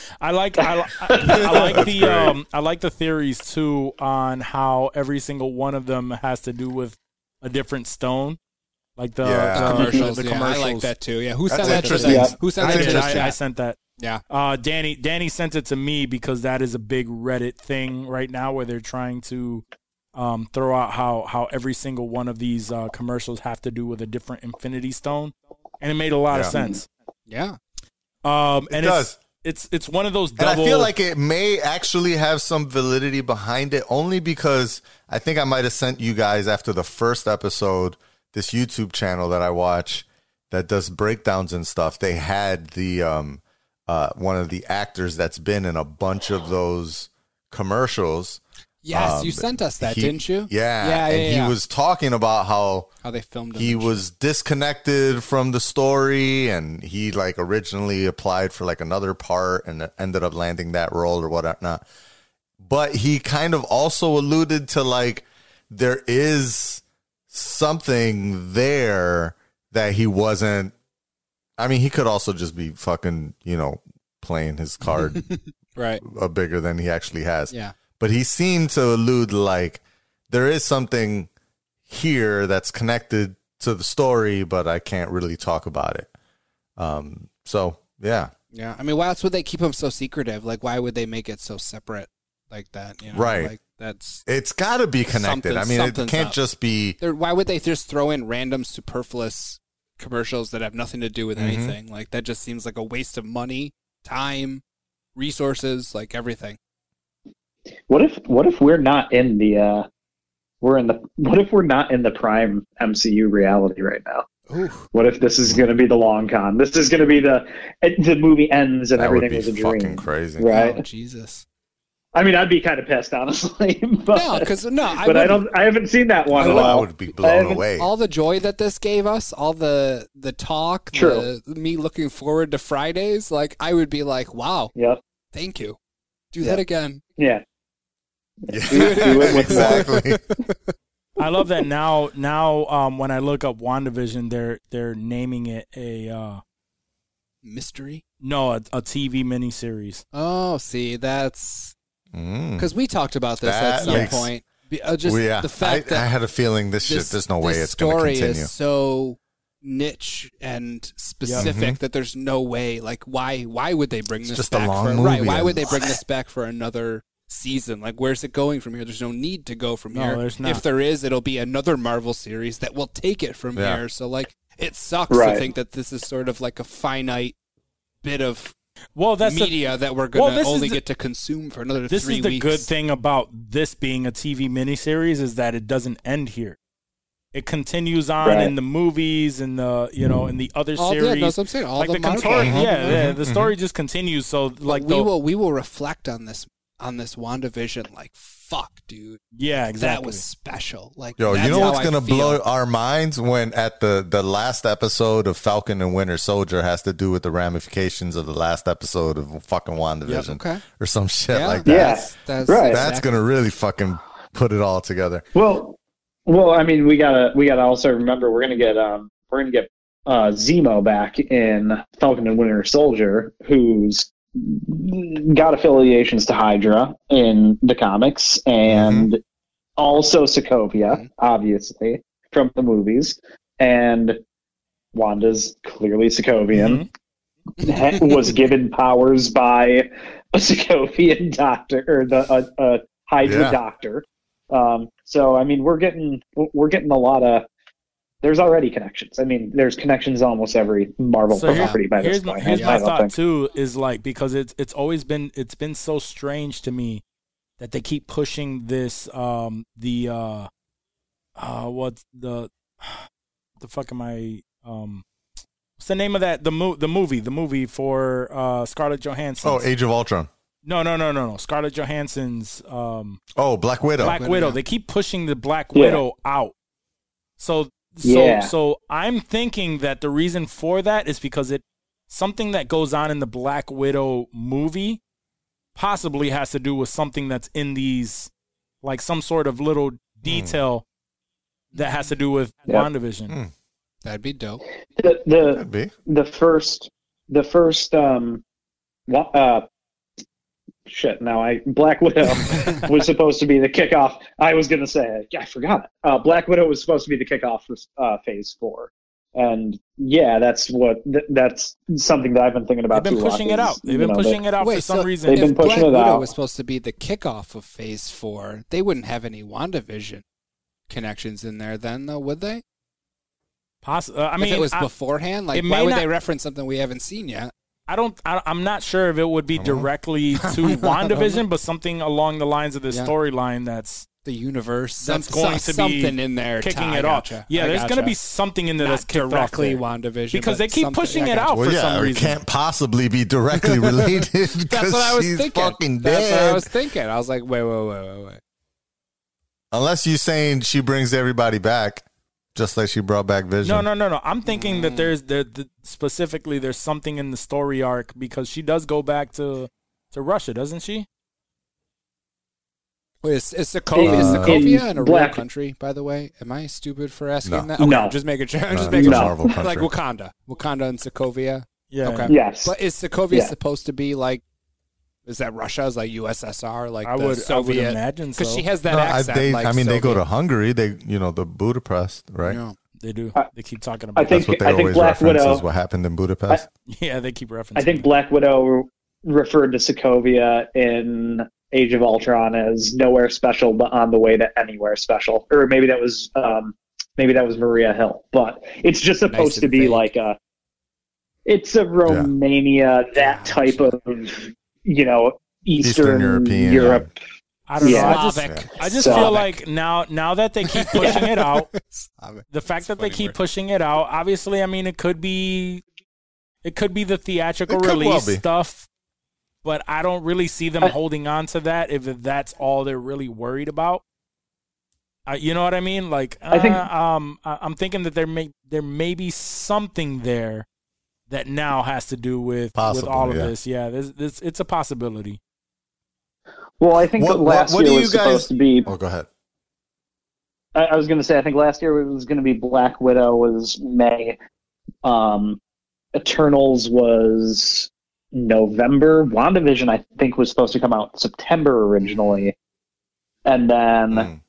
I like I, li- I, I like the um I like the theories too on how every single one of them has to do with a different stone, like the
Yeah.
the-
commercials,
Um, The,
yeah,
commercials.
I like that too. Yeah, who
That's
sent that? to the-
interesting.
Who sent
That's
I
that? to
did.
the
I, I
chat?
sent that.
Yeah.
Uh, Danny Danny sent it to me because that is a big Reddit thing right now where they're trying to um, throw out how how every single one of these uh, commercials have to do with a different Infinity Stone, and it made a lot of
Yeah.
sense.
Yeah.
Um, and
does.
it's it's it's one of those
And I
double.
feel like it may actually have some validity behind it only because I think I might have sent you guys after the first episode this YouTube channel that I watch that does breakdowns and stuff. They had the um uh one of the actors that's been in a bunch of those commercials.
Yes,
Um,
you sent us that,
He-
didn't you?
Yeah.
Yeah, yeah,
and he
yeah.
was talking about how
How they filmed it.
he was disconnected from the story and he like originally applied for like another part and ended up landing that role or whatnot but he kind of also alluded to like there is something there that he wasn't. I mean, he could also just be fucking, you know, playing his card
Right.
uh, bigger than he actually has.
Yeah.
But he seemed to allude like there is something here that's connected to the story, but I can't really talk about it. Um, so yeah,
Yeah. I mean, why else would they keep him so secretive? Like, why would they make it so separate like that? You know?
Right.
Like, that's.
it's got to be connected.
Something-
I mean, it
something's
can't
up.
just be
They're, why would they just throw in random superfluous commercials that have nothing to do with
Mhm.
anything? Like, that just seems like a waste of money, time, resources, like everything.
What if what if we're not in the uh we're in the what if we're not in the prime MCU reality right now? What if this is going to be the long con? This is going to be the it- the movie ends and
that would be
everything was a
fucking
dream,
crazy.
Oh,
right?
Jesus.
I mean, I'd be kind of pissed honestly, but
No, because, no, I,
but I,
wouldn't.
don't. I haven't seen that one.
Oh,
at
I
all.
would be blown
haven't-
away.
all the joy that this gave us, all the the talk,
True.
the me looking forward to Fridays, like I would be like, wow,
Yep.
thank you. Do
Yeah.
that again.
Yeah.
Yeah.
do it with
exactly.
I love that now. Now, um, when I look up Wandavision, they're they're naming it a uh,
Mystery.
no, a, a TV miniseries.
Oh, see, that's
Mm.
because we talked about this
That
at some
makes-
point. Be- uh, just
Well, yeah,
the fact
I,
that
I had a feeling this,
this-
shit. There's no
this
way it's going to
story
continue.
is so niche and specific that there's no way. Like, why? Why would they bring
Mm-hmm. It's
this
just a
back
long
for
movie.
right? Why
I
would they bring
love
this back for another season? Like, where's it going from here? There's no need to go from
No,
here.
there's not.
If there is, it'll be another Marvel series that will take it from
Yeah.
here. So, like, it sucks
Right.
to think that this is sort of like a finite bit of
Well, that's the,
media that we're
Well,
going
this
to
is
only
the-
get to consume for another
this
three
is the
weeks.
good thing about this being a TV miniseries is that it doesn't end here. It continues on
Right.
in the movies and the you know in the other
All, yeah,
series.
no, that's what I'm saying. All
like
the,
the,
Marvel.
contor- yeah, yeah,
mhm,
the story just continues. So like
we
the
will we will reflect on this on this WandaVision like fuck dude
yeah, exactly.
that was special like
Yo,
that's
you know
how
what's
I
gonna
feel.
blow our minds when at the the last episode of Falcon and Winter Soldier has to do with the ramifications of the last episode of fucking WandaVision
okay.
or some shit like that.
Yeah.
that's,
right.
That's gonna really fucking put it all together.
Well, well, I mean, we gotta we gotta also remember we're gonna get um we're gonna get uh Zemo back in Falcon and Winter Soldier, who's got affiliations to Hydra in the comics and also Sokovia,
Mhm.
obviously from the movies, and Wanda's clearly Sokovian. ha- was given powers by a Sokovian doctor or the a, a Hydra
Yeah.
doctor. Um, so I mean, we're getting we're getting a lot of. There's already connections. I mean, there's connections to almost every Marvel
So here-
property by this
here's my,
point.
here's
I
my
don't
thought
think.
too is like because it's it's always been it's been so strange to me that they keep pushing this um the uh uh what's the the fuck am I um what's the name of that the mo- the movie the movie for uh Scarlett Johansson
Oh, Age of Ultron.
no no no no no Scarlett Johansson's um
Oh, Black Widow.
Black
Widow,
Widow.
yeah.
They keep pushing the Black
Yeah.
Widow out. So so
Yeah.
so I'm thinking that the reason for that is because it something that goes on in the Black Widow movie possibly has to do with something that's in these like some sort of little detail that has to do with
Hmm. Yep.
WandaVision.
Mm.
that'd be dope
The, the
Could be.
the first the first um wa- uh shit now i black widow was supposed to be the kickoff i was gonna say i forgot uh black widow was supposed to be the kickoff for uh phase four and yeah that's what th- that's something that i've been thinking
They've
about
been
too,
pushing
Rock,
it
is,
out. They've
you
been
know,
pushing
that-
it out for
Wait,
some
so
reason.
they've
If-
been
if Black
pushing it
Widow
out.
was supposed to be the kickoff of Phase Four they wouldn't have any Wandavision connections in there then though would they
poss- uh, I
if it
mean,
was
I,
beforehand like
it
why
may
would
not-
they reference something we haven't seen yet
I don't. I, I'm not sure if it would be
I don't know.
directly to WandaVision, but something along the lines of the
Yeah.
storyline that's
the universe
That's
some-
going
some-
to be
something in there
kicking
Ty, I
it off.
gotcha.
Yeah,
I
there's
gotcha.
going to be something in there that's
not
kicked
directly
off there.
WandaVision
because they
but
keep
something-
pushing
I
it
gotcha.
out
Well,
for
yeah,
some
or it
reason.
can't possibly be directly related
That's
because
what I was
she's
thinking.
fucking dead.
That's what I was thinking. I was like, wait, wait, wait, wait, wait.
Unless you're saying she brings everybody back, just like she brought back Vision.
No, no, no, no. I'm thinking
Mm.
that there's there, the, specifically there's something in the story arc because she does go back to to Russia, doesn't she?
Wait, is, is Sokovia, is
Uh,
Sokovia in a
black-
real country, by the way? Am I stupid for asking
No.
that? Okay,
No.
I'm just making sure. I'm
No,
just
it's
making
a
sure.
Marvel
Like
country.
Wakanda. Wakanda and Sokovia.
Yeah.
Okay.
Yes.
But is Sokovia
Yeah.
supposed to be like, is that Russia? Is like USSR? Like
I
the
would, I would
Soviet?
imagine so.
Because she has that
No, I,
accent.
they,
like
I mean, they go to
Soviet.
Hungary. They, you know, the Budapest, right?
Yeah.
they do.
I-
they keep talking about
I
it.
That's what
think-
they
I think
always
Black
reference
Widow-
is what happened in Budapest.
Yeah, they keep referencing.
I think
it.
Black Widow referred to Sokovia in Age of Ultron as nowhere special, but on the way to anywhere special. Or maybe that was um, maybe that was Maria Hill. But it's just supposed
Nice
to
and
be
vague.
like a it's a Romania that type of you know Eastern,
Eastern European.
Europe.
I don't
Yeah.
know. I just,
Slavic.
I just
Slavic.
feel like now, now that they keep pushing it out,
Slavic.
the fact
That's
that they
funny
keep
word.
pushing it out obviously i mean it could be it could be the theatrical
It could well
release
be.
stuff but i don't really see them
I-
holding on to that if that's all they're really worried about uh, you know what i mean like uh,
I think-
um I- i'm thinking that there may there may be something there that now has to do with
Possible,
with all of
yeah.
this yeah this, this it's a possibility
Well, I think
What-
that last
what- what do
year
you
was
guys-
supposed to be.
Oh, go ahead.
I, I was going to say I think last year it was going to be Black Widow was May, um, Eternals was November. WandaVision I think was supposed to come out September originally, and then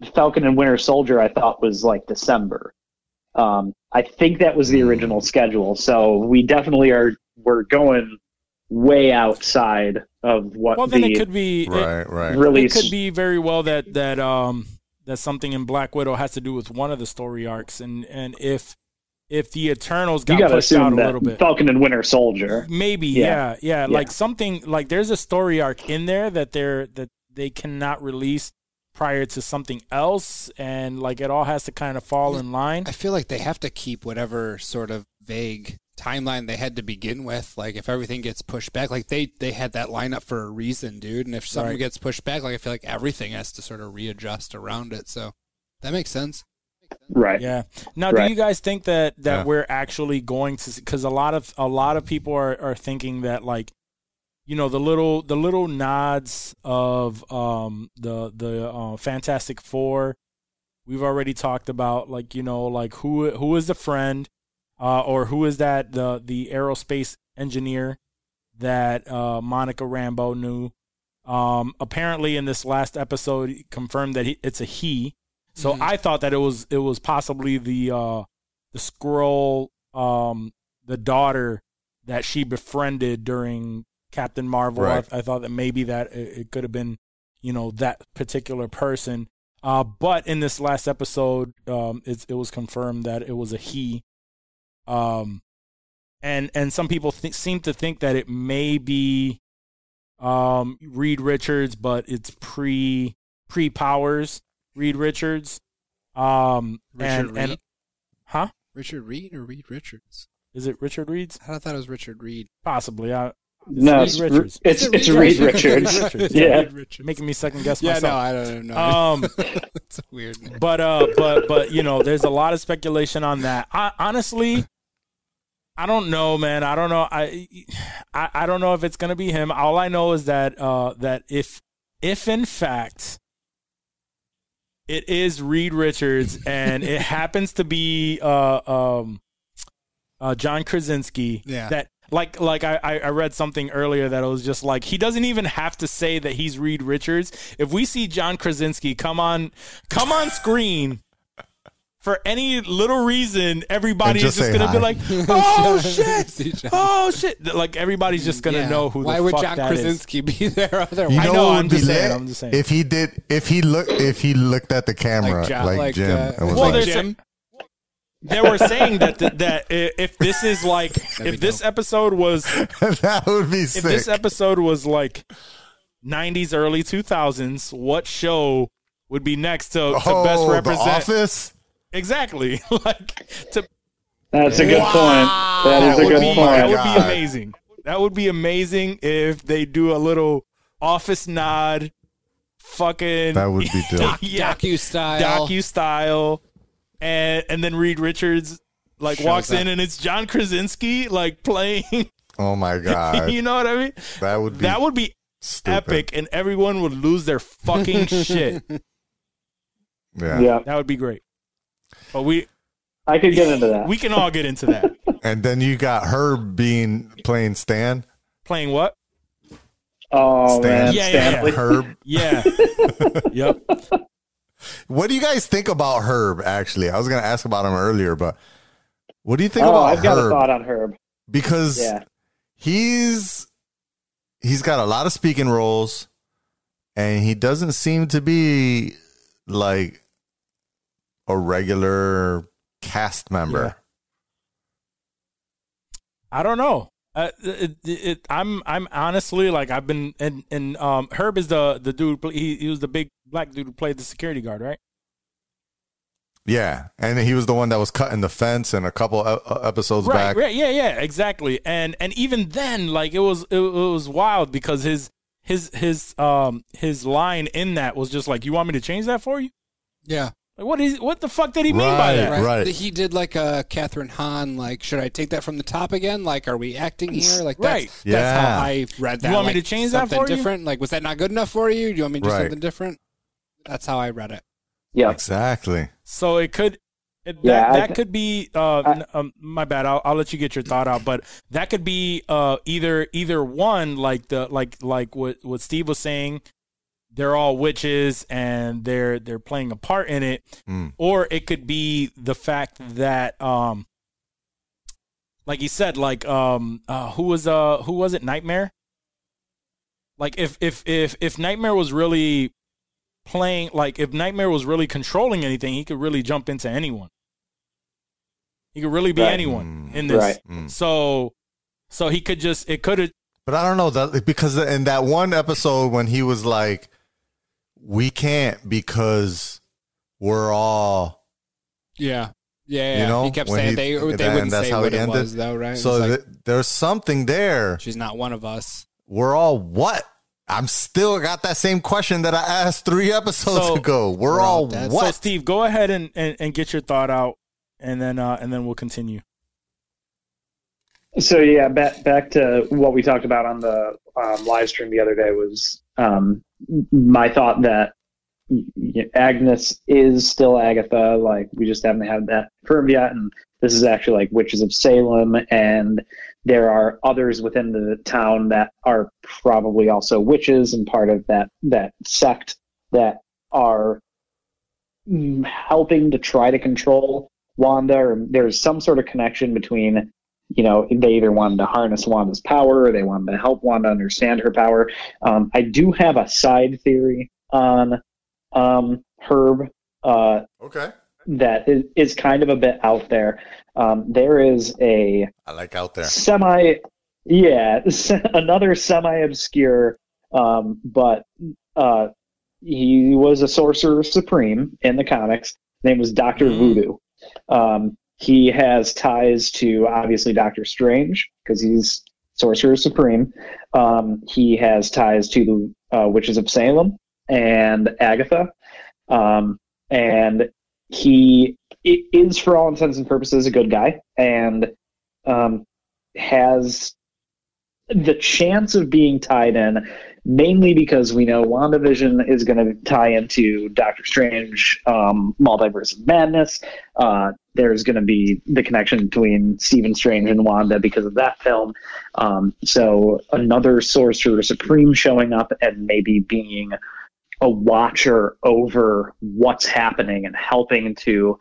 Mm.
Falcon and Winter Soldier I thought was like December. Um, I think that was the
Hmm.
original schedule, so we definitely are we're going way outside of what
well then
Uh, the
it could be it-
Right, right.
release
It could be very well that that um that something in Black Widow has to do with one of the story arcs, and and if if the Eternals
you
got
gotta
pushed out
assume
a
that
little bit,
Falcon and Winter Soldier.
maybe yeah.
Yeah.
yeah,
Yeah.
like something like there's a story arc in there that they're that they cannot release prior to something else, and like it all has to kind of fall in line.
I feel like they have to keep whatever sort of vague timeline they had to begin with. Like if everything gets pushed back, like they they had that lineup for a reason, dude. And if something
Right.
gets pushed back, like I feel like everything has to sort of readjust around it. So that makes sense.
Right.
Yeah. Now,
Right.
do you guys think that that
Yeah.
we're actually going to? Because a lot of a lot of people are are thinking that like, you know, the little the little nods of um the the uh, Fantastic Four. We've already talked about like you know like who who is the friend, uh, or who is that the the aerospace engineer that uh, Monica Rambo knew. Um, apparently, in this last episode, he confirmed that he, it's a he. So
Mhm.
I thought that it was it was possibly the uh, the scroll, um, the daughter that she befriended during Captain Marvel.
Right.
I, I thought that maybe that it, it could have been you know that particular person. Uh, but in this last episode, um, it, it was confirmed that it was a he. Um, and and some people th- seem to think that it may be um, Reed Richards, but it's pre pre Powers Reed Richards. Um,
Richard
and,
Reed.
and huh?
Richard Reed or Reed Richards?
Is it Richard Reed's?
I thought it was Richard Reed.
Possibly. I,
No,
Reed
it's
Richards.
it's, it's Reed Richards.
Richards.
Yeah.
Reed Richards.
making me second guess
yeah, no,
myself.
I don't know.
um,
it's a weird name.
but uh, but but you know, there's a lot of speculation on that. I, honestly, I don't know, man. I don't know. I, I I don't know if it's gonna be him. All I know is that uh that if if in fact it is Reed Richards and it happens to be uh um uh John Krasinski
Yeah.
that like like I, I I read something earlier that it was just like he doesn't even have to say that he's Reed Richards. If we see John Krasinski come on come on screen for any little reason, everybody
just
is just
say
gonna be
hi.
like, "Oh
See
shit!
John.
Oh shit!" Like everybody's just gonna
Yeah.
know who.
Why
the
would
fuck
John
that is.
Krasinski be there otherwise?
You
I
know,
know,
what would
I'm
be
just saying,
lit?
I'm just saying.
If he did, if he look, if he looked at the camera like,
John- like,
Jim,
uh,
and was
Well,
like,
there's- They were saying that th- that i- if this is like
be
if this episode was
that would be sick.
if this episode was like 90s early 2000s, what show would be next to, to
oh,
best
the
represent
Office.
exactly like to
That's a good point. That
that
is a
would
good
be that
point.
would be
Oh God.
amazing. That would be amazing if they do a little office nod, fucking
That would be dope.
yeah,
docu style.
docu style, and and then Reed Richards like
Shows
walks in
up.
and it's John Krasinski like playing.
Oh my god,
you know what I mean?
that would be
That would be
Stupid.
epic, and everyone would lose their fucking shit.
Yeah.
Yeah.
That would be great. But we
I could get into that.
we can all get into that.
And then you got Herb being playing Stan.
Playing what?
oh
Stan.
man,
Yeah,
Stan
yeah,
Lee.
Herb.
Yeah. yep.
What do you guys think about Herb? Actually, I was gonna ask about him earlier, but what do you think
oh,
about
I've got
Herb?
a thought on Herb.
because
Yeah,
he's he's got a lot of speaking roles, and he doesn't seem to be like a regular cast member.
I don't know. Uh, it, it, it- I'm I'm honestly like I've been and and um Herb is the the dude who play- he, he was the big black dude who played the security guard right
Yeah, and he was the one that was cutting the fence and a couple e- episodes
right
back.
right yeah yeah exactly and and even then like it was it, it was wild because his his his um his line in that was just like you want me to change that for you
Yeah.
like what is what the fuck did he mean by that
Right.
Right. He did like a Catherine Hahn, like, should I take that from the top again? Like, are we acting here? Like, that's,
Right.
that's
Yeah.
how I read that.
You want me
like,
to change that
something
for you?
different? Like, was that not good enough for you? Do you want me to do
Right.
something different? That's how I read it.
yeah.
Exactly.
So it could, it,
Yeah,
that,
I
that
th-
could be. Uh, n- um, my bad. I'll, I'll let you get your thought out, but that could be uh, either either one, like the like like what what Steve was saying. They're all witches, and they're they're playing a part in it,
Mm.
or it could be the fact that, um, like you said, like um, uh, who was uh who was it? Nightmare. Like if if if if Nightmare was really playing like if Nightmare was really controlling anything, he could really jump into anyone. He could really be
Right.
anyone
Mm.
in this.
Right.
Mm.
So so he could just it could have
But I don't know that because in that one episode when he was like, "We can't because we're all
Yeah. Yeah.
You know,
he kept
when
saying
he-
they, they
and
wouldn't
that's
say
how
what
it
it
ended.
was, though, right? It
so
was like,
th- there's something there.
she's not one of us.
We're all what? I'm still got that same question that I asked three episodes
So-
ago. We're,
We're all
all
dead.
So
what?
Steve, go ahead and, and, and get your thought out and then uh and then we'll continue.
So yeah, back back to what we talked about on the um, live stream the other day was um, my thought that y- y- Agnes is still Agatha. Like we just haven't had that confirmed yet, and this is actually like Witches of Salem, and there are others within the town that are probably also witches and part of that that sect that are mm, helping to try to control Wanda. Or there's some sort of connection between you know, they either wanted to harness Wanda's power or they wanted to help Wanda understand her power. Um, I do have a side theory on um, Herb uh,
Okay.
that is, is kind of a bit out there. Um, there is a
I like out there.
semi yeah another semi obscure um but uh he was a sorcerer supreme in the comics His name was dr voodoo um he has ties to obviously doctor strange because he's sorcerer supreme um he has ties to the uh, witches of salem and agatha um and he i- is for all intents and purposes a good guy and um has the chance of being tied in mainly because we know WandaVision is going to tie into Doctor Strange, um, Multiverse of Madness. Uh, there's going to be the connection between Stephen Strange and Wanda because of that film. Um, so another Sorcerer Supreme showing up and maybe being a watcher over what's happening and helping to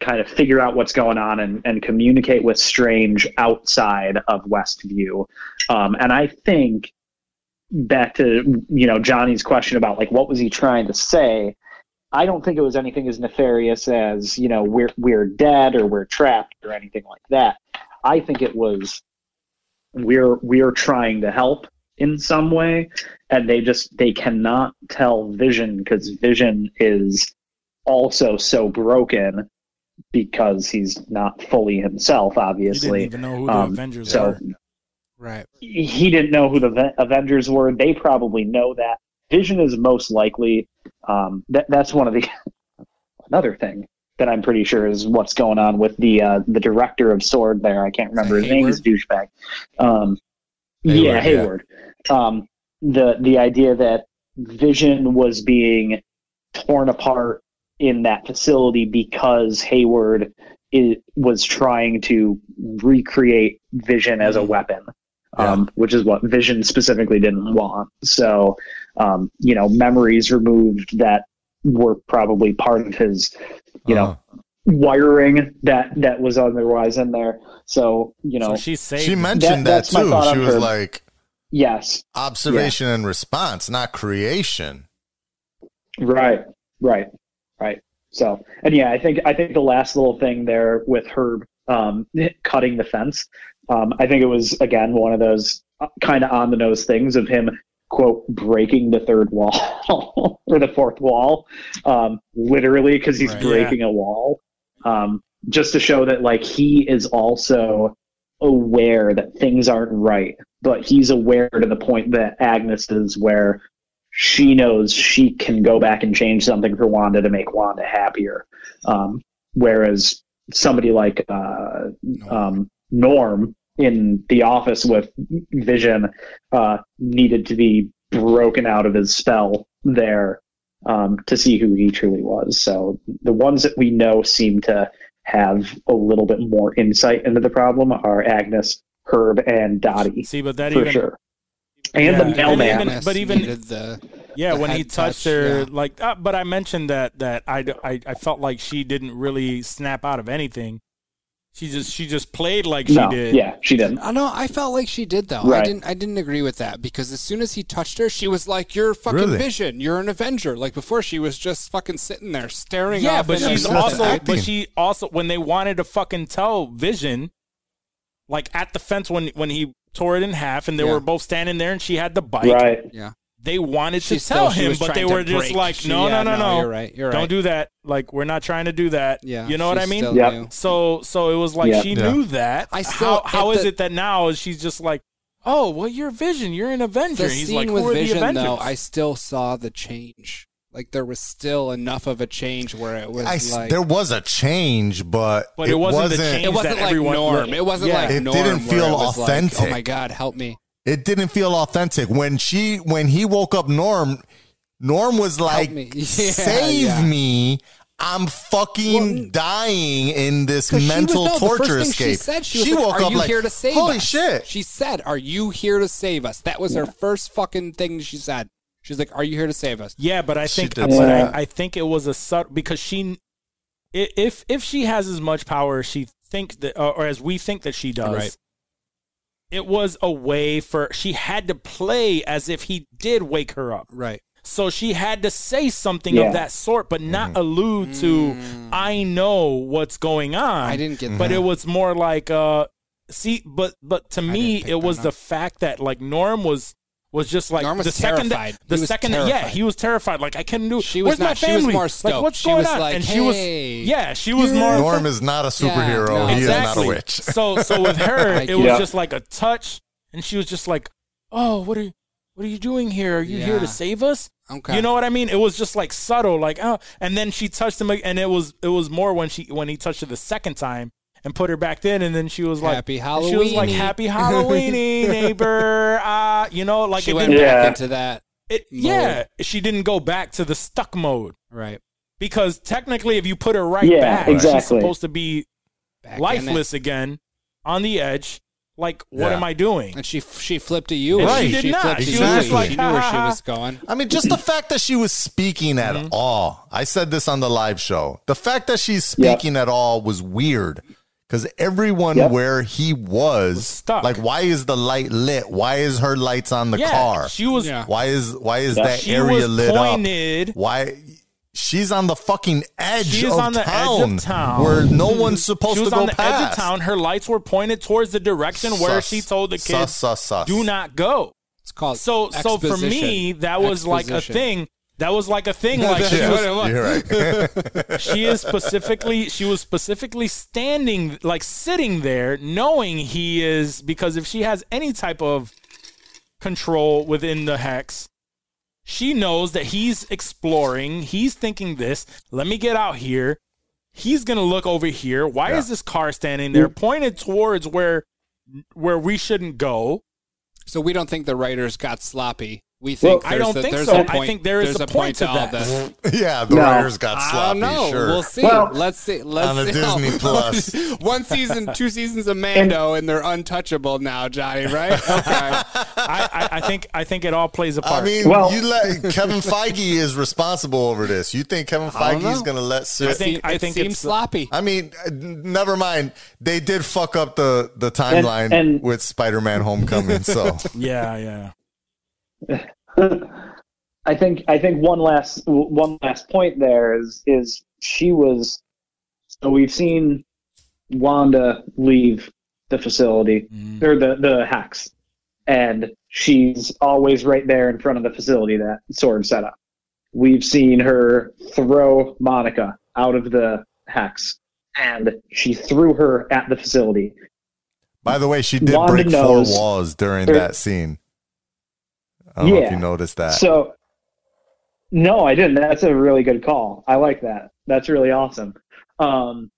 kind of figure out what's going on and, and communicate with Strange outside of Westview. Um, and I think back to you know Johnny's question about like what was he trying to say. I don't think it was anything as nefarious as you know we're we're dead or we're trapped or anything like that. I think it was we're we're trying to help in some way, and they just they cannot tell Vision because Vision is also so broken because he's not fully himself,
You didn't
obviously.
even know who the
um,
Avengers
so-
were.
Right.
He didn't know who the Aven- Avengers were. They probably know that. Vision is most likely. Um, that that's one of the another thing that I'm pretty sure is what's going on with the uh, the director of Sword. There, I can't remember his name. He's a douchebag. Um, yeah,
Hayward, yeah.
Hayward. Um, the the idea that Vision was being torn apart in that facility because Hayward i was trying to recreate Vision as a weapon, um, which is what Vision specifically didn't want. So, um, you know, memories removed that were probably part of his, you
Uh-huh.
know, wiring that that was otherwise in there. So, you
so
know,
she saved.
she
it.
mentioned
That-
that,
that's my
too.
thought on
She was
her.
like
yes,
observation and response, not creation.
Right, right, right. So, and yeah, I think I think the last little thing there with Herb um, cutting the fence, um, I think it was again one of those kind of on the nose things of him quote breaking the third wall or the fourth wall, um, literally because he's
Right.
breaking a wall, um, just to show that like he is also aware that things aren't right, but he's aware to the point that Agnes is where she knows she can go back and change something for Wanda to make Wanda happier. Um, whereas somebody like uh, um, Norm in the office with Vision uh, needed to be broken out of his spell there um, to see who he truly was. So the ones that we know seem to have a little bit more insight into the problem are Agnes, Herb, and Dottie
See, but that
for
even
sure, and
Yeah.
the
And
mailman.
even- but even-
needed the
yeah,
the
when
head
he touched
touch,
her,
yeah.
like. Uh, but I mentioned that that I, I I felt like she didn't really snap out of anything. She just she just played like she
no,
did.
yeah, she didn't.
I know. I felt like she did though. I
Right.
didn't. I didn't agree with that because as soon as he touched her, she was like, "You're fucking
Really?
Vision. You're an Avenger." Like before, she was just fucking sitting there staring.
Yeah,
off
but
into
she's
That's
nothing.
also
acting.
but she also when they wanted to fucking tell Vision, like at the fence when when he tore it in half and they
Yeah.
were both standing there and she had the bike.
Right.
yeah.
They wanted
She
to tell
still- she
him,
was
but they
trying to
were just
break.
like,
She-
no,
yeah,
no, no, no,
You're right. You're right.
don't do that. Like we're not trying to do that.
Yeah,
you know what
she
I mean.
still
Yep.
knew.
So so it was like
Yeah.
she
Yeah.
knew that.
I still-
how how
at
is
the-
it that now she's just like, oh well, you're Vision, you're an Avenger.
The
And He's
scene
like, who
with
are the
Vision
Avengers?
though, I still saw the change. Like there was still enough of a change where it was
I s
like
there was a change, but,
but it, wasn't, the change
it wasn't
that
like
everyone
norm. It wasn't
Yeah.
like
It
norm
didn't
where
feel
it was like, oh
authentic.
my god, help me!
It didn't feel authentic when she when he woke up. Norm, Norm was like,
me. Yeah,
"Save
yeah.
me." I'm fucking
Well,
dying in this
'Cause she was-
mental
no, the first
torture
thing
escape.
She said she, was like,
woke
"Are
up
you
like,
here to save
"Holy
us?"
shit!"
She said, "Are you here to save us?" That was her first fucking thing she said. She's like, "Are you here to save us?"
Yeah, but I
She
think,
did
but
say that.
I, I think it was a sub because she, i- if if she has as much power as she thinks that, uh, or or as we think that she does,
Right.
it was a way for she had to play as if he did wake her up.
Right.
So she had to say something
Yeah.
of that sort, but not
Mm-hmm.
allude to I know what's going on.
Mm. I didn't get
but
that.
it was more like uh see but but to me
didn't pick
it was
that
the
up.
fact that like Norm was was just like
Norm was
the second that,
terrified.
the
He was
second yeah
terrified.
he was terrified like I couldn't do
She was
where's my
not- she was
family
more
like
stoked.
what's
She
going
was
on
like,
and
"Hey,
she was yeah she was more
Norm is not a superhero.
no.
He
exactly
is not a witch.
so so with her
I
it
get
was
it.
just like a touch and she was just like oh what are you what are you doing here are you here
Yeah.
to save us
Okay.
you know what I mean? It was just like subtle, like oh, and then she touched him, and it was it was more when she when he touched her the second time and put her back in, and then she was like
Happy
She was like
Halloweeny.
happy Halloweeny, neighbor. Uh, you know, like
she
it
went
didn't,
Yeah.
back into that.
it, yeah, she didn't go back to the stuck mode
Right.
because technically, if you put her right
Yeah,
back, she's
exactly.
supposed to be
Back in
lifeless again on the edge. Like, what
Yeah.
am I
it.
doing?
And she she flipped to you.
And
she
She,
did not.
flipped to
She
you.
was just
like,
she knew where she
"Ha, ha,
was going.
I mean, just the fact that she was speaking at
Mm-hmm.
all. I said this on the live show. The fact that she's
Yep.
speaking at all was weird because everyone
Yep.
where he was,
stuck.
like, why is the light lit? Why is her lights on the
yeah,
car?
she was
Yeah.
why is why is
Yeah.
that
she
area
was
lit
pointed.
up? Why? She's on the fucking edge,
She is
of,
on the edge
town
of town. Mm-hmm.
where no one's supposed
she was
to go
on the
past.
edge of town. Her lights were pointed towards the direction where
Sus.
she told the kids,
Sus, sus, sus.
"Do not go."
It's called
So, so for me,
exposition.
that was like a
Exposition.
thing. That was like a thing. Like
That's
she
Yeah,
what it
was,
was.
you're right.
she is specifically, she was specifically standing, like sitting there, knowing he is because if she has any type of control within the hex, she knows that he's exploring. He's thinking this. Let me get out here. He's gonna look over here. Why is this car standing there, pointed towards where where we shouldn't go?
So we don't think the writers got sloppy we think
I
there's
don't
a-
think
there's
so.
a
I
point-
think there is
there's
a point to
all
that.
yeah, the
No.
writers got
I
sloppy.
don't know.
Sure.
We'll see.
Well-
let's see. Let's
On a
see how-
Disney Plus.
One season, two seasons of Mando, and, they're untouchable now, Johnny. Right? Okay.
I, I, I think I think it all plays a part.
I mean,
Well-
you let Kevin Feige is responsible over this. You think Kevin
I don't
Feige is
know.
going to let shit? I,
I think-
it seems
it's-
sloppy.
mean, uh, never mind. They did fuck up the the timeline
and-
with Spider-Man: Homecoming. So
yeah, yeah.
I think I think one last one last point there is is she was so we've seen Wanda leave the facility
Mm.
or the the hacks and she's always right there in front of the facility that sword set up. We've seen her throw Monica out of the hacks and she threw her at the facility.
By the way, she did
Wanda
break four
knows.
walls during
There-
that scene. I don't know if
Yeah.
you noticed that.
So, no, I didn't. That's a really good call. I like that. That's really awesome. Um,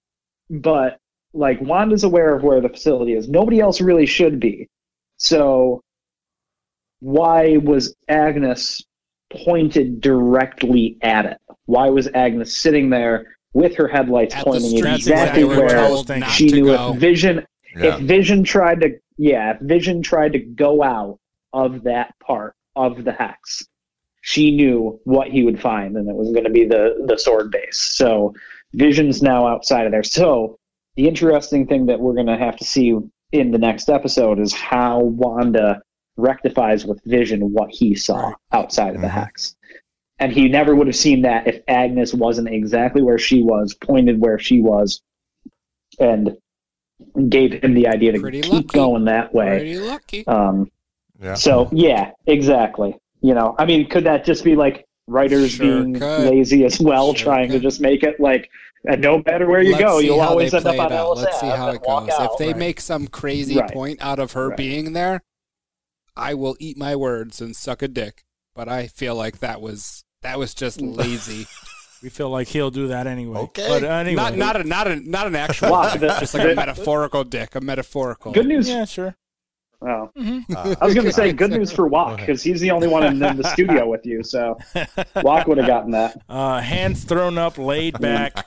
but like Wanda's aware of where the facility is. Nobody else really should be. So, why was Agnes pointed directly at it? Why was Agnes sitting there with her headlights
At the
pointing
street,
exactly
exactly where I
where
was thinking.
not
she
to
knew
go.
if Vision
yeah.
if Vision tried to, yeah, if Vision tried to go out of that part of the hex, she knew what he would find, and it was going to be the the sword base. So Vision's now outside of there. So the interesting thing that we're going to have to see in the next episode is how Wanda rectifies with Vision what he saw
Right.
outside of the
Mhm.
Mm-hmm.
hex. And he never would have seen that if Agnes wasn't exactly where she was, pointed where she was, and gave him the idea to
Pretty
keep
lucky.
going that way.
Pretty lucky.
Um,
yeah.
so yeah, exactly. You know, I mean, could that just be like writers
Sure
being
could.
lazy as well,
Sure
trying
could.
to just make it like, and no matter where you
Let's
go,
see
you'll
how
always
they
end up
play
on
it out.
LSF.
Let's see how it
and walk
goes.
out.
if they make some crazy
Right.
point out of her
Right.
being there, I will eat my words and suck a dick. But I feel like that was that was just lazy.
We feel like he'll do that anyway.
Okay.
But anyway,
Not not a not a not an actual
Wow,
dick,
the-
just like a
the-
metaphorical dick, a metaphorical.
good news.
yeah, sure.
Oh.
Uh,
I was going to say
Okay.
good news for Walk because he's the only one in, in the studio with you, so Walk would have gotten that.
Uh, hands thrown up, laid back,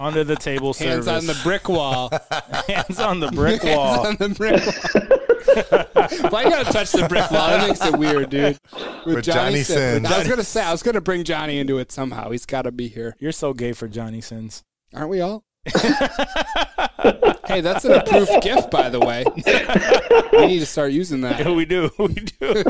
under the table
Hands
service.
on the brick wall.
hands on the brick
Hands
wall.
on the brick wall. Why you gotta touch the brick wall? That makes it weird, dude. With,
With Johnny
Sins.
Sins.
I was gonna say I was gonna bring Johnny into it somehow. He's gotta be here.
You're so gay for Johnny Sins.
Aren't we all? hey, that's an approved gift, by the way. we need to start using that.
we do. We do.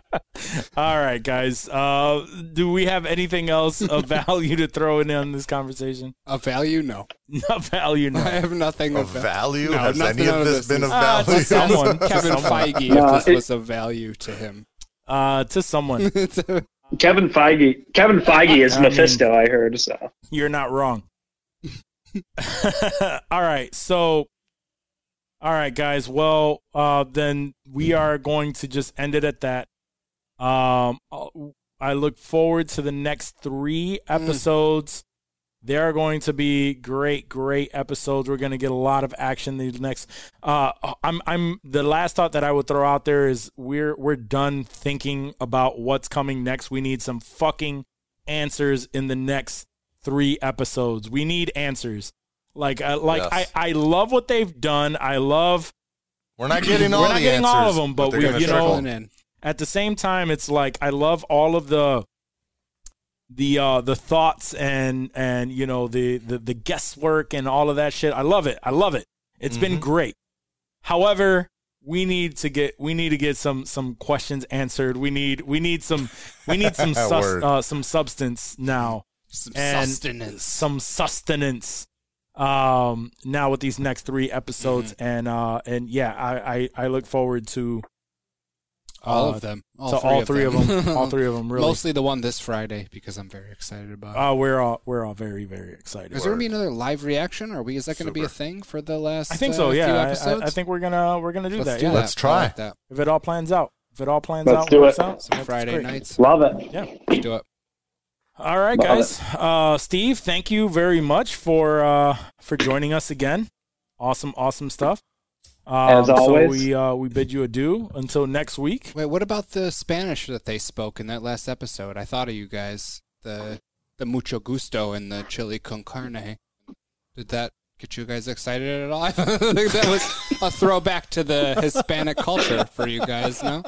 All right, guys. Uh, do we have anything else of value to throw in on this conversation?
Of value? No.
Not value,
I
no.
have nothing
of
of value.
value?
No,
Has
nothing
any
out
of
of
this
this
been of
Ah,
value?
just someone.
Kevin Feige,
No,
if this
it-
was of value to him.
Uh, to someone,
Kevin Feige. Kevin Feige is
I mean-
Mephisto. I heard so.
you're not wrong. all right, so, all right, guys. Well, uh, then we are going to just end it at that. Um, I'll- I look forward to the next three episodes. They are going to be great, great episodes. We're going to get a lot of action these next. Uh, I'm, I'm. The last thought that I would throw out there is we're, we're done thinking about what's coming next. We need some fucking answers in the next three episodes. We need answers. Like, uh, like
Yes.
I, I love what they've done. I love
We're not getting all
We're not
the
getting
answers,
all of them, but
they're
we-
gonna
you know,
trickle.
in.
at the same time it's like i love all of the the uh the thoughts and and you know the the, the guesswork and all of that shit i love it i love it It's been great however we need to get we need to get some some questions answered we need we need some we need some sus,
Word.
uh, some substance now
Some
And-
sustenance.
some sustenance um now with these next three episodes and uh and yeah i i, I look forward to
all
uh,
of them. All
to
three
all
of
three
them.
of them all three of them really
Mostly the one this Friday because I'm very excited about it.
Uh, we're all we're all very very excited.
Is there gonna be another live reaction? Are we? Is that gonna be a
Super.
thing for the last?
I think
uh,
so.
Few
Yeah, I- I,
episodes?
I think we're gonna we're gonna do
Let's
that.
do
yeah,
that.
Let's try.
I like that.
if it all plans out, if it all plans
Let's
out,
do
works
it.
out,
Some
that's
Friday
great.
nights.
Love it.
Yeah.
Let's do it.
All right,
Love
guys. Uh, Steve, thank you very much for uh, for joining us again. Awesome, awesome stuff. Um,
As always.
so we uh, we bid you adieu until next week.
Wait, what about the Spanish that they spoke in that last episode? I thought of you guys. The the mucho gusto and the chili con carne. Did that get you guys excited at all? I think that was a throwback to the Hispanic culture for you guys, no?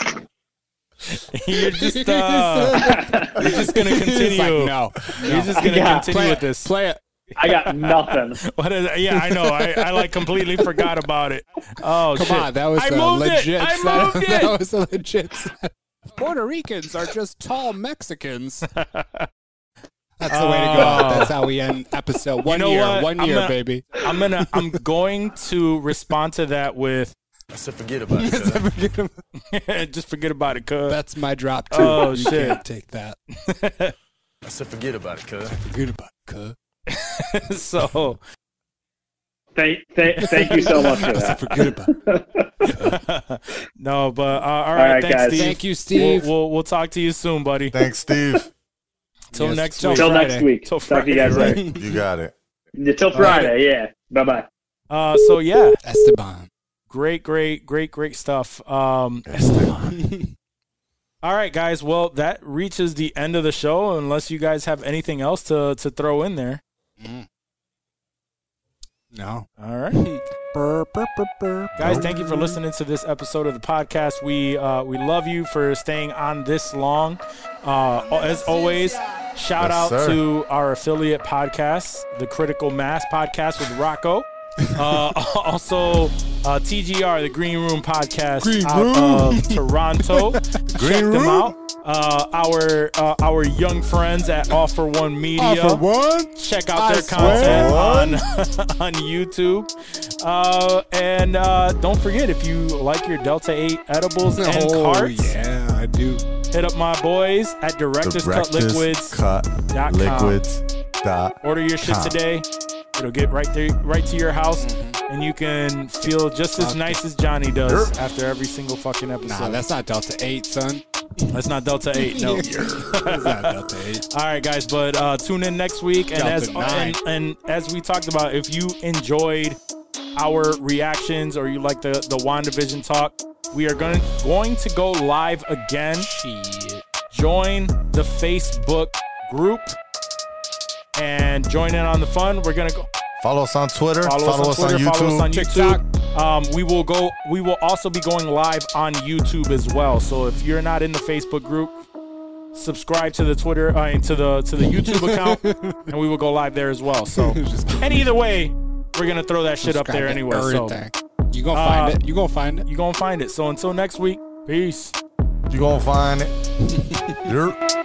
You're just uh, you're just gonna continue.
It's like, no.
You're just gonna
Yeah.
continue with this.
Play it.
I got nothing.
What is, yeah, I know. I, I like completely forgot about it. Oh,
Come
shit.
on, that was
I
a
moved
legit.
It. I
setup.
moved
That
it.
was a legit. setup. Puerto Ricans are just tall Mexicans. That's the way to go.
Oh.
That's how we end episode. One
know
year,
what?
one
I'm
year,
gonna- Uh,
baby.
I'm gonna. I'm going to respond to that with
So forget about it.
Never get him-
just forget about it, cuz.
That's my drop too.
Oh,
you
shit.
Can't take that.
So forget about it, cuz.
Forget about it, cuh.
so
Thank, thank, thank you so much for
So
that.
Forget about. It.
no, but uh, all right.
All right,
thanks,
guys.
Steve.
Thank you, Steve.
We'll, we'll we'll talk to you soon, buddy.
Thanks, Steve.
Till
Yes,
next
till
week.
Till
Friday.
next week.
Till
Talk to you guys later.
You got it.
Till Friday, yeah. Bye bye.
Uh, so yeah,
Esteban.
great, great, great, great stuff. Um, all right, guys. Well, that reaches the end of the show. Unless you guys have anything else to to throw in there.
No.
All right.
Burr, burr, burr, burr.
guys thank you for listening to this episode of the podcast we uh, we love you for staying on this long uh, as always shout
Yes,
out
sir.
to our affiliate podcast the critical mass podcast with rocco uh, also uh, tgr the green room podcast
Green
out
Room.
of toronto
Green
check them
Room.
out uh, our uh, our young friends at all for one media
All for one.
check out
I
their
swear.
content on, on YouTube. Uh, and uh, don't forget, if you like your Delta 8 edibles and
Oh,
carts,
yeah, I do.
hit up my boys at Directors Cut Liquids. dot com.
liquids dot
Order your shit
com.
today. It'll get right there, right to your house,
Mm-hmm.
and you can feel just as nice as Johnny does
Yep.
after every single fucking episode.
Nah, that's not Delta Eight, son.
That's not Delta 8, no.
That's not Delta Eight.
All right, guys, but uh, tune in next week. And
Delta
as, uh,
nine.
and, and as we talked about, if you enjoyed our reactions or you like the, the WandaVision talk, we are going, going to go live again.
Shit.
Join the Facebook group and join in on the fun. We're going to go
Follow us on Twitter. Follow, us, on,
Twitter,
YouTube.
Follow us on
TikTok.
YouTube. Um, we will go. We will also be going live on YouTube as well. So if you're not in the Facebook group, subscribe to the Twitter uh, to the to the YouTube account, and we will go live there as well. So and either way, we're gonna throw that shit up there
Subscribe to
anyway. So
everything. you gonna find
Uh,
it. You gonna find it.
you gonna find it. So until next week, peace.
you going to find it. Yerp.